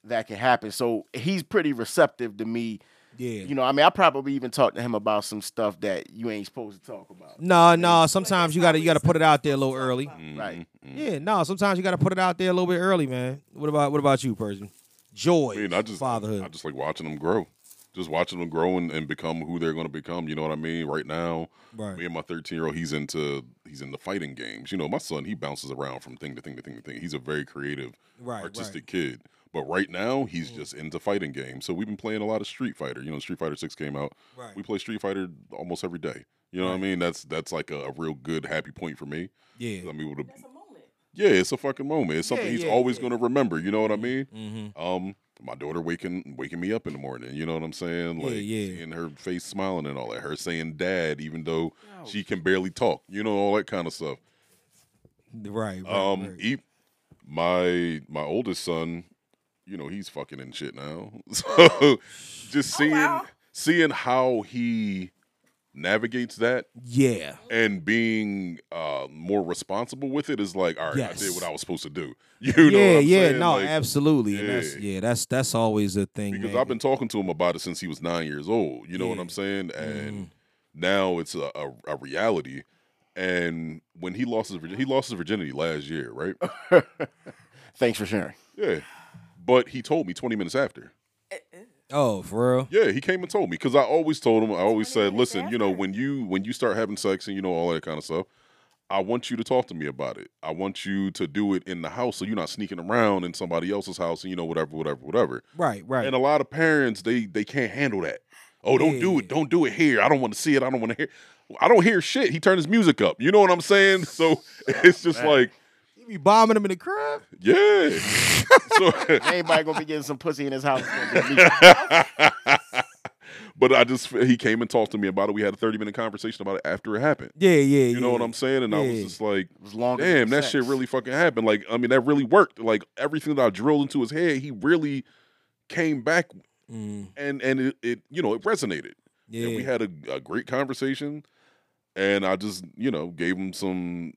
Speaker 5: that can happen. So he's pretty receptive to me.
Speaker 1: Yeah.
Speaker 5: You know, I mean, I probably even talked to him about some stuff that you ain't supposed to talk about.
Speaker 1: No, no. Sometimes you gotta you gotta put it out there a little early.
Speaker 6: Mm-hmm.
Speaker 5: Right.
Speaker 1: Yeah, no. Sometimes you gotta put it out there a little bit early, man. What about what about you, person? Joy.
Speaker 6: I mean, I just fatherhood. I just like watching them grow. Just watching them grow and, and become who they're going to become. You know what I mean? Right now,
Speaker 1: Right.
Speaker 6: me and my 13 year old, he's into he's into fighting games. You know, my son, he bounces around from thing to thing to thing to thing. He's a very creative,
Speaker 1: Right, Mm.
Speaker 6: artistic kid. But right now, he's just into fighting games. So we've been playing a lot of Street Fighter. You know, Street Fighter Six came out.
Speaker 1: Right.
Speaker 6: We play Street Fighter almost every day. You know what I mean? That's that's like a, a real good happy point for me.
Speaker 1: Yeah.
Speaker 6: I'm able to. Yeah, it's a fucking moment. It's something
Speaker 1: Yeah,
Speaker 6: he's
Speaker 1: yeah, Mm-hmm.
Speaker 6: always going to remember. You know what I mean? Um, my daughter waking waking me up in the morning. You know what I'm saying?
Speaker 1: Yeah,
Speaker 6: Like
Speaker 1: yeah.
Speaker 6: seeing her face smiling and all that. Her saying "dad" even though she can barely talk. You know all that kind of stuff.
Speaker 1: Right. right
Speaker 6: um, e- my my oldest son, you know he's fucking in shit now.
Speaker 1: Oh,
Speaker 6: So just seeing seeing how he navigates that
Speaker 1: Yeah.
Speaker 6: and being uh more responsible with it is like all right i did
Speaker 1: Yes.
Speaker 6: what i was supposed to do you know
Speaker 1: yeah,
Speaker 6: what I'm
Speaker 1: yeah,
Speaker 6: saying?
Speaker 1: no,
Speaker 6: Like,
Speaker 1: absolutely. And
Speaker 6: yeah.
Speaker 1: that's yeah, that's that's always a thing.
Speaker 6: because
Speaker 1: man.
Speaker 6: i've been talking to him about it since he was nine years old you know what i'm saying and
Speaker 1: Mm-hmm.
Speaker 6: now it's a, a, a reality and when he lost his virgi- he lost his virginity last year right
Speaker 5: Thanks for sharing.
Speaker 6: yeah but he told me 20 minutes after
Speaker 1: Oh, for real?
Speaker 6: Yeah, he came and told me because I always told him. I always said, "Listen, you know, when you when you start having sex and you know all that kind of stuff, I want you to talk to me about it. I want you to do it in the house, so you're not sneaking around in somebody else's house and you know whatever, whatever, whatever."
Speaker 1: Right, right.
Speaker 6: And a lot of parents they they can't handle that. Oh, don't do it! Don't do it here. I don't want to see it. I don't want to hear. I don't hear shit. He turned his music up. You know what I'm saying? So it's just
Speaker 5: Man.
Speaker 6: like,
Speaker 1: You be bombing him in the crib.
Speaker 6: yeah. so
Speaker 5: Anybody gonna be getting some pussy in his house? It's gonna be
Speaker 6: but I just he came and talked to me about it. We had a thirty minute conversation about it after it happened.
Speaker 1: Yeah, yeah.
Speaker 6: You know what
Speaker 1: yeah.
Speaker 6: I'm saying? And I was
Speaker 1: Yeah.
Speaker 6: just like,
Speaker 5: longer
Speaker 6: damn,
Speaker 5: than
Speaker 6: that
Speaker 5: sex."
Speaker 6: shit really fucking happened. Like, I mean, that really worked. Like everything that I drilled into his head, he really came back, and and it, it you know it resonated. And we
Speaker 1: Mm, Yeah.
Speaker 6: had a, a great conversation, and I just you know gave him some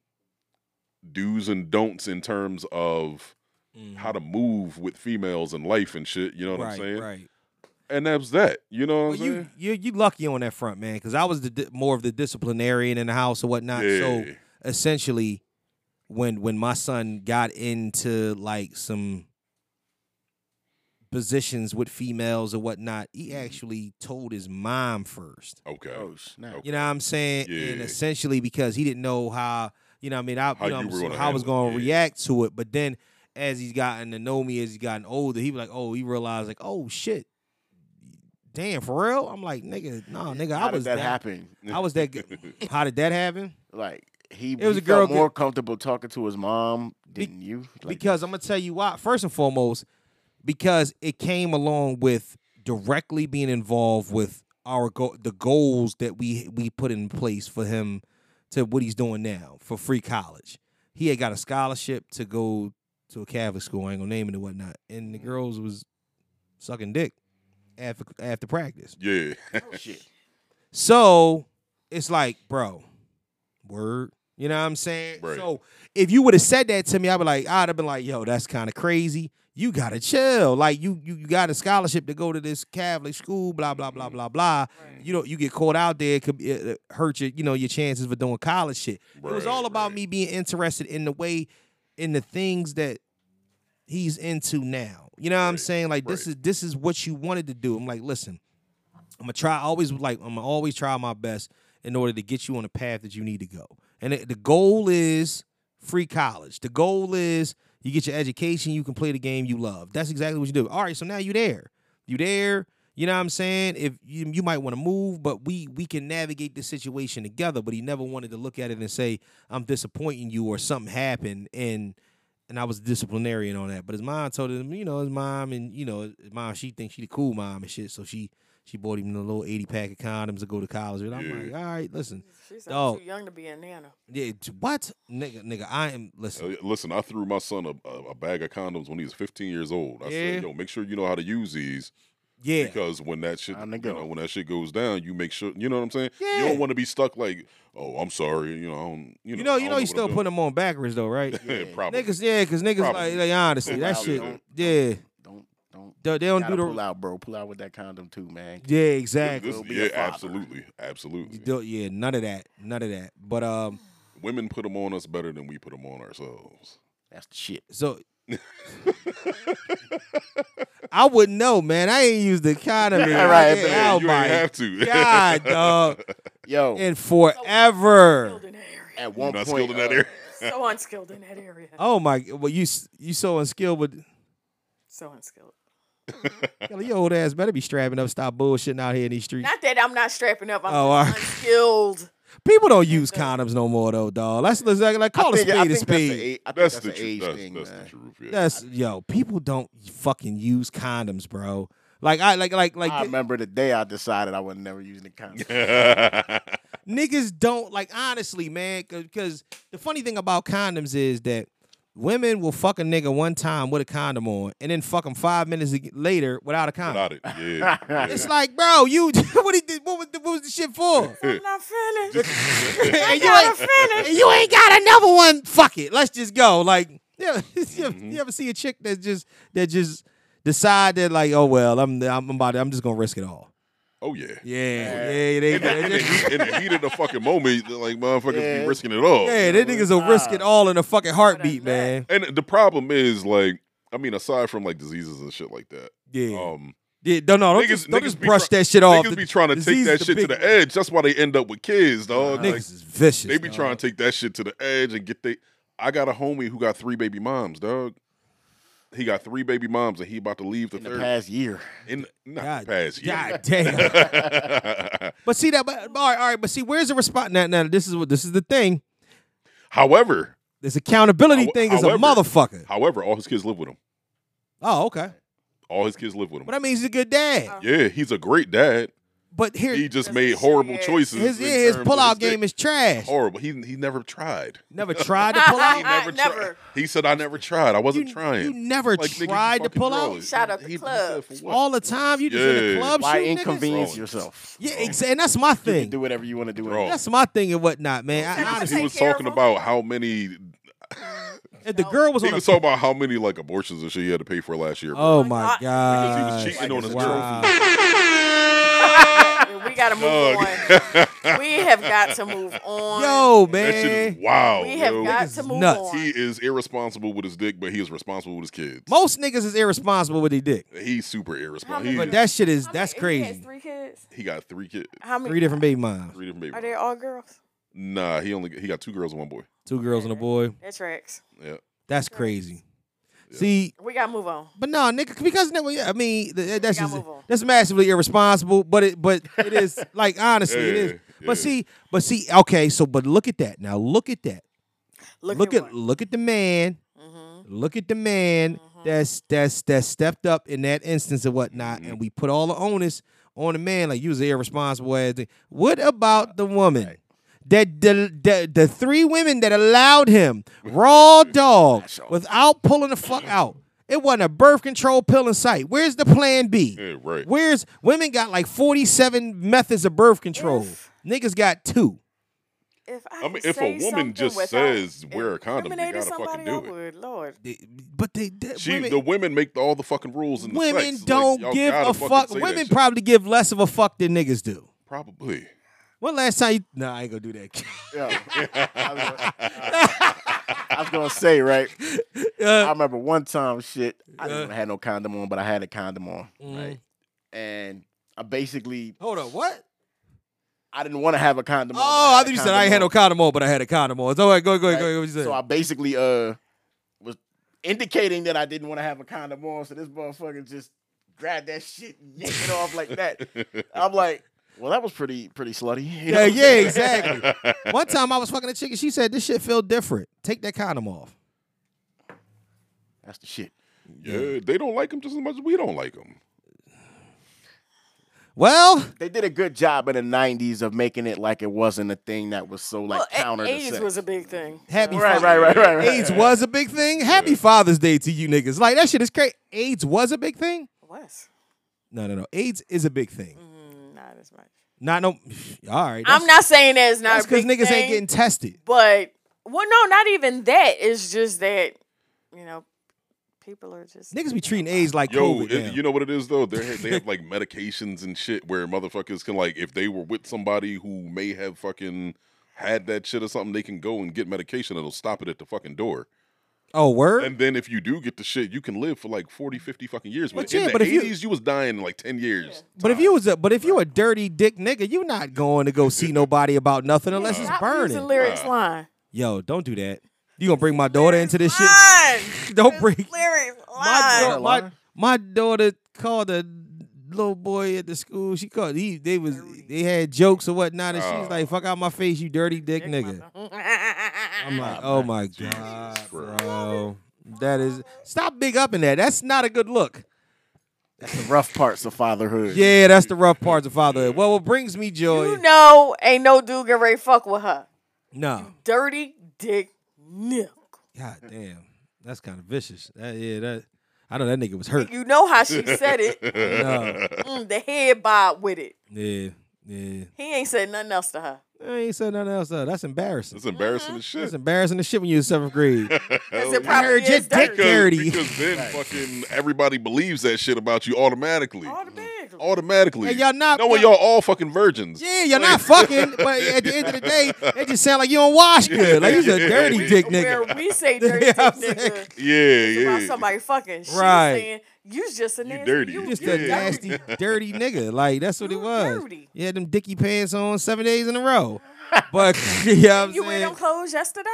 Speaker 6: do's and don'ts in terms of how to move with females in life and shit. You know what
Speaker 1: Mm-hmm. right,
Speaker 6: I'm saying?
Speaker 1: right.
Speaker 6: And that was that. You know what
Speaker 1: Well,
Speaker 6: I'm saying?
Speaker 1: you you you lucky on that front, man, because I was the di- more of the disciplinarian in the house or whatnot. So
Speaker 6: Yeah.
Speaker 1: essentially, when when my son got into like some positions with females or whatnot, he
Speaker 6: Mm-hmm.
Speaker 1: actually told his mom first.
Speaker 6: Okay.
Speaker 5: Oh snap.
Speaker 1: You know what I'm saying? And
Speaker 5: Yeah.
Speaker 1: essentially because he didn't know how, you know what I mean, I, you know
Speaker 5: How you
Speaker 1: what I'm
Speaker 5: were
Speaker 1: saying,
Speaker 5: gonna
Speaker 1: how I was
Speaker 5: handle
Speaker 1: going to react to it. But then as he's gotten to know me, as he's gotten older, he was like, oh, he realized like, oh, shit. Damn, for real? I'm like, nigga, no, nigga,
Speaker 5: How
Speaker 1: I
Speaker 5: did
Speaker 1: was
Speaker 5: that happen?
Speaker 1: I was that. g- How did that happen?
Speaker 5: Like he,
Speaker 1: It was
Speaker 5: he
Speaker 1: a girl
Speaker 5: felt more
Speaker 1: get-
Speaker 5: comfortable talking to his mom than you. Like,
Speaker 1: because I'm gonna tell you why. First and foremost, because it came along with directly being involved with our go- the goals that we we put in place for him to what he's doing now for free college. He had got a scholarship to go to a Catholic school. I ain't gonna name it or whatnot. And the girls was sucking dick after after practice.
Speaker 6: Yeah.
Speaker 1: So it's like, bro, word. You know what I'm saying?
Speaker 6: Right.
Speaker 1: So if you would have said that to me, I'd be like, I'd have been like, yo, that's kind of crazy. You gotta chill. Like you, you, you got a scholarship to go to this Catholic school, blah blah blah blah blah. You know, you get caught out there, it could be- it hurt your, you know, your chances for doing college shit. it was
Speaker 6: Right,
Speaker 1: all about me being interested in the way, in the things that he's into now. You know what I'm saying? Like this is this is what you wanted to do. I'm like, listen, I'm gonna try. I Always was like I'm gonna always try my best in order to get you on the path that you need to go. And it, the goal is free college. The goal is you get your education. You can play the game you love. That's exactly what you do. All right, so now you there. You there. You know what I'm saying? If you, you might want to move, but we we can navigate this situation together. But he never wanted to look at it and say I'm disappointing you or something happened and and I was disciplinarian on that. But his mom told him, you know, his mom and you know, his mom, she thinks she the cool mom and shit. So she she bought him a little eighty pack of condoms to go to college. And I'm like, all right, listen,
Speaker 4: She said, I'm
Speaker 1: dog,
Speaker 4: too young to be a nana.
Speaker 1: yeah, t- what, nigga, nigga, I am listen.
Speaker 6: Uh, listen, I threw my son a, a, a bag of condoms when he was 15 years old. I
Speaker 1: Yeah.
Speaker 6: said, "Yo, make sure you know how to use these."
Speaker 1: Yeah.
Speaker 6: Because when that shit, you know, when that shit goes down, you make sure you know what I'm saying. You
Speaker 1: Yeah.
Speaker 6: don't want to be stuck like, "Oh, I'm sorry," you know. I don't, you know,
Speaker 1: You know,
Speaker 6: I
Speaker 1: you know, he's
Speaker 6: don't what I'm
Speaker 1: still
Speaker 6: doing.
Speaker 1: putting them on backwards though, right?
Speaker 6: Yeah, probably.
Speaker 1: Niggas, yeah, because niggas like,
Speaker 5: Probably.
Speaker 1: like honestly, that
Speaker 5: Probably.
Speaker 1: shit,
Speaker 5: Don't-
Speaker 1: yeah.
Speaker 5: Don't don't.
Speaker 1: They- they don't
Speaker 5: gotta
Speaker 1: do the-
Speaker 5: pull out, bro. Pull out with that condom too, man.
Speaker 1: Yeah, exactly.
Speaker 5: You'll
Speaker 6: This-
Speaker 5: be a
Speaker 6: yeah,
Speaker 5: father.
Speaker 6: absolutely, absolutely.
Speaker 1: Don't- yeah, none of that, none of that. But um,
Speaker 6: Women put them on us better than we put them on ourselves.
Speaker 5: That's the shit.
Speaker 1: so I wouldn't know, man. I ain't used the condom. in
Speaker 5: Yeah, right,
Speaker 1: fucking-
Speaker 5: man.
Speaker 1: oh
Speaker 5: You ain't
Speaker 1: my
Speaker 5: have to.
Speaker 1: God, dog.
Speaker 5: Yo,
Speaker 1: and forever.
Speaker 5: At one
Speaker 6: not
Speaker 5: point,
Speaker 6: skilled in that
Speaker 5: uh,
Speaker 6: area.
Speaker 4: So unskilled in that area.
Speaker 1: Oh my! Well, you s- you so unskilled, but
Speaker 4: So unskilled.
Speaker 1: Yo, your old ass better be strapping up. Stop bullshitting out here in these streets.
Speaker 4: Not that I'm not strapping up. I'm
Speaker 1: Oh, all right.
Speaker 4: just unskilled.
Speaker 1: People don't use condoms no more though, dog. Let's let's like, like, call a
Speaker 5: think- I
Speaker 1: spade a
Speaker 5: think that's the
Speaker 1: spade.
Speaker 5: a- I think
Speaker 6: That's
Speaker 5: that's
Speaker 6: the
Speaker 5: an
Speaker 6: tru-
Speaker 5: age
Speaker 6: that's-
Speaker 5: thing,
Speaker 6: that's the
Speaker 5: man.
Speaker 6: truth, yeah.
Speaker 1: That's yo. People don't fucking use condoms, bro. Like I like like like
Speaker 5: I remember the day I decided I was never using the condom.
Speaker 1: niggas don't like honestly, man. Because the funny thing about condoms is that women will fuck a nigga one time with a condom on, and then fuck him five minutes ag- later without a condom.
Speaker 6: Without it, yeah. yeah.
Speaker 1: It's like, bro, you what he did? What was the, what was the shit for?
Speaker 4: I'm not finished.
Speaker 1: and you
Speaker 4: gotta
Speaker 1: ain't,
Speaker 4: finish.
Speaker 1: and you ain't got another one. Fuck it, let's just go. Like, yeah, you,
Speaker 6: Mm-hmm.
Speaker 1: ever, you ever see a chick that just that just decide that like, oh well, I'm I'm about to, I'm just gonna risk it all.
Speaker 6: oh yeah.
Speaker 1: Yeah, yeah, they,
Speaker 6: In the, in, the heat, in the heat of the fucking moment, they're like motherfuckers
Speaker 1: Yeah.
Speaker 6: be risking it all.
Speaker 1: yeah, they niggas will risk it all in a fucking heartbeat, man.
Speaker 6: And the problem is, like, I mean, aside from like diseases and shit like that,
Speaker 1: Yeah.
Speaker 6: um,
Speaker 1: Yeah, no, no, don't
Speaker 6: niggas-
Speaker 1: just, don't
Speaker 6: niggas
Speaker 1: just
Speaker 6: be
Speaker 1: brush
Speaker 6: try-
Speaker 1: that shit off.
Speaker 6: Niggas
Speaker 1: The
Speaker 6: be trying to take
Speaker 1: disease
Speaker 6: that
Speaker 1: is
Speaker 6: shit
Speaker 1: the
Speaker 6: to
Speaker 1: big-
Speaker 6: the edge. That's why they end up with kids, dog.
Speaker 1: Niggas is vicious,
Speaker 6: They be
Speaker 1: dog.
Speaker 6: trying to take that shit to the edge and get they. I got a homie who got three baby moms, dog. He got three baby moms, and he about to leave the,
Speaker 5: In the
Speaker 6: third.
Speaker 5: past year.
Speaker 6: In not
Speaker 1: God-
Speaker 6: the past year.
Speaker 1: God damn. But see that, but all right, all right. But see, where's the response? Now, now, this is what this is the thing.
Speaker 6: however,
Speaker 1: This accountability
Speaker 6: How-
Speaker 1: thing is a
Speaker 6: however-
Speaker 1: motherfucker.
Speaker 6: however, all his kids live with him.
Speaker 1: Oh, okay.
Speaker 6: All his kids live with him.
Speaker 1: But that means he's a good dad.
Speaker 6: Yeah, he's a great dad.
Speaker 1: But here,
Speaker 6: He just made horrible choices.
Speaker 1: his
Speaker 6: in
Speaker 1: yeah, his
Speaker 6: terms of
Speaker 1: pullout
Speaker 6: dick.
Speaker 1: game is trash.
Speaker 6: horrible. He he never tried.
Speaker 1: Never tried to pull out.
Speaker 6: He never, tried. He said, "I never tried. I wasn't trying."
Speaker 1: You never
Speaker 6: Like, nigga, you
Speaker 1: tried to
Speaker 6: fucking
Speaker 1: pull out
Speaker 6: drawing.
Speaker 4: Shout out the club.
Speaker 1: all the time. You just in
Speaker 6: Yeah.
Speaker 1: the club
Speaker 5: Why
Speaker 1: shooting niggas?
Speaker 5: inconvenience yourself?
Speaker 1: Yeah, exactly. And that's my
Speaker 5: You
Speaker 1: thing.
Speaker 5: can do whatever you want to do.
Speaker 6: Bro.
Speaker 1: That's my thing and whatnot, man. I,
Speaker 6: Because
Speaker 1: honestly,
Speaker 6: he was talking about how many
Speaker 1: If the girl was
Speaker 6: he
Speaker 1: on
Speaker 6: was
Speaker 1: a
Speaker 6: talking about how many like abortions and shit he had to pay for last year. bro.
Speaker 1: Oh my
Speaker 6: Because
Speaker 1: god.
Speaker 6: he was cheating on his
Speaker 4: we gotta move
Speaker 6: Dog.
Speaker 4: on. We have got to move on.
Speaker 1: Yo,
Speaker 6: That
Speaker 1: man.
Speaker 6: shit is wow.
Speaker 4: We have
Speaker 6: yo.
Speaker 4: got to move Nuts. on.
Speaker 6: He is irresponsible with his dick, but he is responsible with his kids.
Speaker 1: Most niggas is irresponsible with their dick.
Speaker 6: He's super irresponsible. He,
Speaker 1: But
Speaker 6: is-
Speaker 1: that shit is that's crazy.
Speaker 4: Three kids.
Speaker 6: he got three kids.
Speaker 4: How many?
Speaker 1: Three different baby moms.
Speaker 6: Three different baby.
Speaker 4: Are they all girls?
Speaker 6: Nah, he only he got two girls and one boy.
Speaker 1: Two girls and a boy.
Speaker 4: That tracks.
Speaker 6: Yeah.
Speaker 1: That's crazy. See,
Speaker 4: We gotta move on.
Speaker 1: but no, nigga, because nigga, yeah, I mean, th- th- that's
Speaker 4: gotta
Speaker 1: just,
Speaker 4: move on.
Speaker 1: that's massively irresponsible. But it, but it is like honestly, it is.
Speaker 6: Yeah,
Speaker 1: But see, but see, okay, so but look at that now. Look at that.
Speaker 4: Look,
Speaker 1: at, look at the man. Look at the man that's that's that stepped up in that instance and whatnot,
Speaker 6: Mm-hmm.
Speaker 1: and we put all the onus on the man. Like you was an irresponsible ass. thing. What about the woman? That the, the the three women that allowed him raw dog without pulling the fuck out. It wasn't a birth control pill in sight. Where's the plan B?
Speaker 6: Yeah, right.
Speaker 1: Where's women got like 47 methods of birth control. Niggas got two.
Speaker 4: If I,
Speaker 6: I mean,
Speaker 4: could
Speaker 6: if
Speaker 4: say
Speaker 6: a woman
Speaker 4: something
Speaker 6: just
Speaker 4: without
Speaker 6: says wear a condom, you
Speaker 4: incriminating
Speaker 6: gotta
Speaker 4: somebody,
Speaker 6: fucking do
Speaker 4: I
Speaker 6: it.
Speaker 4: would. Lord,
Speaker 1: But they, they
Speaker 6: She,
Speaker 1: women,
Speaker 6: the women make all the fucking rules in the
Speaker 1: women
Speaker 6: sex. Like,
Speaker 1: don't
Speaker 6: y'all
Speaker 1: give
Speaker 6: gotta
Speaker 1: a
Speaker 6: fucking
Speaker 1: fuck.
Speaker 6: say that
Speaker 1: Women
Speaker 6: shit.
Speaker 1: probably give less of a fuck than niggas do.
Speaker 6: probably.
Speaker 1: When last time you? Nah, I ain't gonna do that.
Speaker 5: I was gonna say right.
Speaker 1: I
Speaker 5: remember one time, shit. I
Speaker 1: Uh.
Speaker 5: didn't have no condom on, but I had a condom on,
Speaker 1: Mm.
Speaker 5: right? And I basically,
Speaker 1: Hold on, what?
Speaker 5: I didn't want to have a condom. on,
Speaker 1: Oh,
Speaker 5: but
Speaker 1: I
Speaker 5: had a
Speaker 1: thought you said I ain't had no
Speaker 5: condom
Speaker 1: condom on, but I had a condom on. So, all right, go, go,
Speaker 5: on,
Speaker 1: go, go. What you
Speaker 5: right?
Speaker 1: said?
Speaker 5: So I basically uh was indicating that I didn't want to have a condom on, so this motherfucker just grabbed that shit and yanked it off like that. I'm like, well, that was pretty pretty slutty. You know
Speaker 1: yeah,
Speaker 5: what I'm
Speaker 1: yeah,
Speaker 5: saying?
Speaker 1: exactly. One time I was fucking a chick and she said this shit feel different. Take that condom off.
Speaker 5: That's the shit.
Speaker 6: Yeah, they don't like him just as much as we don't like him.
Speaker 1: Well,
Speaker 5: They did a good job in the '90s of making it like it wasn't a thing that was so like
Speaker 4: well,
Speaker 5: counter
Speaker 4: a-
Speaker 5: to
Speaker 4: AIDS
Speaker 5: sex.
Speaker 4: was a big thing.
Speaker 1: happy
Speaker 5: Right,
Speaker 1: Fa-
Speaker 5: right, right, right, right.
Speaker 1: AIDS was a big thing. Happy Father's Day to you niggas. Like that shit is crazy. AIDS was a big thing.
Speaker 4: What?
Speaker 1: No, no, no. AIDS is a big thing.
Speaker 4: Not as much.
Speaker 1: Not no. All right.
Speaker 4: I'm not saying that it's not
Speaker 1: That's
Speaker 4: because
Speaker 1: because niggas ain't getting tested.
Speaker 4: But well, no, not even that. It's just that you know, people are just
Speaker 1: Niggas be treating AIDS like
Speaker 6: Yo,
Speaker 1: COVID. now.
Speaker 6: it, you know what it is though? They they have like medications and shit where motherfuckers can like if they were with somebody who may have fucking had that shit or something, they can go and get medication that'll stop it at the fucking door.
Speaker 1: oh, word.
Speaker 6: And then if you do get the shit, you can live for like 40, 50 fucking years.
Speaker 1: But
Speaker 6: But
Speaker 1: yeah,
Speaker 6: in the
Speaker 1: but if you-
Speaker 6: 80s, you, was dying in like 10 years.
Speaker 1: But if you was a but if you a dirty dick nigga, you not going to go see nobody about nothing unless it's
Speaker 4: Stop
Speaker 1: burning.
Speaker 4: using lyrics
Speaker 6: Ah.
Speaker 4: line.
Speaker 1: Yo, don't do that. You gonna bring my daughter into this shit?
Speaker 4: Line.
Speaker 1: Don't bring
Speaker 4: lyrics
Speaker 1: my,
Speaker 4: line.
Speaker 1: da- my my daughter called a little boy at the school. She called he they was they had jokes or whatnot, and she was
Speaker 6: Oh.
Speaker 1: like, "Fuck out my face, you dirty dick nigga."
Speaker 4: Ah,
Speaker 1: I'm like, oh my god, bro, that is stop big up in that. That's not a good look.
Speaker 5: the rough parts of fatherhood.
Speaker 1: Yeah, that's the rough parts of fatherhood. Well, what brings me
Speaker 4: You
Speaker 1: joy?
Speaker 4: know, ain't no dude get ready to fuck with her.
Speaker 1: No,
Speaker 4: Dirty dick nigga.
Speaker 1: God damn, that's kind of vicious. That, yeah, that I know that nigga was hurt.
Speaker 4: You know how she said it.
Speaker 1: No,
Speaker 4: Mm, the head bob with it.
Speaker 1: yeah, yeah.
Speaker 4: He ain't said nothing else to her.
Speaker 1: I ain't said nothing else. Though. That's embarrassing.
Speaker 6: It's embarrassing as shit.
Speaker 1: That's embarrassing as shit when you was seventh grade.
Speaker 4: Because it
Speaker 1: I
Speaker 4: probably
Speaker 1: heard your
Speaker 4: is
Speaker 1: dick
Speaker 4: dirty.
Speaker 1: dirty.
Speaker 6: Because then fucking everybody believes that shit about you automatically.
Speaker 4: Automatically.
Speaker 6: Automatically.
Speaker 1: And y'all not-
Speaker 6: knowing
Speaker 1: y'all-
Speaker 6: y'all all fucking virgins.
Speaker 1: Yeah, you're not fucking, but at the end of the day, it just sound like you don't wash good. Like you's a dirty dick
Speaker 4: Where
Speaker 1: nigga.
Speaker 4: we say dirty dick
Speaker 1: I'm
Speaker 4: nigga
Speaker 6: Yeah,
Speaker 4: it's about
Speaker 6: yeah.
Speaker 4: somebody fucking. She's
Speaker 1: Right.
Speaker 4: saying you just a nasty.
Speaker 6: dirty.
Speaker 4: You,
Speaker 1: Just
Speaker 4: you
Speaker 1: a
Speaker 6: Yeah.
Speaker 1: nasty, dirty nigga. Like that's what it
Speaker 4: You
Speaker 1: was.
Speaker 4: dirty.
Speaker 1: You had them dicky pants on seven days in a row. But you know what I'm
Speaker 4: You wear
Speaker 1: saying?
Speaker 4: them clothes yesterday?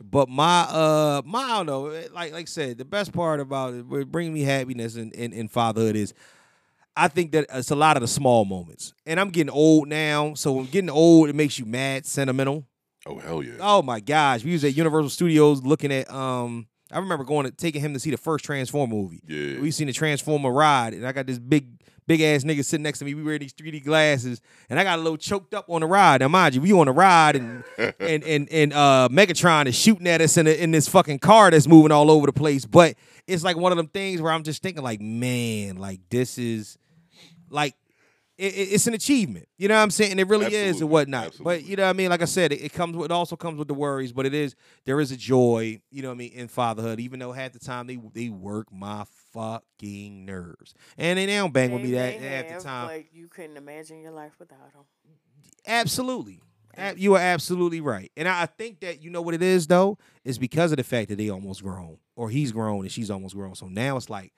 Speaker 1: But my uh my I don't know, it- like like I said, the best part about it what bringing me happiness in, in, in fatherhood is I think that it's a lot of the small moments. And I'm getting old now, so when getting old, it makes you mad, sentimental.
Speaker 6: Oh, hell yeah.
Speaker 1: Oh my gosh. We was at Universal Studios looking at um I remember going to taking him to see the first Transformer movie.
Speaker 6: Yeah.
Speaker 1: We seen the Transformer ride, and I got this big, big ass nigga sitting next to me. We wear these 3D glasses, and I got a little choked up on the ride. Now, mind you, we on the ride, and and and and uh, Megatron is shooting at us in a, in this fucking car that's moving all over the place. But it's like one of them things where I'm just thinking, like, man, like this is like it, it- it's an achievement. You know what I'm saying? It really is and whatnot. But you know what I mean? Like I said, it, it comes with, it also comes with the worries, but it is there is a joy, you know what I mean, in fatherhood, even though half the time they they work my fucking nerves. And they don't bang with me that half the time.
Speaker 4: Like you couldn't imagine your life without them.
Speaker 1: Absolutely. Ab- You are absolutely right. And I I think that you know what it is though, is because of the fact that they almost grown. Or he's grown and she's almost grown. So now it's like,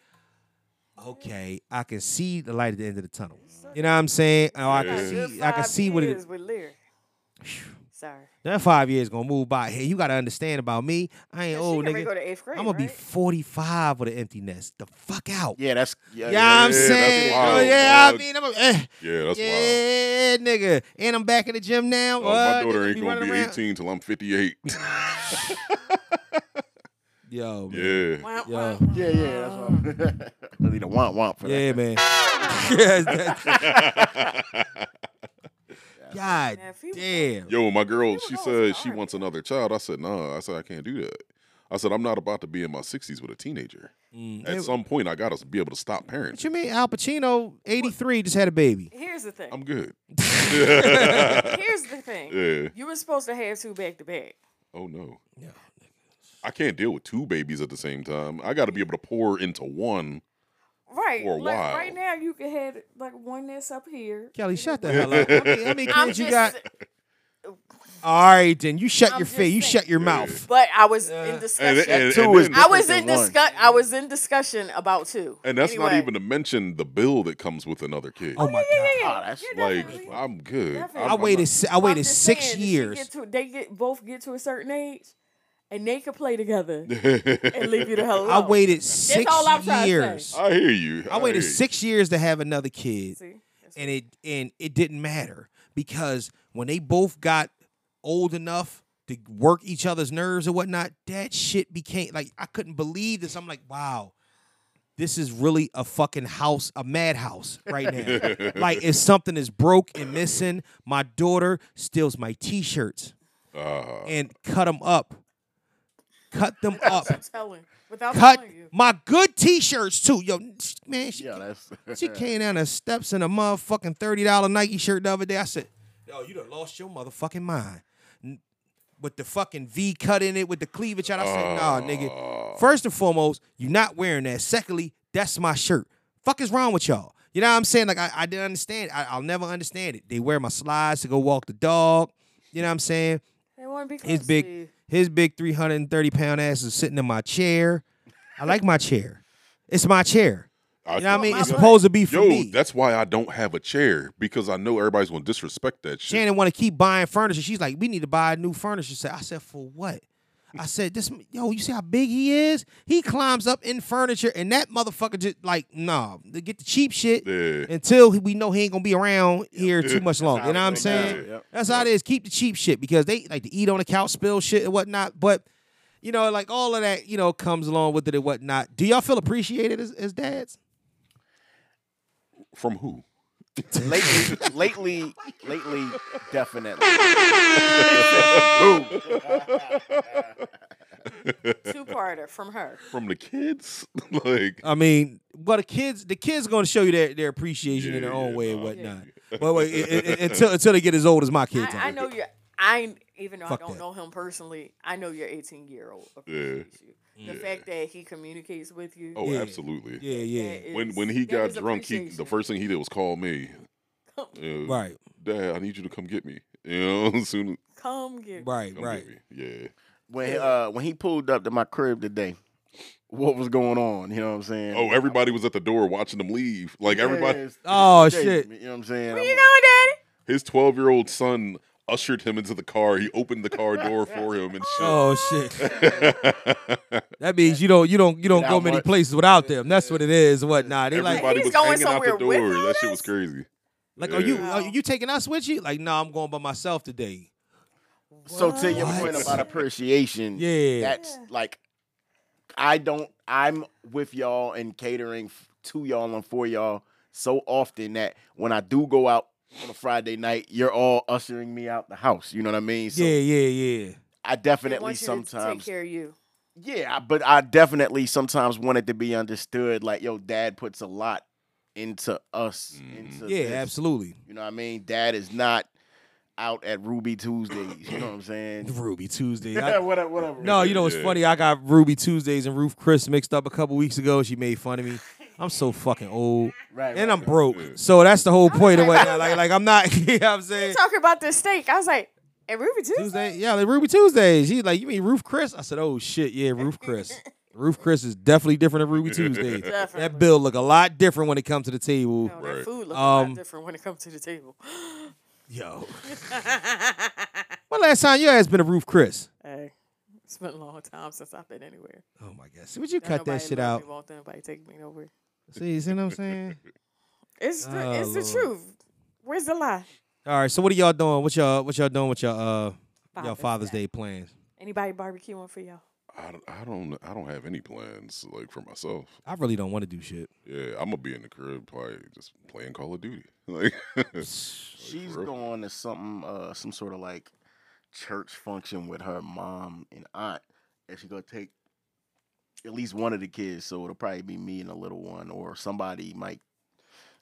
Speaker 1: okay, I can see the light at the end of the tunnel. You know what I'm saying? Oh, I can
Speaker 4: Good
Speaker 1: see I can
Speaker 4: five
Speaker 1: see what it
Speaker 4: years
Speaker 1: is.
Speaker 4: with Lear. Sorry.
Speaker 1: That five years gonna move by. Hey, you gotta understand about me. I ain't
Speaker 4: Yeah, she
Speaker 1: old,
Speaker 4: getting ready
Speaker 1: nigga.
Speaker 4: to go to eighth grade,
Speaker 1: I'm gonna be 45 with an empty nest. The fuck out.
Speaker 5: Yeah, that's
Speaker 1: Yeah, I'm saying. oh, yeah, I mean, I'm a, eh.
Speaker 6: Yeah, that's wild.
Speaker 1: yeah, nigga. And I'm back in the gym now.
Speaker 6: Oh,
Speaker 1: Uh,
Speaker 6: my daughter
Speaker 1: nigga,
Speaker 6: ain't
Speaker 1: be
Speaker 6: gonna
Speaker 1: running
Speaker 6: be
Speaker 1: around.
Speaker 6: 18 till I'm 58.
Speaker 1: Yo,
Speaker 6: man. yeah,
Speaker 1: Yo.
Speaker 5: Yeah, yeah, that's what I'm.
Speaker 4: Oh.
Speaker 5: Really the want want for
Speaker 1: Yeah,
Speaker 5: that.
Speaker 1: man. Yes, that's- God damn.
Speaker 6: Yo, my girl, she said she wants another child. I said, nah. I said, I can't do that. I said, I'm not about to be in my 60s with a teenager. At
Speaker 1: It-
Speaker 6: some point, I got to be able to stop
Speaker 1: What
Speaker 6: parenting.
Speaker 1: you mean? Al Pacino, 83, just had a baby.
Speaker 4: Here's the thing.
Speaker 6: I'm good.
Speaker 4: Here's the thing.
Speaker 6: Yeah.
Speaker 4: You were supposed to have two back to back.
Speaker 6: Oh, no. I can't deal with two babies at the same time. I got to be able to pour into one.
Speaker 4: Right.
Speaker 6: For a
Speaker 4: like
Speaker 6: while.
Speaker 4: right now you can have like one that's up here.
Speaker 1: Kelly, shut the hell up. How many, how many
Speaker 4: I'm
Speaker 1: kids you
Speaker 4: just
Speaker 1: got? All right, then. You shut
Speaker 4: I'm
Speaker 1: your
Speaker 4: just
Speaker 1: face. You
Speaker 4: saying. Oh,
Speaker 1: shut your mouth.
Speaker 4: But I was in discussion.
Speaker 6: and- and- Two and is then-
Speaker 4: I was in
Speaker 6: different than
Speaker 4: discuss. I was in discussion about two.
Speaker 6: And that's not
Speaker 4: Anyway,
Speaker 6: even to mention the bill that comes with another kid.
Speaker 1: Oh, my
Speaker 4: yeah, yeah, yeah.
Speaker 6: that's like I'm good.
Speaker 4: Definitely.
Speaker 6: I'm-
Speaker 1: I
Speaker 6: I'm
Speaker 1: waited.
Speaker 6: not-
Speaker 1: si- I waited
Speaker 4: just
Speaker 1: six
Speaker 4: saying, if she
Speaker 1: years.
Speaker 4: Get to, they get both get to a certain age, and they could play together and leave you the hell
Speaker 1: I
Speaker 4: alone.
Speaker 1: waited
Speaker 4: That's
Speaker 1: six
Speaker 4: all I'm trying to say.
Speaker 1: years.
Speaker 6: I hear you.
Speaker 1: I,
Speaker 6: I
Speaker 1: waited
Speaker 6: hear you.
Speaker 1: six years to have another kid, and it and it didn't matter because when they both got old enough to work each other's nerves and whatnot, that shit became like I couldn't believe this. I'm like, wow. This is really a fucking house, a madhouse right now. like if something is broke and missing, my daughter steals my t-shirts and cut them up, cut them up,
Speaker 4: I'm telling. Without
Speaker 1: cut
Speaker 4: telling you.
Speaker 1: my good t-shirts too. Yo, sh- man, she,
Speaker 5: Yeah, that's.
Speaker 1: she came down the steps in a motherfucking thirty dollar Nike shirt the other day. I said, "Yo, you done lost your motherfucking mind." N- With the fucking V cut in it, with the cleavage out, I said, "Nah, nigga." First and foremost, you not wearing that. Secondly, that's my shirt. Fuck is wrong with y'all? You know what I'm saying? Like I, I didn't understand. I, I'll never understand it. They wear my slides to go walk the dog. You know what I'm saying?
Speaker 4: They want to be close
Speaker 1: His
Speaker 4: To
Speaker 1: big,
Speaker 4: you.
Speaker 1: his big 330 pound ass is sitting in my chair. I like my chair. It's my chair. You know what I mean? It's supposed to be for
Speaker 6: Yo,
Speaker 1: me.
Speaker 6: that's why I don't have a chair because I know everybody's gonna disrespect that shit.
Speaker 1: Shannon want to keep buying furniture. She's like, we need to buy new furniture. set." I said, for what? I said, this m- yo, you see how big he is? He climbs up in furniture, and that motherfucker just like, nah, to get the cheap shit until he- we know he ain't gonna be around here too much longer. You know what I'm saying? That's how it is. Keep the cheap shit because they like to eat on the couch, spill shit and whatnot. But you know, like all of that, you know, comes along with it and whatnot. Do y'all feel appreciated as, as dads?
Speaker 6: From who?
Speaker 5: lately, lately, lately, definitely.
Speaker 4: Two parter from her.
Speaker 6: From the kids? like
Speaker 1: I mean, well, the kids, the kids going to show you their, their appreciation in their own way and whatnot. But wait, it- it- it- until until they get as old as my kids. are.
Speaker 4: I, I know you. I ain't- even though
Speaker 1: Fuck
Speaker 4: I don't
Speaker 1: that.
Speaker 4: know him personally, I know your 18 year old.
Speaker 6: Yeah.
Speaker 4: The fact that he communicates with you.
Speaker 6: Oh, absolutely.
Speaker 1: Yeah, yeah.
Speaker 4: That
Speaker 6: When
Speaker 4: is-
Speaker 6: when he
Speaker 4: that
Speaker 6: got
Speaker 4: is
Speaker 6: drunk, he the first thing he did was call me. Uh,
Speaker 1: Right.
Speaker 6: Dad, I need you to come get me. You know, soon.
Speaker 4: Come get
Speaker 1: Right,
Speaker 6: Come right. get me. Yeah.
Speaker 5: When uh, when he pulled up to my crib today, what was going on? You know what I'm saying?
Speaker 6: Oh, everybody was at the door watching him leave. Like
Speaker 5: Yeah,
Speaker 6: everybody.
Speaker 5: it's-
Speaker 1: Oh,
Speaker 5: it's crazy,
Speaker 1: shit.
Speaker 5: You know what I'm saying?
Speaker 4: Where
Speaker 5: I'm
Speaker 4: you going, Daddy?
Speaker 6: His 12 year old son ushered him into the car. He opened the car door for him and shit.
Speaker 1: Oh shit. that means you don't you don't you don't
Speaker 6: Without
Speaker 1: go many
Speaker 6: much.
Speaker 1: places without them. That's what it is. and Whatnot. They like
Speaker 6: Everybody was hanging out the door. That shit was crazy.
Speaker 1: Like, are you are you taking us with you? Like, no, I'm going by myself today.
Speaker 5: So to your
Speaker 1: What?
Speaker 5: point about appreciation,
Speaker 1: Yeah.
Speaker 5: that's like I don't. I'm with y'all and catering f- to y'all and for y'all so often that when I do go out on a Friday night, you're all ushering me out the house. You know what I mean? So
Speaker 1: yeah, yeah, yeah.
Speaker 5: I
Speaker 4: They
Speaker 5: definitely
Speaker 4: want you to take
Speaker 5: sometimes.
Speaker 4: care of you.
Speaker 5: Yeah, but I definitely sometimes want it to be understood. Like, yo, dad puts a lot into us. Into
Speaker 1: Mm-hmm. Yeah,
Speaker 5: this.
Speaker 1: absolutely.
Speaker 5: You know what I mean? Dad is not out at Ruby Tuesdays. You know what I'm saying?
Speaker 1: Ruby Tuesday. I-
Speaker 5: Yeah, whatever. whatever.
Speaker 1: No, you know it's
Speaker 5: Yeah.
Speaker 1: funny. I got Ruby Tuesdays and Ruth Chris mixed up a couple weeks ago. She made fun of me. I'm so fucking old,
Speaker 5: right,
Speaker 1: and I'm broke. So that's the whole point of what. Like, like I'm not. You know what I'm saying?
Speaker 4: Talking about this steak, I was like, and Ruby Tuesday.
Speaker 1: Tuesday, yeah, like Ruby Tuesdays. She's like, you mean Roof Chris? I said, oh shit, yeah, Roof Chris. Roof Chris is definitely different than Ruby Tuesday. That
Speaker 4: Definitely.
Speaker 1: bill look a lot different when it comes to the table.
Speaker 4: Oh, that food
Speaker 1: Um,
Speaker 4: looks a lot different when it comes to the table.
Speaker 1: Yo. When last time your ass been a Roof Chris?
Speaker 4: hey, it's been a long time since I've been anywhere.
Speaker 1: Oh my God. See, would you
Speaker 4: Don't
Speaker 1: cut that
Speaker 4: nobody
Speaker 1: shit
Speaker 4: love
Speaker 1: out.
Speaker 4: Me, won't nobody take me nowhere.
Speaker 1: See, you see what I'm saying?
Speaker 4: It's the,
Speaker 1: Oh,
Speaker 4: it's the
Speaker 1: Lord.
Speaker 4: truth. Where's the lie?
Speaker 1: All right, so what are y'all doing? What y'all what y'all doing with your uh your Father's Day plans?
Speaker 4: Anybody barbecuing for y'all?
Speaker 6: I don't, I don't I don't have any plans like for myself.
Speaker 1: I really don't want to do shit.
Speaker 6: Yeah, I'm gonna be in the crib probably just playing Call of Duty. Like, oh,
Speaker 5: She's going to something, uh, some sort of like church function with her mom and aunt, and she's gonna take at least one of the kids. So it'll probably be me and the little one, or somebody might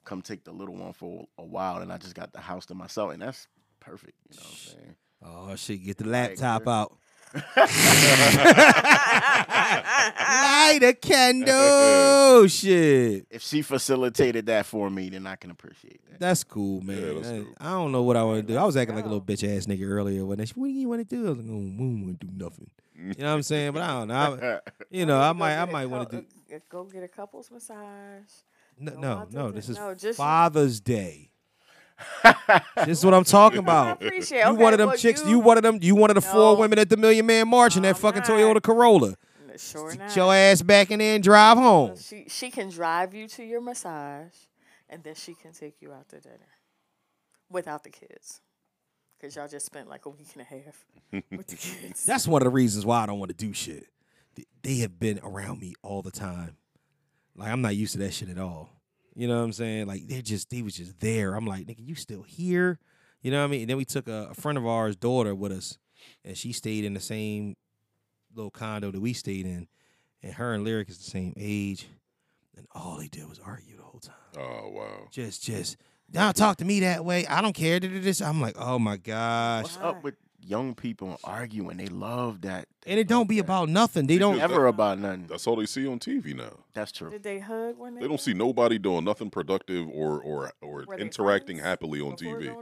Speaker 5: come take the little one for a while, and I just got the house to myself, and that's perfect. You know what I'm saying?
Speaker 1: Oh shit, get the
Speaker 5: Like,
Speaker 1: laptop
Speaker 5: girl.
Speaker 1: out. Light a candle. shit.
Speaker 5: If she facilitated that for me, then I can appreciate that.
Speaker 1: That's cool, man. That- I don't know what I want to do. I was acting like a little bitch ass nigga earlier when they said, "What do you want to do?" I was like, "Oh, we want to do nothing." You know what I'm saying? But I don't know. I- you know, I might, I might want to do.
Speaker 4: do. uh, Go get a couples massage.
Speaker 1: No,
Speaker 4: Go
Speaker 1: no,
Speaker 4: out to
Speaker 1: no.
Speaker 4: din-
Speaker 1: This is
Speaker 4: no, just-
Speaker 1: Father's Day. this is what I'm talking about.
Speaker 4: appreciate-
Speaker 1: Oh, You
Speaker 4: okay,
Speaker 1: one of them
Speaker 4: well,
Speaker 1: chicks. You,
Speaker 4: you-
Speaker 1: one of them. You one of the four women at the Million Man March in that fucking Toyota Corolla.
Speaker 4: Mm, Sure
Speaker 1: Get
Speaker 4: not.
Speaker 1: your ass back in there and drive home.
Speaker 4: She she can drive you to your massage, and then she can take you out to dinner without the kids, because y'all just spent like a week and a half.
Speaker 1: That's one of the reasons why I don't want to do shit. Th- They have been around me all the time. Like I'm not used to that shit at all. You know what I'm saying? Like they just they was just there. I'm like, nigga, you still here? You know what I mean? And then we took a, a friend of ours' daughter with us, and she stayed in the same little condo that we stayed in. And her and Lyric is the same age. And all they did was argue the whole time.
Speaker 6: Oh wow.
Speaker 1: Just just don't talk to me that way. I don't care. da- da- This I'm like, oh my gosh.
Speaker 5: What's up with young people arguing? They love that.
Speaker 1: And it don't be about nothing. They don't
Speaker 5: ever about nothing.
Speaker 6: That's all they see on TV now.
Speaker 5: That's true.
Speaker 4: Did they hug when they?
Speaker 6: They don't see nobody doing nothing productive or or or
Speaker 4: Were they
Speaker 6: interacting happily on TV.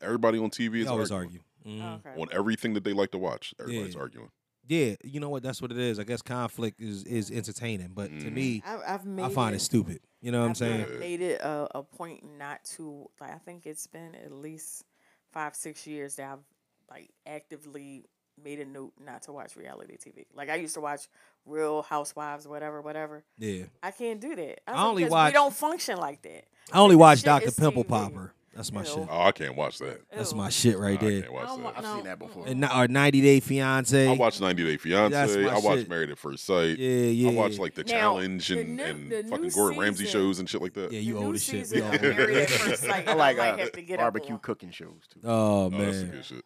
Speaker 6: Everybody on TV is
Speaker 1: They always
Speaker 6: arguing.
Speaker 1: argue. Mhm.
Speaker 4: Okay.
Speaker 6: on everything that they like to watch. Everybody's
Speaker 1: Yeah.
Speaker 6: arguing.
Speaker 1: Yeah, you know what? That's what it is. I guess conflict is is entertaining, but
Speaker 6: Mm-hmm.
Speaker 1: to me,
Speaker 4: I- I've
Speaker 1: I
Speaker 4: made
Speaker 1: find it,
Speaker 4: it-
Speaker 1: stupid. You know what I'm saying?
Speaker 4: I've made it a, a point not to like. I think it's been at least five, six years that I've like actively made a note not to watch reality TV. Like I used to watch Real Housewives, whatever, whatever.
Speaker 1: Yeah,
Speaker 4: I can't do that.
Speaker 1: I
Speaker 4: said,
Speaker 1: only
Speaker 4: "Because
Speaker 1: watch-
Speaker 4: We don't function like that.
Speaker 1: I only
Speaker 4: Like, this
Speaker 1: watch
Speaker 4: shit
Speaker 1: Doctor
Speaker 4: is
Speaker 1: Pimple
Speaker 4: TV.
Speaker 1: Popper. That's my shit.
Speaker 6: Oh, I can't watch that.
Speaker 1: That's my shit right there.
Speaker 4: I've seen
Speaker 5: that before.
Speaker 1: And not- or 90 Day Fiance.
Speaker 6: I watch 90 Day Fiance.
Speaker 1: That's my
Speaker 6: I watch
Speaker 1: shit.
Speaker 6: Married at First Sight.
Speaker 1: Yeah, yeah.
Speaker 6: I watch like The
Speaker 4: Now,
Speaker 6: Challenge
Speaker 4: the
Speaker 6: and,
Speaker 4: new-
Speaker 6: and
Speaker 4: the
Speaker 6: fucking
Speaker 4: new
Speaker 6: Gordon Ramsay
Speaker 4: season-
Speaker 6: shows and shit like that.
Speaker 1: Yeah, you old as shit. We
Speaker 4: season
Speaker 1: all
Speaker 4: of
Speaker 1: old.
Speaker 4: Married at First Sight.
Speaker 5: I like
Speaker 4: might
Speaker 5: uh,
Speaker 4: have to get up
Speaker 5: barbecue
Speaker 4: on.
Speaker 5: cooking shows too.
Speaker 1: Oh
Speaker 6: Oh, that's some
Speaker 1: man.
Speaker 6: good shit.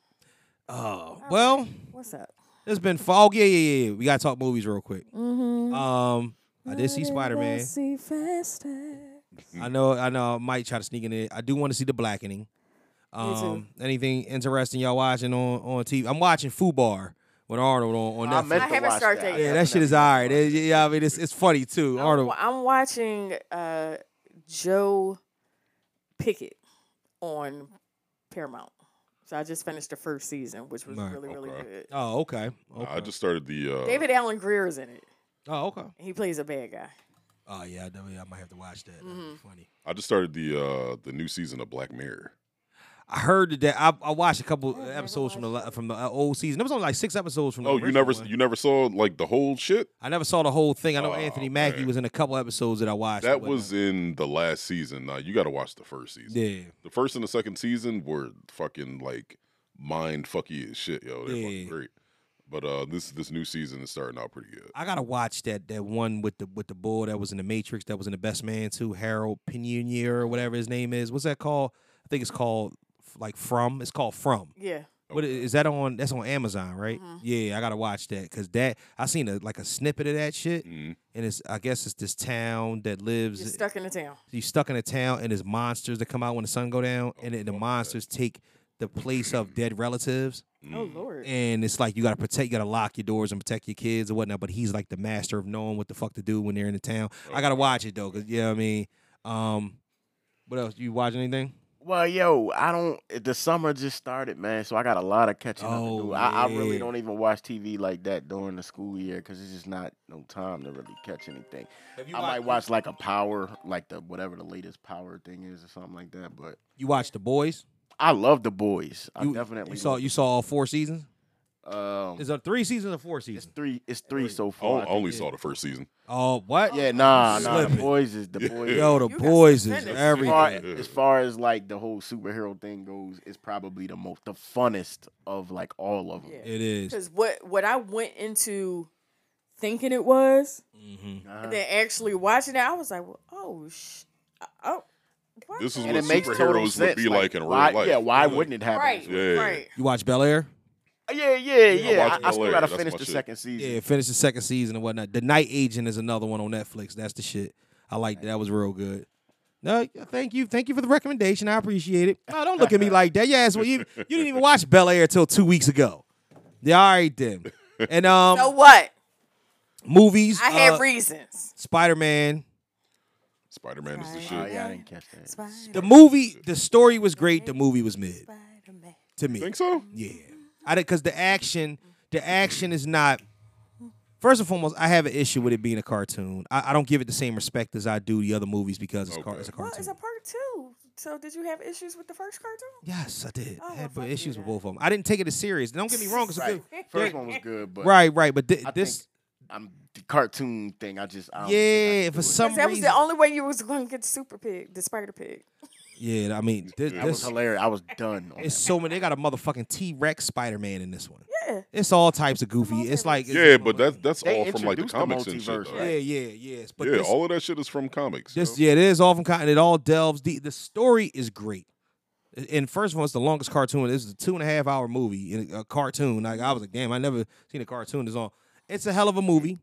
Speaker 1: Oh well,
Speaker 4: What's up?
Speaker 1: it's been fog. Yeah, yeah, yeah. We gotta talk movies real quick.
Speaker 4: Mhm.
Speaker 1: Um, I did see Spider Man.
Speaker 4: See faster.
Speaker 1: I know, I know. I might try to sneak in it. I do want to see the blackening.
Speaker 4: Me too.
Speaker 1: Um, anything interesting y'all watching on on TV? I'm watching Fubar with Arnold on on
Speaker 5: I
Speaker 1: Netflix.
Speaker 5: meant to I haven't watch
Speaker 4: started that. that yet.
Speaker 1: Yeah, that shit is all right. eh? It- yeah, I mean it's it's funny too. Arnold.
Speaker 4: Well, I'm watching uh, Joe Pickett on Paramount. So I just finished the first season, which was
Speaker 1: Right.
Speaker 4: really, really
Speaker 6: Okay.
Speaker 4: good.
Speaker 1: Oh, okay.
Speaker 6: Nah, I just started the. Uh,
Speaker 4: David Allen Greer is in it.
Speaker 1: Oh, okay.
Speaker 4: He plays a bad guy.
Speaker 1: Oh yeah, I, know, yeah, I might have to watch that. That'd be funny.
Speaker 6: I just started the uh, the new season of Black Mirror.
Speaker 1: I heard that I, I watched a couple episodes from the la- from the uh, old season. There was only like six episodes from.
Speaker 6: Oh,
Speaker 1: the
Speaker 6: you
Speaker 1: original
Speaker 6: never
Speaker 1: one.
Speaker 6: you never saw like the whole shit.
Speaker 1: I never saw the whole thing. I know Anthony Mackie was in a couple episodes that I watched.
Speaker 6: Oh, That was in the last season. Now you got to watch the first season.
Speaker 1: Yeah.
Speaker 6: The first and the second season were fucking like mind fucky as shit, yo. They're
Speaker 1: Yeah.
Speaker 6: fucking great. But uh, this this new season is starting out pretty good.
Speaker 1: I gotta watch that that one with the with the boy that was in the Matrix that was in the Best Man too, Harold Pinonier or whatever his name is. What's that called? I think it's called like From. It's called From.
Speaker 4: Yeah.
Speaker 1: What i- is that on? That's on Amazon, right?
Speaker 4: Uh-huh.
Speaker 1: Yeah, I gotta watch that because that I seen a like a snippet of that shit,
Speaker 6: Mm-hmm.
Speaker 1: and it's I guess it's this town that lives.
Speaker 4: You're stuck in the town.
Speaker 1: He's stuck in a town, and there's monsters that come out when the sun go down, and
Speaker 6: Oh,
Speaker 1: then the monsters take the place of dead relatives.
Speaker 4: Oh
Speaker 6: Mm-hmm.
Speaker 4: lord.
Speaker 1: Mm, And it's like you gotta protect, you gotta lock your doors and protect your kids and whatnot. But he's like the master of knowing what the fuck to do when they're in the town. I gotta watch it though, cause yeah, I mean, um, what else? You watching anything?
Speaker 5: Well, yo, I don't. The summer just started, man, so I got a lot of catching up to do. I, I really
Speaker 1: Oh, yeah.
Speaker 5: don't even watch TV like that during the school year because it's just not no time to really catch anything.
Speaker 1: Have you
Speaker 5: I might
Speaker 1: watched-
Speaker 5: watch like a power, like the whatever the latest power thing is or something like that. But
Speaker 1: You watch The Boys?
Speaker 5: I love The Boys. I
Speaker 1: You-
Speaker 5: definitely
Speaker 1: You saw
Speaker 5: love
Speaker 1: you saw all four seasons.
Speaker 5: Um,
Speaker 1: Is it three seasons or four seasons?
Speaker 5: It's three. It's three so
Speaker 6: I
Speaker 5: far.
Speaker 6: on- Oh, only saw the first season.
Speaker 1: Oh, what?
Speaker 5: Yeah, nah, nah. The
Speaker 1: Slipping.
Speaker 5: boys is the boys.
Speaker 1: Yo, the You got boys some is fitness.
Speaker 5: As far,
Speaker 1: everything.
Speaker 5: as far as like the whole superhero thing goes, it's probably the most the funnest of like all of them.
Speaker 1: It is.
Speaker 4: Because what what I went into thinking it was,
Speaker 1: Mm-hmm. Uh-huh.
Speaker 4: and then actually watching it, I was like, well, oh sh, oh. what
Speaker 6: This is
Speaker 4: the-
Speaker 6: what superheroes would be like, in real
Speaker 5: why-
Speaker 6: life.
Speaker 5: yeah, why wouldn't it happen
Speaker 4: Right,
Speaker 6: Yeah.
Speaker 4: right.
Speaker 1: You watch Bel Air?
Speaker 5: Yeah, yeah,
Speaker 6: Yeah, I
Speaker 5: yeah.
Speaker 6: watched
Speaker 5: I, I still
Speaker 6: Bel-Air.
Speaker 5: gotta
Speaker 6: That's
Speaker 5: finish
Speaker 6: my
Speaker 5: the
Speaker 6: shit.
Speaker 5: second season.
Speaker 1: Yeah, finish the second season and whatnot. The Night Agent is another one on Netflix. That's the shit. I like that. That was real good. No, thank you, thank you for the recommendation. I appreciate it. No, don't look at me like that. Yeah, well, you you didn't even watch Bel Air till two weeks ago. Yeah, all right then. And um,
Speaker 4: so what?
Speaker 1: movies.
Speaker 4: I had
Speaker 1: uh,
Speaker 4: reasons.
Speaker 1: Spider Man.
Speaker 6: Spider Man is the shit.
Speaker 5: Oh, yeah, I didn't catch that.
Speaker 1: The movie, the story was great. The movie was mid. To me,
Speaker 6: Think so?
Speaker 1: Yeah, I did because the action, the action is not. First and foremost, I have an issue with it being a cartoon. I, I don't give it the same respect as I do the other movies because it's, car, it's a
Speaker 4: Well,
Speaker 1: cartoon.
Speaker 4: it's a part two. So did you have issues with the first cartoon?
Speaker 1: Yes, I did. I had but issues with both of them. I didn't take it as serious. Don't get me wrong. It's a
Speaker 5: Right.
Speaker 1: good.
Speaker 5: First one was good, but
Speaker 1: Right, right, but thi-
Speaker 5: I
Speaker 1: this-
Speaker 5: think I'm the cartoon thing. I just I don't
Speaker 1: Yeah, for some
Speaker 4: Because that was
Speaker 1: reason.
Speaker 4: the only way you was going to get the super pig, the spider pig.
Speaker 1: Yeah, I mean, thi- this,
Speaker 5: That was hilarious. I was done.
Speaker 1: It's so many. They got a motherfucking T Rex Spider Man in this one.
Speaker 4: Yeah.
Speaker 1: It's all types of goofy. It's like it's-
Speaker 6: Yeah, but that's that's
Speaker 1: They
Speaker 6: all from like the
Speaker 1: introduced the
Speaker 6: comics and shit.
Speaker 1: multiverse,
Speaker 6: Though.
Speaker 1: right? Yeah, yeah, yes, but
Speaker 6: yeah,
Speaker 1: this-
Speaker 6: all of that shit is from comics.
Speaker 1: This yeah, it is all from kind. It all delves deep. The story is great. And first of all, it's the longest cartoon. This is a two and a half hour movie in a cartoon. Like I was like, damn, I never seen a cartoon this long. It's a hell of a movie.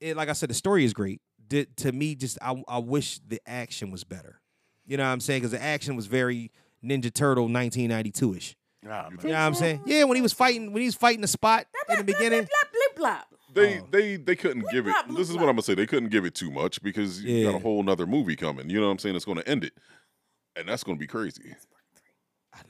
Speaker 1: It, like I said, the story is great. Did, to me, just I, I wish the action was better. You know what I'm saying? Because the action was very Ninja Turtle 1992 ish.
Speaker 5: Nah,
Speaker 1: You know what I'm saying? Yeah, when he was fighting, when he was fighting the spot in the beginning.
Speaker 4: Blip blop.
Speaker 1: oh.
Speaker 6: They they they couldn't give it. This is what I'm gonna say. They couldn't give it too much because you got a whole nother movie coming. You know what I'm saying? It's gonna end it, and that's gonna be crazy. I know.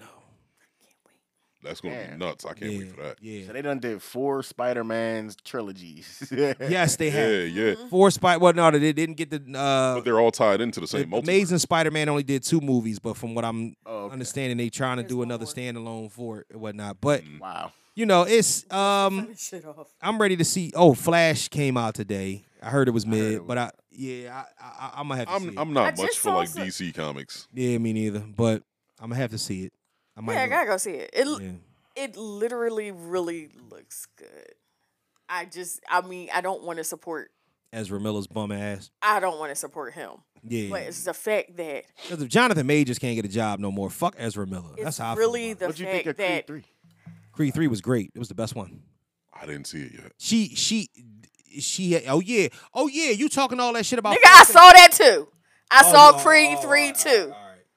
Speaker 6: That's gonna be
Speaker 5: Damn.
Speaker 6: nuts. I can't wait for that.
Speaker 1: Yeah.
Speaker 5: So they done did four Spider Man's trilogies.
Speaker 1: Yes, they have.
Speaker 6: Yeah, yeah.
Speaker 1: Four Spider. Well, no, they didn't get the. Uh,
Speaker 6: but they're all tied into the same multiverse.
Speaker 1: Amazing Spider-Man only did two movies, but from what I'm understanding, they trying to do another standalone for it and whatnot. But
Speaker 5: wow,
Speaker 1: you know, it's um,
Speaker 4: Shit off.
Speaker 1: I'm ready to see. Oh, Flash came out today. I heard it was mid, but I yeah, I, I, I'm gonna have to see
Speaker 6: I'm
Speaker 1: it.
Speaker 6: I'm
Speaker 4: I
Speaker 6: not
Speaker 4: just
Speaker 6: much for
Speaker 4: saw
Speaker 6: like
Speaker 4: some-
Speaker 6: DC comics.
Speaker 1: yeah, me neither. But I'm gonna have to see it. I might
Speaker 4: Yeah, I
Speaker 1: go-
Speaker 4: gotta go see it. It l-
Speaker 1: Yeah.
Speaker 4: it literally really looks good. I just, I mean, I don't want to support.
Speaker 1: Ezra Miller's bum ass.
Speaker 4: I don't want to support him.
Speaker 1: Yeah.
Speaker 4: but it's the fact that
Speaker 1: 'Cause if Jonathan Majors can't get a job no more, fuck Ezra Miller.
Speaker 4: it's
Speaker 1: That's how I feel.
Speaker 4: really the fact that
Speaker 1: Creed Three was great. It was the best one.
Speaker 6: I didn't see it yet.
Speaker 1: She she she. Oh yeah, oh yeah. You talking all that shit about?
Speaker 4: nigga, I saw that too. I
Speaker 1: Oh,
Speaker 4: saw
Speaker 1: no.
Speaker 4: Creed three too.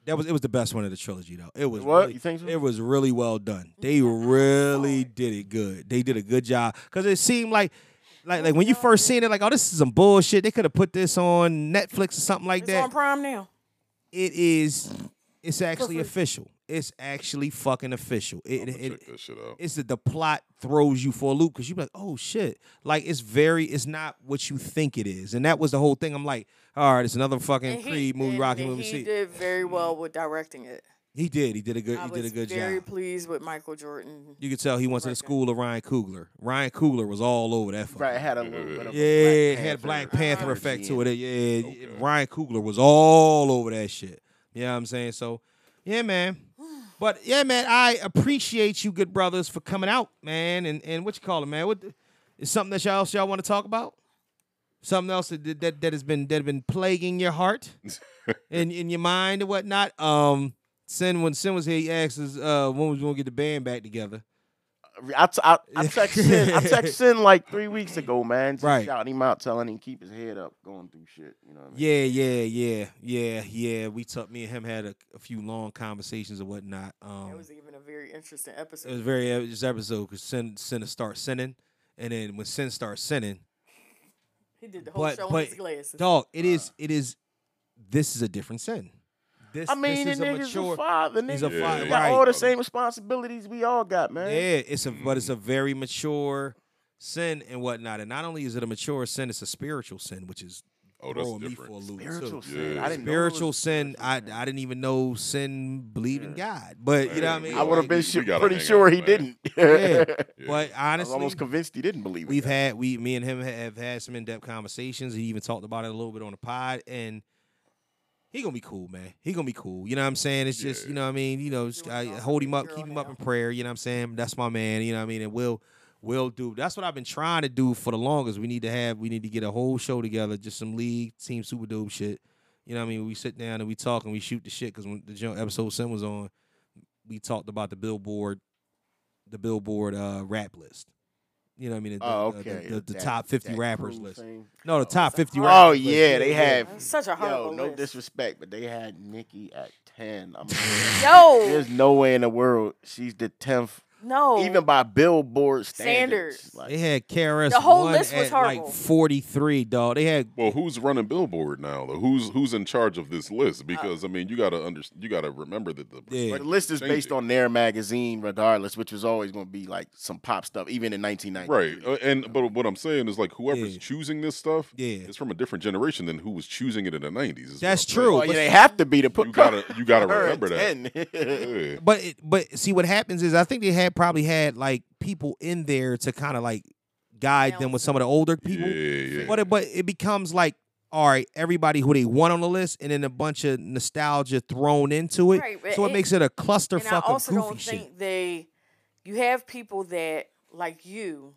Speaker 1: That was it was the best one of the trilogy though. It was
Speaker 5: What?
Speaker 1: Really,
Speaker 5: You think so?
Speaker 1: It was really well
Speaker 4: Mm-hmm.
Speaker 1: done. They really did it good. They did a good job because it seemed like. Like, like when you first seen it, like, oh, this is some bullshit. They could have put this on Netflix or something like
Speaker 4: It's
Speaker 1: that.
Speaker 4: on Prime now.
Speaker 1: It is, it's actually
Speaker 4: free.
Speaker 1: official. It's actually fucking official. It, it,
Speaker 6: Check that shit out.
Speaker 1: it's that the plot throws you for a loop because you be like, oh shit, like it's very, it's not what you think it is, and that was the whole thing. I'm like, all right, it's another fucking
Speaker 4: And he-
Speaker 1: Creed movie,
Speaker 4: and
Speaker 1: Rocky movie.
Speaker 4: He
Speaker 1: See,
Speaker 4: did very well with directing it.
Speaker 1: he did, he did a good,
Speaker 4: I
Speaker 1: he
Speaker 4: was
Speaker 1: did a good
Speaker 4: very
Speaker 1: job.
Speaker 4: pleased with Michael Jordan.
Speaker 1: You could tell he went to the school of Ryan Coogler. Ryan Coogler was all over that. Fucking.
Speaker 5: Right, it had a little bit of a
Speaker 1: Yeah, it
Speaker 5: Black
Speaker 1: had Black
Speaker 5: Panther
Speaker 1: Panther
Speaker 5: energy
Speaker 1: effect
Speaker 5: in
Speaker 1: to
Speaker 5: it.
Speaker 1: it. Yeah, Ryan Coogler was all over that shit. You know what I'm saying? So, yeah, man. But yeah, man, I appreciate you, good brothers, for coming out, man. And and what you call it, man? What is something that y'all else y'all want to talk about? Something else that that, that has been that have been plaguing your heart and in your mind and whatnot. Um, Sin when Sin was here, he asked us uh, when we was gonna get the band back together.
Speaker 5: I, t- I, I text Sin. I text Sin like three weeks ago, man. Just
Speaker 1: Right.
Speaker 5: shouting him out, telling him keep his head up, going through shit. You know what I mean?
Speaker 1: Yeah, yeah, yeah, yeah, yeah. We took me and him had a, a few long conversations and whatnot. Um,
Speaker 4: It was even a very interesting episode.
Speaker 1: It was very ev- this episode because Sin Sin start sinning, and then when Sin starts sinning,
Speaker 4: He did the whole
Speaker 1: but
Speaker 4: show in
Speaker 1: but
Speaker 4: his glasses.
Speaker 1: dog, it is it is this is a different sin. This
Speaker 5: I mean,
Speaker 1: this is
Speaker 5: the
Speaker 1: a
Speaker 5: nigga's
Speaker 1: mature
Speaker 5: a father. Nigga.
Speaker 1: he's a
Speaker 5: He
Speaker 1: father,
Speaker 5: got
Speaker 1: right.
Speaker 5: all the same responsibilities we all got, man.
Speaker 1: Yeah, it's a but
Speaker 6: Mm-hmm.
Speaker 1: it's a very mature sin and whatnot. And not only is it a mature sin, it's a spiritual sin, which is
Speaker 6: Oh, that's
Speaker 1: throwing me for a
Speaker 6: different.
Speaker 1: loop,
Speaker 5: Spiritual
Speaker 1: too.
Speaker 5: sin. Yeah. I didn't know it was
Speaker 1: spiritual sin. I I didn't even know sin believed in God, but you know what I mean.
Speaker 5: I would have been
Speaker 1: Like,
Speaker 5: sure,
Speaker 6: gotta
Speaker 5: pretty
Speaker 6: hang
Speaker 5: sure
Speaker 6: out,
Speaker 5: he
Speaker 6: man.
Speaker 5: didn't.
Speaker 1: Yeah.
Speaker 5: I
Speaker 1: But
Speaker 5: was
Speaker 1: honestly,
Speaker 5: almost convinced he didn't believe.
Speaker 1: we've had we me and him ha- have had some in depth conversations. He even talked about it a little bit on the pod, and he gonna be cool, man. He gonna be cool. You know what I'm saying? It's just you know what I mean. You know, just, I hold him up, keep him up in prayer. You know what I'm saying? That's my man. You know what I mean? And we'll we'll do. That's what I've been trying to do for the longest. We need to have we need to get a whole show together, just some league team super dope shit. You know what I mean? We sit down and we talk and we shoot the shit because when the joint episode seven was on, we talked about the Billboard, the Billboard uh, rap list. You know what I mean? The,
Speaker 5: Oh,
Speaker 1: the- the-
Speaker 5: okay.
Speaker 1: The, the
Speaker 5: That-
Speaker 1: top fifty
Speaker 5: that
Speaker 1: rappers
Speaker 5: crew
Speaker 1: list.
Speaker 5: thing.
Speaker 1: No, the top fifty.
Speaker 5: Oh
Speaker 1: rappers list.
Speaker 5: yeah, they had
Speaker 4: such a horrible
Speaker 5: yo, no
Speaker 4: list.
Speaker 5: disrespect, but they had Nikki at ten. I'm
Speaker 4: Yo.
Speaker 5: there's no way in the world she's the tenth,
Speaker 4: No,
Speaker 5: even by Billboard standards.
Speaker 4: Sanders.
Speaker 5: Like,
Speaker 1: They had KRS.
Speaker 4: The whole
Speaker 1: One
Speaker 4: list was
Speaker 1: at like
Speaker 4: horrible.
Speaker 1: forty three, dog. They had
Speaker 6: Well, who's running Billboard now? Though? Who's who's in charge of this
Speaker 1: Uh,
Speaker 6: list? Because I mean, you gotta under, you gotta remember that the
Speaker 5: But
Speaker 6: perspective
Speaker 5: the list is based
Speaker 6: changing.
Speaker 5: on their magazine, regardless, which was always going to be like some pop stuff, even in 1993.
Speaker 6: right. Uh, and but what I'm saying is like whoever's
Speaker 1: Yeah.
Speaker 6: choosing this stuff,
Speaker 1: Yeah.
Speaker 6: is from a different generation than who was choosing it in the '90s. is what
Speaker 1: That's
Speaker 6: I'm saying.
Speaker 1: true.
Speaker 5: Well, yeah,
Speaker 1: but
Speaker 5: they have to be to put
Speaker 6: You gotta you gotta
Speaker 5: her
Speaker 6: remember that.
Speaker 5: at 10.
Speaker 6: Yeah.
Speaker 1: But it, but see what happens is I think they had probably had like people in there to kind of like guide them with some of the older people.
Speaker 6: Yeah, yeah.
Speaker 1: But it, but it becomes like all right, everybody who they want on the list, and then a bunch of nostalgia thrown into it.
Speaker 4: Right, but
Speaker 1: so it,
Speaker 4: it-
Speaker 1: makes it a clusterfuck
Speaker 4: and I
Speaker 1: of
Speaker 4: also
Speaker 1: goofy
Speaker 4: don't
Speaker 1: shit.
Speaker 4: think they. You have people that like you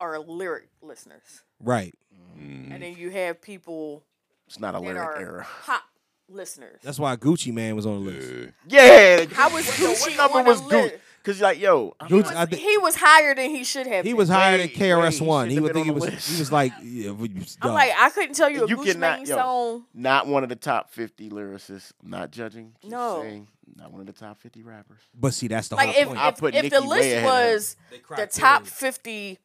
Speaker 4: are lyric listeners,
Speaker 1: Right. Mm.
Speaker 4: and then you have people
Speaker 5: It's not a
Speaker 4: that
Speaker 5: lyric
Speaker 4: are
Speaker 5: error.
Speaker 4: pop listeners.
Speaker 1: That's why Gucci Man was on the list.
Speaker 5: Yeah.
Speaker 4: How was
Speaker 5: what
Speaker 4: Gucci
Speaker 5: number
Speaker 4: on the
Speaker 5: was Goose?
Speaker 4: list?
Speaker 5: Because like, yo, I'm
Speaker 1: Gucci,
Speaker 5: not-
Speaker 1: I think
Speaker 4: He was higher than he should have.
Speaker 1: he
Speaker 4: been.
Speaker 1: was higher than
Speaker 5: Wait, wait,
Speaker 1: KRS
Speaker 5: he
Speaker 1: One. He
Speaker 5: shouldn't
Speaker 1: would
Speaker 5: have
Speaker 1: think he
Speaker 5: been on
Speaker 1: was
Speaker 5: the
Speaker 1: he
Speaker 5: list.
Speaker 1: was like yeah, we-
Speaker 4: I'm
Speaker 1: dog.
Speaker 4: like, I couldn't tell you a
Speaker 5: you
Speaker 4: Gucci
Speaker 5: cannot,
Speaker 4: Mane
Speaker 5: yo,
Speaker 4: song.
Speaker 5: not one of the top 50 lyricists. I'm not judging. Just
Speaker 4: No.
Speaker 5: saying, not one of the top 50 rappers.
Speaker 1: but see that's the
Speaker 4: Like
Speaker 1: whole
Speaker 4: if
Speaker 1: point.
Speaker 5: I put
Speaker 4: if, if the
Speaker 5: Nicki way
Speaker 4: list
Speaker 5: ahead of him.
Speaker 4: was
Speaker 1: They
Speaker 4: the
Speaker 1: criteria.
Speaker 4: top fifty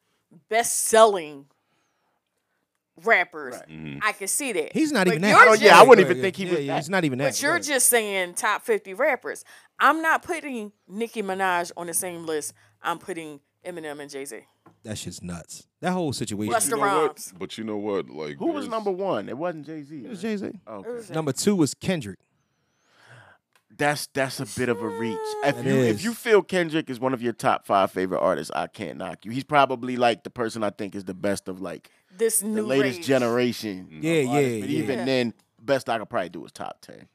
Speaker 4: best selling rappers,
Speaker 1: Mm-hmm.
Speaker 4: I could see that.
Speaker 1: he's not
Speaker 4: But
Speaker 1: even that.
Speaker 4: you're
Speaker 5: Oh, yeah, I
Speaker 4: just-
Speaker 5: wouldn't even think he
Speaker 1: yeah,
Speaker 5: was
Speaker 1: yeah,
Speaker 5: that.
Speaker 1: He's not even that.
Speaker 4: But you're
Speaker 1: right.
Speaker 4: just saying top 50 rappers. I'm not putting Nicki Minaj on the same list. I'm putting Eminem and Jay Z.
Speaker 1: that shit's nuts. That whole situation.
Speaker 4: Busta
Speaker 6: You know what?
Speaker 4: Rhymes.
Speaker 6: But you know what? Like
Speaker 5: Who was
Speaker 6: there's-
Speaker 5: number one? It wasn't Jay Z.
Speaker 1: It was Jay Z.
Speaker 5: Okay.
Speaker 1: Number two was Kendrick.
Speaker 5: That's that's a bit of a reach. If
Speaker 1: That
Speaker 5: you
Speaker 1: is.
Speaker 5: if you feel Kendrick is one of your top five favorite artists, I can't knock you. He's probably like the person I think is the best of like
Speaker 4: This
Speaker 5: the
Speaker 4: new
Speaker 5: latest
Speaker 4: rage.
Speaker 5: generation. of
Speaker 1: Yeah, yeah,
Speaker 5: artists. But
Speaker 1: yeah.
Speaker 5: even then, best I could probably do is top ten.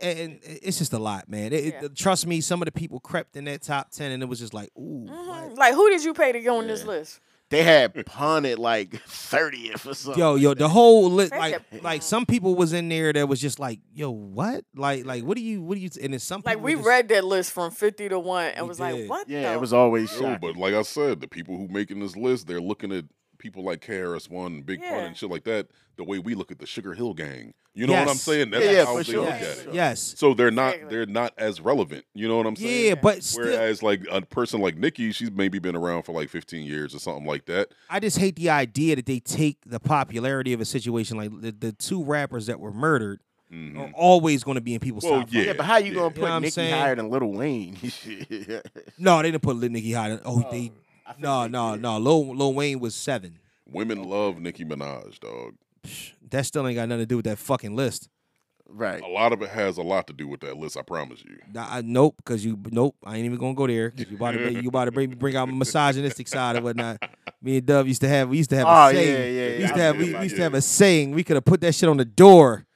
Speaker 1: And and it's just a lot, man. It, it-
Speaker 4: Yeah.
Speaker 1: trust me, some of the people crept in that top ten, and it was just like, ooh,
Speaker 4: Mhm. Like, who did you pay to go on this list?
Speaker 5: They had pun at like thirtieth or something.
Speaker 1: yo, yo, the whole list,
Speaker 4: That's
Speaker 1: like,
Speaker 4: a-
Speaker 1: like some people was in there that was just like, yo, what, like, like, what do you, what do you, and then some
Speaker 4: Like,
Speaker 1: people
Speaker 4: we
Speaker 1: just-
Speaker 4: read that list from 50 to 1 and
Speaker 1: We
Speaker 4: was
Speaker 1: did.
Speaker 4: like, what
Speaker 5: yeah,
Speaker 4: the?
Speaker 5: it was always
Speaker 1: Oh,
Speaker 6: No,
Speaker 5: shocking.
Speaker 6: but like I said, the people who making this list, they're looking at people like KRS One, Big Pun,
Speaker 4: Yeah.
Speaker 6: and shit like that. The way we look at the Sugar Hill Gang, you know what I'm
Speaker 1: Yes.
Speaker 6: saying? That's
Speaker 5: Yeah, yeah,
Speaker 6: how
Speaker 5: for
Speaker 6: they
Speaker 5: sure.
Speaker 6: look
Speaker 5: Yeah,
Speaker 6: at
Speaker 5: for
Speaker 6: it.
Speaker 5: sure.
Speaker 1: yes,
Speaker 6: So they're not
Speaker 4: Exactly.
Speaker 6: they're not as relevant. You know what I'm saying?
Speaker 1: yeah, but still,
Speaker 6: Whereas like a person like Nikki, she's maybe been around for like 15 years or something like that.
Speaker 1: I just hate the idea that they take the popularity of a situation like the, the two rappers that were murdered are always going to be in people's
Speaker 6: Mm-hmm. Well,
Speaker 1: top.
Speaker 6: yeah.
Speaker 1: five.
Speaker 5: yeah, but how you gonna
Speaker 1: You
Speaker 5: put
Speaker 1: know what I'm
Speaker 5: Nicki
Speaker 1: saying?
Speaker 5: higher than Lil Wayne? Shit.
Speaker 1: No, they didn't put Lil Nicki high. Oh, they,
Speaker 5: think
Speaker 1: no,
Speaker 5: they
Speaker 1: no,
Speaker 5: did.
Speaker 1: no. Lil, Lil Wayne was seven.
Speaker 6: Women love Nicki Minaj, dog.
Speaker 1: That still ain't got nothing to do with that fucking list.
Speaker 5: right.
Speaker 6: A
Speaker 1: Oh.
Speaker 6: lot of it has a lot to do with that list. I promise you.
Speaker 1: Nah, I, nope, because you nope. I ain't even gonna go there. 'cause You about to bring- you about to bring bring out my misogynistic side or whatnot. Me and Dub used to have we used to have
Speaker 5: Oh,
Speaker 1: a
Speaker 5: yeah,
Speaker 1: saying.
Speaker 5: yeah, yeah.
Speaker 1: We used
Speaker 5: I
Speaker 1: to have
Speaker 6: feel
Speaker 1: we,
Speaker 6: like
Speaker 1: we used
Speaker 6: you.
Speaker 1: to have a saying. We could have put that shit on the door.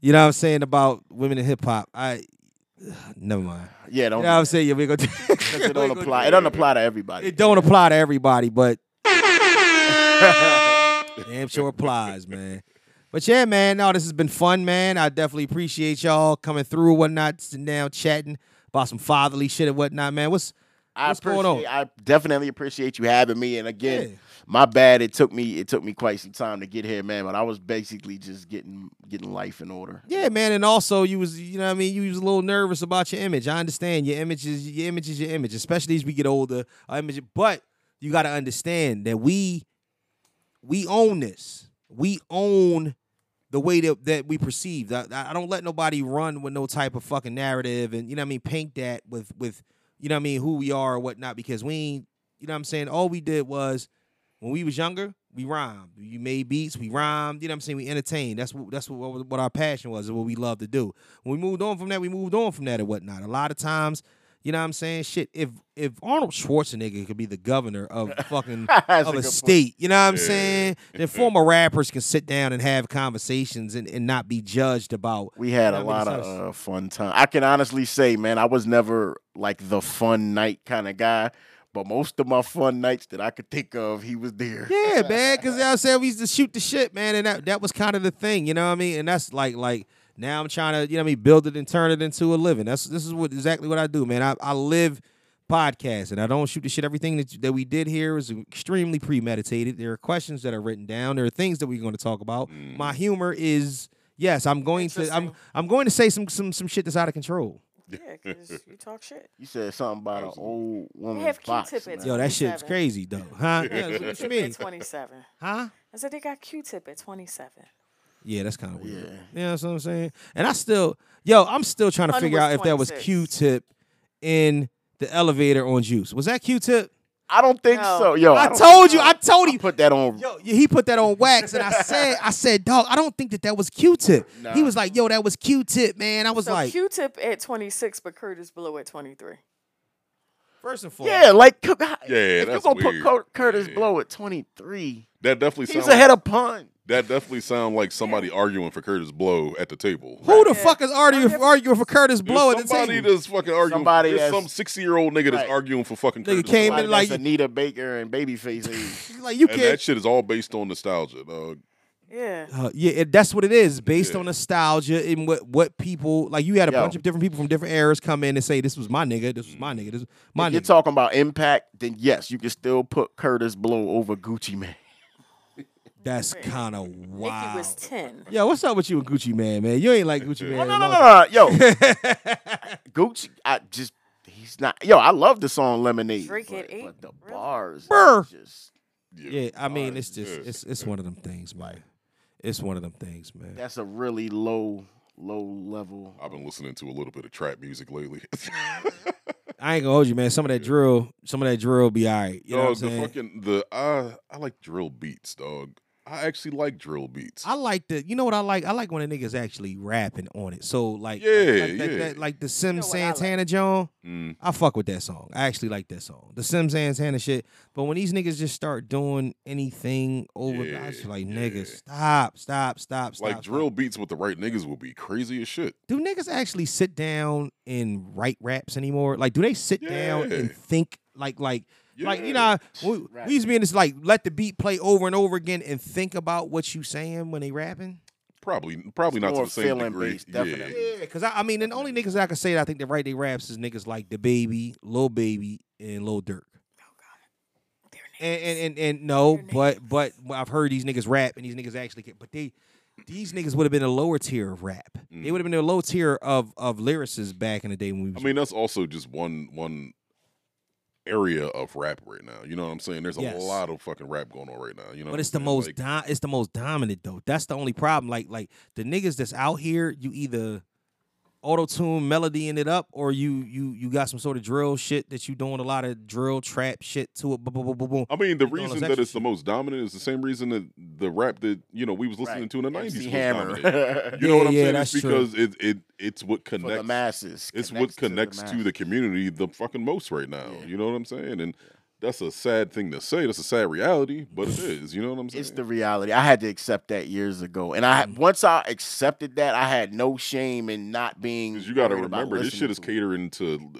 Speaker 1: You know what I'm saying about women in hip hop. I never mind.
Speaker 5: Yeah, don't
Speaker 1: You know what I'm saying? Yeah, we gonna.
Speaker 5: because it don't apply. It don't apply to everybody.
Speaker 1: It don't apply to everybody, but damn sure applies, man. But yeah, man, no, this has been fun, man. I definitely appreciate y'all coming through and whatnot, sitting down, chatting about some fatherly shit and whatnot, man. What's
Speaker 5: I
Speaker 1: what's going on?
Speaker 5: appreciate- I definitely appreciate you having me. And again, my bad. It took me it took me quite some time to get here, man. But I was basically just getting getting life in order.
Speaker 1: Yeah, man, and also you was you know what I mean you was a little nervous about your image. I understand your image is your image is your image, especially as we get older. Our image, but you got to understand that we we own this. We own the way that, that we perceive. I, I don't let nobody run with no type of fucking narrative, and you know what I mean. Paint that with with you know what I mean who we are or whatnot because we ain't you know what I'm saying. All we did was when we was younger, we rhymed. You made beats, we rhymed. You know what I'm saying? We entertained. That's what that's what what, what our passion was, and what we loved to do. When we moved on from that, we moved on from that and whatnot. A lot of times, you know what I'm saying? Shit, if if Arnold Schwarzenegger could be the governor of fucking
Speaker 5: That's
Speaker 1: of
Speaker 5: a
Speaker 1: a,
Speaker 5: good point.
Speaker 1: state, you know what I'm
Speaker 5: Yeah.
Speaker 1: saying? Then former rappers can sit down and have conversations and, and not be judged about.
Speaker 5: We had
Speaker 1: you
Speaker 5: a
Speaker 1: know what I mean?
Speaker 5: lot of
Speaker 1: So-
Speaker 5: uh, fun time. I can honestly say, man, I was never like the fun night kind of guy, but most of my fun nights that I could think of, he was there.
Speaker 1: Yeah, man. Because I said we used to shoot the shit, man, and that that was kind of the thing, you know what I mean? And that's like like now I'm trying to you know what I mean build it and turn it into a living. That's this is what exactly what I do, man. I, I live podcast and I don't shoot the shit. Everything that that we did here is extremely premeditated. There are questions that are written down. There are things that we're going to talk about. My humor is yes. I'm going to I'm I'm going to say some some some shit that's out of control.
Speaker 4: Yeah, because you talk shit.
Speaker 5: You said something about an old woman.
Speaker 4: have
Speaker 5: box,
Speaker 4: Q-tip at
Speaker 5: man.
Speaker 1: Yo, that shit's
Speaker 4: 27.
Speaker 1: crazy though, huh? Yeah, what you
Speaker 4: Q-tip
Speaker 1: mean?
Speaker 4: at 27.
Speaker 1: Huh?
Speaker 4: I said they got Q-tip at 27.
Speaker 1: Yeah, that's kind of weird. Yeah. You know what I'm saying? And I still, yo, I'm still trying to
Speaker 4: Hunter
Speaker 1: figure
Speaker 4: was
Speaker 1: out if that was
Speaker 4: 26.
Speaker 1: Q tip in the elevator on Juice. Was that Q tip?
Speaker 5: I don't think
Speaker 1: No.
Speaker 5: so. Yo,
Speaker 1: I
Speaker 5: don't
Speaker 1: told
Speaker 5: think
Speaker 1: you,
Speaker 5: so.
Speaker 1: I told you.
Speaker 5: Put that on.
Speaker 1: Yo, he put that on wax, and I said, I said, dog, I don't think that that was Q tip. He
Speaker 5: Nah.
Speaker 1: was like, yo, that was Q tip, man. I was
Speaker 4: so
Speaker 1: like,
Speaker 4: Q-tip at 26, but Curtis Blow at 23.
Speaker 1: First and
Speaker 5: Yeah, like Cur-
Speaker 6: Yeah,
Speaker 5: if you're
Speaker 6: that's
Speaker 5: gonna
Speaker 6: weird.
Speaker 5: put Cur- Curtis Blow at 23,
Speaker 6: That definitely
Speaker 5: he's
Speaker 6: sounds
Speaker 5: ahead of pun.
Speaker 6: that definitely sound like somebody arguing for Curtis Blow at the table.
Speaker 1: who the fuck is arguing, arguing for Curtis Blow at the
Speaker 6: somebody
Speaker 1: table?
Speaker 6: that's fucking arguing.
Speaker 5: Somebody
Speaker 6: there's
Speaker 5: that's-
Speaker 6: some sixty year old nigga that's
Speaker 5: Right.
Speaker 6: arguing for fucking.
Speaker 1: Nigga
Speaker 6: Curtis
Speaker 1: came
Speaker 6: Blow.
Speaker 1: in like,
Speaker 5: That's Anita Baker and Babyface. age.
Speaker 1: like you
Speaker 6: and
Speaker 1: can't.
Speaker 6: that shit is all based on nostalgia, dog.
Speaker 4: Yeah.
Speaker 1: Uh, yeah, it, that's what it is, based on nostalgia and what what people like. You had a
Speaker 5: Yo.
Speaker 1: bunch of different people from different eras come in and say, "This was my nigga. This was my nigga. This was my
Speaker 5: if you're
Speaker 1: nigga."
Speaker 5: talking about impact, then yes, you can still put Curtis Blow over Gucci Man.
Speaker 1: That's kind of
Speaker 4: Nikki
Speaker 1: wild.
Speaker 4: was 10.
Speaker 1: Yo, what's up with you and Gucci Man, man? You ain't like Gucci Man.
Speaker 5: Oh, no,
Speaker 1: at
Speaker 5: no,
Speaker 1: all.
Speaker 5: no, no, yo, Gucci. I just he's not. Yo, I love the song Lemonade.
Speaker 4: Drake at
Speaker 5: but-
Speaker 4: 8.
Speaker 5: But the bars,
Speaker 1: Brr.
Speaker 5: just
Speaker 1: Yeah, I mean, it's just it's it's one of them things, man. It's one of them things, man.
Speaker 5: that's a really low, low level.
Speaker 6: I've been listening to a little bit of trap music lately.
Speaker 1: I ain't gonna hold you, man. Some of that drill, some of that drill be all right.
Speaker 5: Oh,
Speaker 1: You know
Speaker 6: dog,
Speaker 1: what I'm
Speaker 6: the
Speaker 1: saying?
Speaker 6: fucking the I I like drill beats, dog. I actually like drill beats.
Speaker 1: I like the, you know what I like? I like when the niggas actually rapping on it. So like,
Speaker 6: Yeah,
Speaker 1: like, that,
Speaker 6: yeah.
Speaker 1: that- like the Sim
Speaker 4: know what I like.
Speaker 1: Santana John.
Speaker 6: Mm.
Speaker 1: I fuck with that song. I actually like that song, the Sim Santana shit. But when these niggas just start doing anything over, I just like niggas, stop, stop, stop, stop.
Speaker 6: like
Speaker 1: stop.
Speaker 6: drill beats with the right niggas will be crazy as shit.
Speaker 1: Do niggas actually sit down and write raps anymore? Like, do they sit down and
Speaker 6: Yeah.
Speaker 1: think like like like you
Speaker 6: Yeah.
Speaker 1: know we, we used to be in this like let the beat play over and over again and think about what you saying when they rapping?
Speaker 6: Probably probably
Speaker 5: It's
Speaker 6: not to
Speaker 5: more
Speaker 6: the same
Speaker 5: feeling
Speaker 6: degree.
Speaker 5: based, definitely.
Speaker 1: Yeah, because I, I mean, the only niggas that I can say that I think that write they raps is niggas like the baby, Lil Baby, and Lil Durk. And, and and and no, but but I've heard these niggas rap and these niggas actually can, but they these niggas would have been a lower tier of rap. They would have been a low tier of of lyricists back in the day when we.
Speaker 6: I
Speaker 1: Was,
Speaker 6: mean, that's also just one one area of rap right now. You know what I'm saying? There's a
Speaker 1: Yes.
Speaker 6: lot of fucking rap going on right now. You know,
Speaker 1: but it's the most dom- it's the most dominant though. That's the only problem. Like like the niggas that's out here, you either auto tune melody in it up, or you you you got some sort of drill shit that you doing a lot of drill trap shit to it. Boom, boom, boom, boom, boom.
Speaker 6: I mean, the
Speaker 1: You doing all this
Speaker 6: reason that
Speaker 1: extra
Speaker 6: it's the most dominant is the same reason that the rap that you know we was listening
Speaker 5: Right.
Speaker 6: to in the
Speaker 5: MC
Speaker 6: nineties was
Speaker 5: Hammer.
Speaker 6: dominant. You know
Speaker 1: Yeah,
Speaker 6: what I'm
Speaker 1: yeah,
Speaker 6: saying?
Speaker 1: that's
Speaker 6: it's
Speaker 1: true.
Speaker 6: because it, it it's what
Speaker 5: the
Speaker 6: connects
Speaker 5: masses,
Speaker 6: It's
Speaker 5: connects
Speaker 6: what
Speaker 5: to the
Speaker 6: connects to the,
Speaker 5: masses.
Speaker 6: community the fucking most right now. You know what I'm saying? And that's a sad thing to say. That's a sad reality, but it is. You know what I'm saying?
Speaker 5: It's the reality. I had to accept that years ago, and
Speaker 6: Mm.
Speaker 5: I once I accepted that, I had no shame in not being.
Speaker 6: Because you got to
Speaker 5: worried about
Speaker 6: remember, this
Speaker 5: listening
Speaker 6: shit is
Speaker 5: to it.
Speaker 6: catering to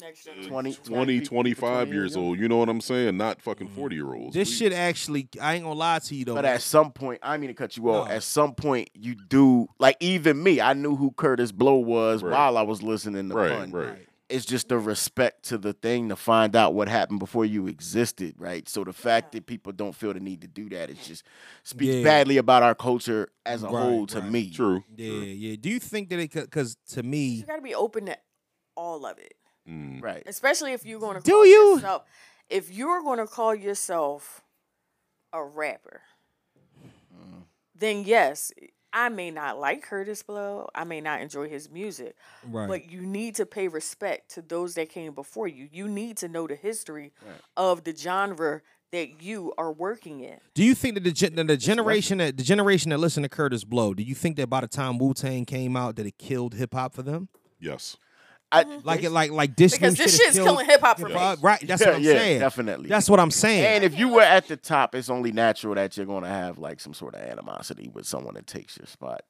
Speaker 4: Next
Speaker 6: Uh,
Speaker 4: generation.
Speaker 5: 20
Speaker 6: 20, 25
Speaker 5: between,
Speaker 6: years
Speaker 5: yeah. Mm-hmm.
Speaker 6: old. You know what I'm saying? Not fucking 40 year olds.
Speaker 1: This shit actually, I ain't gonna lie to you though.
Speaker 5: But at some point, I mean to cut you off. At some point, you do like even me. I knew who Curtis Blow was
Speaker 6: Right.
Speaker 5: while I was listening to
Speaker 6: Right,
Speaker 5: Pun.
Speaker 6: right.
Speaker 5: It's just the respect to the thing to find out what happened before you existed, right? So the fact that people don't feel the need to do that, it just speaks
Speaker 1: Yeah.
Speaker 5: badly about our culture as a
Speaker 1: Right,
Speaker 5: whole to
Speaker 1: right.
Speaker 5: me.
Speaker 6: True.
Speaker 1: yeah, yeah. Do you think that it? Because to me,
Speaker 4: You got to be open to all of it,
Speaker 6: Mm,
Speaker 5: Right.
Speaker 4: especially if you're going to
Speaker 1: Do
Speaker 4: call
Speaker 1: you?
Speaker 4: yourself if you're going to call yourself a rapper.
Speaker 1: Mm.
Speaker 4: Then yes, I may not like Curtis Blow. I may not enjoy his music.
Speaker 1: Right.
Speaker 4: But you need to pay respect to those that came before you. You need to know the history of the genre that you are working in.
Speaker 1: do you think that the gen- that the generation that the generation that listened to Curtis Blow, do you think that by the time Wu Tang came out, that it killed hip hop for them?
Speaker 6: Yes.
Speaker 5: I,
Speaker 1: Like it, like like this.
Speaker 4: Because
Speaker 1: new
Speaker 4: this
Speaker 1: shit
Speaker 4: shit's
Speaker 1: has killed
Speaker 4: killing hip-hop for me.
Speaker 1: Right. That's
Speaker 5: Yeah,
Speaker 1: what I'm
Speaker 5: yeah,
Speaker 1: saying.
Speaker 5: definitely.
Speaker 1: That's what I'm saying.
Speaker 5: And if you were at the top, it's only natural that you're going to have like some sort of animosity with someone that takes your spot.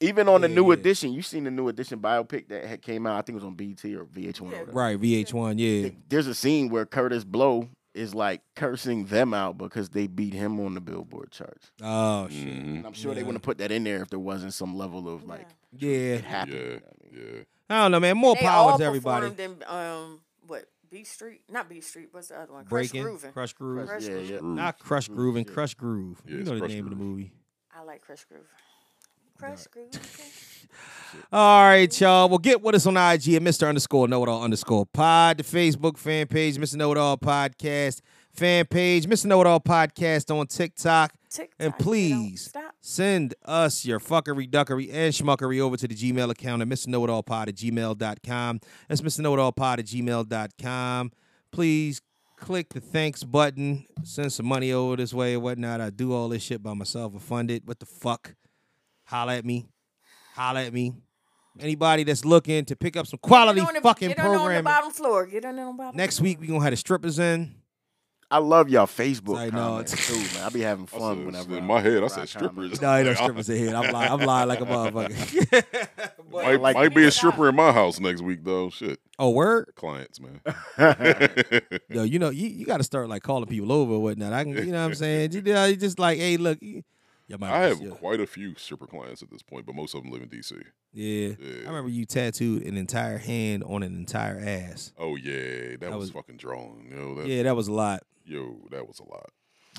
Speaker 5: Even on the new edition, you seen the new edition biopic that had came out. I think it was on BT or VH1. Or whatever.
Speaker 1: Right, VH1, yeah.
Speaker 5: There's a scene where Curtis Blow is like cursing them out because they beat him on the Billboard charts.
Speaker 1: Oh shit.
Speaker 5: And I'm sure they wouldn't have put that in there if there wasn't some level of like
Speaker 1: Yeah.
Speaker 5: happy.
Speaker 6: Yeah.
Speaker 1: I don't know, man. More
Speaker 4: They
Speaker 1: power
Speaker 4: all
Speaker 1: to everybody.
Speaker 4: performed in, um, what B Street? Not B Street. What's the other one?
Speaker 1: Breaking,
Speaker 4: Crush Grooving.
Speaker 1: Crush Groove.
Speaker 4: Crush
Speaker 5: Yeah,
Speaker 4: Groove.
Speaker 5: yeah.
Speaker 1: Not Crush Groove and Crush Groove.
Speaker 6: Yeah,
Speaker 1: you
Speaker 6: it's
Speaker 1: know the
Speaker 6: Crush
Speaker 1: name of the movie.
Speaker 4: I like Crush Groove. Crush Groove.
Speaker 1: All right, y'all. Well, get with us on IG at Mr. Underscore Know It All Underscore Pod, the Facebook fan page, Mr. Know It All Podcast fan page, Mr. Know It All Podcast on TikTok.
Speaker 4: TikTok,
Speaker 1: And
Speaker 4: they don't
Speaker 1: please
Speaker 4: stop.
Speaker 1: send us your fuckery, duckery, and schmuckery over to the Gmail account at Mr. Know It All Pod at gmail.com. That's Mr. Know It All Pod at gmail.com. Please click the thanks button, send some money over this way or whatnot. I do all this shit by myself. I fund it. What the fuck? Holla at me. Holla at me. Anybody that's looking to pick up some quality
Speaker 4: Get on the-
Speaker 1: fucking
Speaker 4: Get on on the
Speaker 1: programming.
Speaker 4: bottom floor. Get on the bottom.
Speaker 1: Next week we gonna have the strippers in.
Speaker 5: I love y'all Facebook
Speaker 1: I know,
Speaker 5: comments too, man. I be having
Speaker 6: I
Speaker 5: fun
Speaker 6: said-
Speaker 5: whenever
Speaker 6: in
Speaker 5: I-
Speaker 6: my head, I
Speaker 5: whenever
Speaker 6: said
Speaker 5: comment.
Speaker 6: strippers.
Speaker 1: No, ain't no strippers in here. I'm lying. I'm lying like a motherfucker.
Speaker 6: Might,
Speaker 5: like-
Speaker 6: might be a stripper in my house next week, though. Shit.
Speaker 1: oh, word.
Speaker 6: Clients, man.
Speaker 1: Yo, you know, you, you got to start like calling people over or whatnot. I can, you know, what I'm saying, you, know, you just like, hey, look, you, your mouth
Speaker 6: I
Speaker 1: is-
Speaker 6: have
Speaker 1: yeah.
Speaker 6: quite a few stripper clients at this point, but most of them live in D.C.
Speaker 1: yeah. I remember you tattooed an entire hand on an entire ass.
Speaker 6: Oh yeah, that, was,
Speaker 1: was-
Speaker 6: fucking drawing. Yo, that,
Speaker 1: Yeah, that was a lot.
Speaker 6: yo, that was a lot.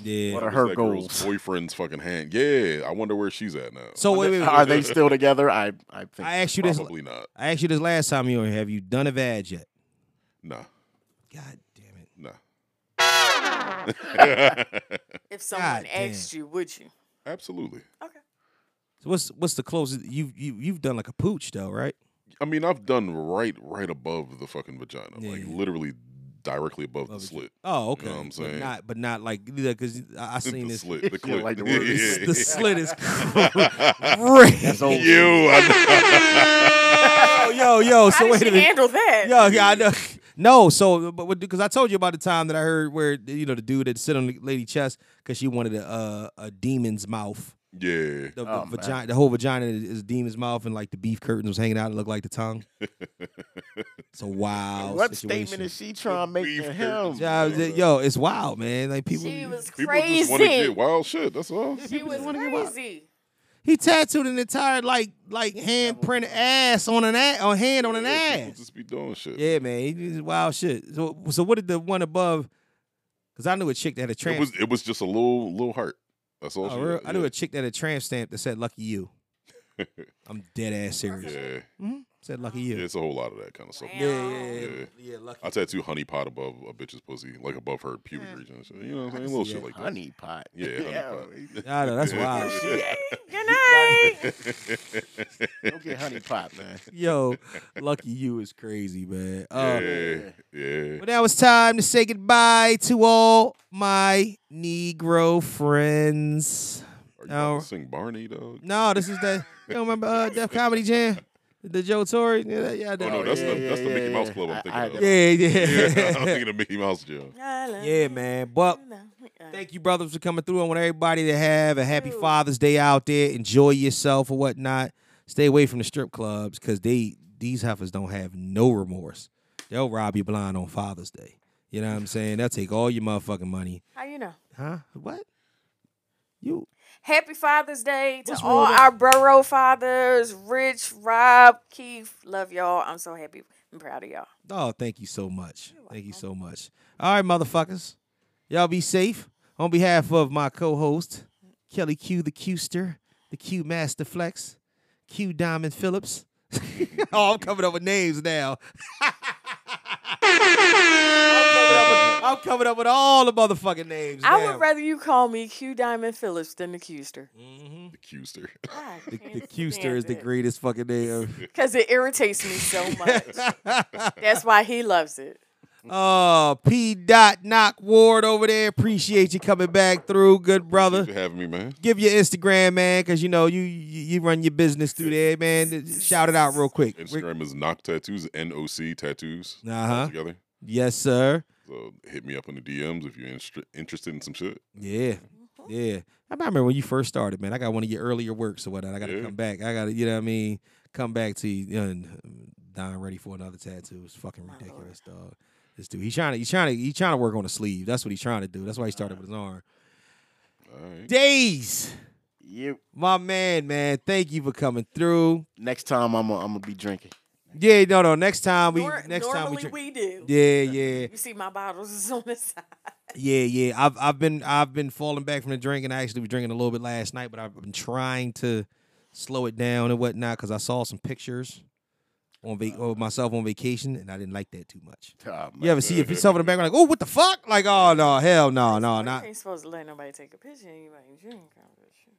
Speaker 1: Yeah.
Speaker 5: What are
Speaker 6: It's
Speaker 5: her
Speaker 6: that
Speaker 5: goals?
Speaker 6: girl's boyfriend's fucking hand. Yeah, I wonder where she's at now.
Speaker 1: So Oh, wait, wait, wait.
Speaker 5: Are they still together? I I think
Speaker 1: I asked you this.
Speaker 6: probably not.
Speaker 1: I asked you this last time you were here. Have you done a vag yet?
Speaker 6: Nah,
Speaker 1: God damn it.
Speaker 6: nah.
Speaker 4: If someone
Speaker 1: God damn.
Speaker 4: asked you, would you?
Speaker 6: Absolutely.
Speaker 4: Okay.
Speaker 1: So what's what's the closest you you you've done like a pooch though, right?
Speaker 6: I mean, I've done right, right above the fucking vagina,
Speaker 1: Yeah,
Speaker 6: like
Speaker 1: yeah.
Speaker 6: literally directly above, the
Speaker 1: Above the-
Speaker 6: slit.
Speaker 1: Oh, okay.
Speaker 6: You know what I'm
Speaker 1: But
Speaker 6: saying?
Speaker 1: not, but not like because I, I seen
Speaker 6: the
Speaker 1: this.
Speaker 6: slit, the
Speaker 5: Yeah,
Speaker 6: clit.
Speaker 5: like the word.
Speaker 1: This-
Speaker 6: Yeah.
Speaker 1: the slit is crazy.
Speaker 5: old.
Speaker 6: You,
Speaker 1: yo,
Speaker 6: I
Speaker 1: yo, yo. So
Speaker 4: How
Speaker 1: wait
Speaker 4: did
Speaker 1: a
Speaker 4: you
Speaker 1: minute.
Speaker 4: handle that?
Speaker 1: Yo, yeah, I know. No, so but because I told you about the time that I heard where you know the dude that sit on the lady chest because she wanted a uh, a demon's mouth.
Speaker 6: know. yeah.
Speaker 1: The, the
Speaker 5: Oh, man.
Speaker 1: vagina, the whole vagina is, is a demon's mouth, and like the beef curtains was hanging out. It looked like the tongue. It's a wild
Speaker 5: What
Speaker 1: situation.
Speaker 5: statement is she trying to make
Speaker 6: Beef
Speaker 5: to him?
Speaker 6: curtains.
Speaker 1: Yeah, I was- yo, it's wild, man. Like people,
Speaker 4: She was
Speaker 6: People just want to
Speaker 4: crazy.
Speaker 6: get wild shit. That's all.
Speaker 4: She was crazy.
Speaker 1: He tattooed an entire like like handprint ass on an ass on hand on an
Speaker 6: Yeah, people
Speaker 1: ass.
Speaker 6: Just be doing shit.
Speaker 1: Yeah, man, he did wild shit. So so what did the one above? Because I knew a chick that had a
Speaker 6: It
Speaker 1: tramp.
Speaker 6: was. It was just a little, little heart. That's all.
Speaker 1: Oh,
Speaker 6: she
Speaker 1: real?
Speaker 6: had.
Speaker 1: I knew a chick that had a tramp stamp that said "Lucky You." I'm dead ass
Speaker 6: Yeah.
Speaker 1: serious.
Speaker 6: yeah.
Speaker 4: Mm-hmm.
Speaker 1: Said "Lucky
Speaker 6: Yeah,
Speaker 1: You."
Speaker 6: It's a whole lot of that kind of stuff.
Speaker 4: Yeah, yeah,
Speaker 6: yeah.
Speaker 1: yeah. Lucky.
Speaker 6: I tattoo honey pot above a bitch's pussy, like above her pubic
Speaker 4: Hmm.
Speaker 6: region. And shit. You know what I'm saying? Little shit like that.
Speaker 5: honey pot.
Speaker 6: Yeah, honey
Speaker 5: Yo,
Speaker 6: pot.
Speaker 1: I know that's wild. shit.
Speaker 4: Good night.
Speaker 5: Don't get honey pot, man.
Speaker 1: Yo, "Lucky You" is crazy, man. Uh,
Speaker 6: Yeah, yeah.
Speaker 1: But now it's time to say goodbye to all my Negro friends.
Speaker 6: Are you
Speaker 1: Now-
Speaker 6: about to sing Barney, dog?
Speaker 1: No, this is that. You don't remember uh, Def Comedy Jam? The Joe Torre? Yeah, that- yeah, I
Speaker 6: Oh,
Speaker 1: know.
Speaker 6: no, that's,
Speaker 5: yeah,
Speaker 6: the,
Speaker 5: yeah,
Speaker 6: that's the
Speaker 5: yeah,
Speaker 6: Mickey Mouse
Speaker 5: yeah.
Speaker 6: Club I'm
Speaker 5: I-
Speaker 6: thinking
Speaker 5: I-
Speaker 6: of.
Speaker 1: yeah,
Speaker 6: I'm
Speaker 1: yeah.
Speaker 6: thinking of Mickey Mouse Jam.
Speaker 1: yeah, man. But thank you, brothers, for coming through. I want everybody to have a happy Father's Day out there. Enjoy yourself or whatnot. Stay away from the strip clubs because they these heifers don't have no remorse. They'll rob you blind on Father's Day. You know what I'm saying? They'll take all your motherfucking money.
Speaker 4: How you know?
Speaker 1: Huh? What?
Speaker 4: Happy Father's Day to
Speaker 1: What's wrong
Speaker 4: all
Speaker 1: with-
Speaker 4: our borough fathers, Rich, Rob, Keith. Love y'all. I'm so happy. I'm proud of y'all.
Speaker 1: Oh, thank you so much. Thank you so much. All right, motherfuckers. Y'all be safe. On behalf of my co-host, Kelly Q the Qster, the Q Master Flex, Q Diamond Phillips. oh, I'm coming up with names now. I'm coming up with all the motherfucking names.
Speaker 4: I
Speaker 1: now.
Speaker 4: would rather you call me Q Diamond Phillips than the Qster.
Speaker 6: The Qster.
Speaker 1: The, the Qster is the greatest fucking name.
Speaker 4: Because it irritates me so much. That's why he loves it.
Speaker 1: Oh, P. Dot Knock Ward over there. Appreciate you coming back through, good brother.
Speaker 6: Thanks for having me, man.
Speaker 1: Give your Instagram, man, because you know you, you you run your business through there, man. Shout it out real quick.
Speaker 6: Instagram is knock tattoos, N O C tattoos. all
Speaker 1: Uh-huh.
Speaker 6: Together.
Speaker 1: Yes, sir.
Speaker 6: So hit me up in the DMs if you're instr- interested in some shit.
Speaker 1: Yeah, yeah. I remember when you first started, man. I got one of your earlier works or whatnot. I got to
Speaker 6: Yeah.
Speaker 1: come back. I got to, you know what I mean? Come back to you. And Don ready for another tattoo. It's fucking ridiculous, dog. This dude, he's trying to, he's trying to, he's trying to work on the sleeve. That's what he's trying to do. That's why he started with his arm. Days.
Speaker 5: Yep.
Speaker 1: My man, man. Thank you for coming through.
Speaker 5: Next time I'm gonna I'm gonna be drinking.
Speaker 1: Yeah, no, no. Next time we,
Speaker 4: Nor-
Speaker 1: next time
Speaker 4: normally
Speaker 1: we, drink-
Speaker 4: we do.
Speaker 1: Yeah, yeah.
Speaker 4: You see, my bottles is on this side.
Speaker 1: Yeah, yeah. I've I've been I've been falling back from the drinking. I actually was drinking a little bit last night, but I've been trying to slow it down and whatnot because I saw some pictures on va- of myself on vacation, and I didn't like that too much.
Speaker 5: Oh,
Speaker 1: you ever see if yourself in the background like, oh, what the fuck? Like, oh no, hell no, no, Oh, not.
Speaker 4: You ain't supposed to let nobody take a picture of you while you drink. I'm just, you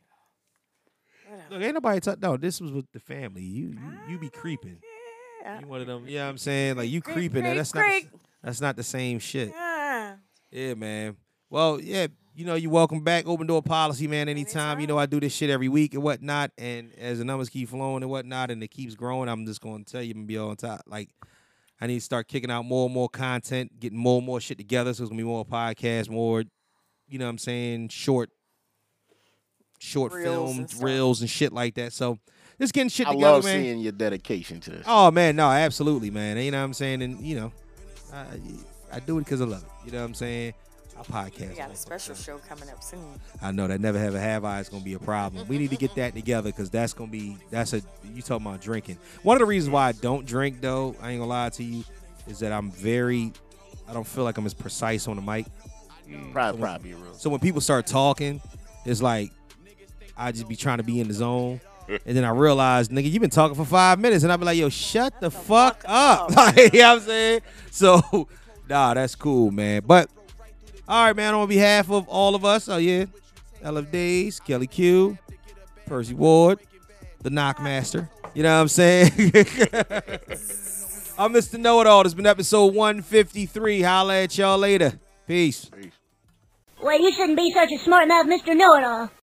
Speaker 4: know, whatever.
Speaker 1: Look, ain't nobody talk. No, this was with the family. You you, you be creeping.
Speaker 4: Yeah.
Speaker 1: You one of them. Yeah, I'm saying like you
Speaker 4: Creep,
Speaker 1: creeping. and
Speaker 4: creep,
Speaker 1: that's not the s-
Speaker 4: creep.
Speaker 1: that's not the same shit.
Speaker 4: Ah.
Speaker 1: Yeah, man. Well, yeah, you know, you're welcome back. Open door policy, man. Anytime. You know, I do this shit every week and whatnot. And as the numbers keep flowing and whatnot, and it keeps growing, I'm just gonna tell you and be on top. Like, I need to start kicking out more and more content, getting more and more shit together. So it's gonna be more podcasts, more, you know, what I'm saying, short, short
Speaker 5: Reels
Speaker 1: films,
Speaker 5: and stuff.
Speaker 1: reels and shit like that. So just getting shit
Speaker 5: I
Speaker 1: together,
Speaker 5: love
Speaker 1: man.
Speaker 5: seeing your dedication to this.
Speaker 1: Oh man, no, absolutely, man. You know what I'm saying? And you know, I, I do it because I love it. You know what I'm saying? I
Speaker 4: We
Speaker 1: podcast.
Speaker 4: got a special show coming up soon.
Speaker 1: I know that never have a have I is gonna be a problem. We need to get that together because that's gonna be that's a you talking about drinking. One of the reasons why I don't drink though, I ain't gonna lie to you, is that I'm very I don't feel like I'm as precise on the mic.
Speaker 5: Probably,
Speaker 1: So when-
Speaker 5: probably a real.
Speaker 1: So when people start talking, it's like I just be trying to be in the zone. And then I realized, nigga, you've been talking for five minutes, and I be like, yo, shut the, fuck, up. Like, you know what I'm saying? So, nah, that's cool, man. But all right, man, on behalf of all of us, oh yeah, LF Days, Kelly Q, Percy Ward, the Knockmaster. You know what I'm saying? I'm Mr. Know It All. It's been episode 153. Holla at y'all later. Peace.
Speaker 13: Well, you shouldn't be such a smart mouth, Mr. Know It All.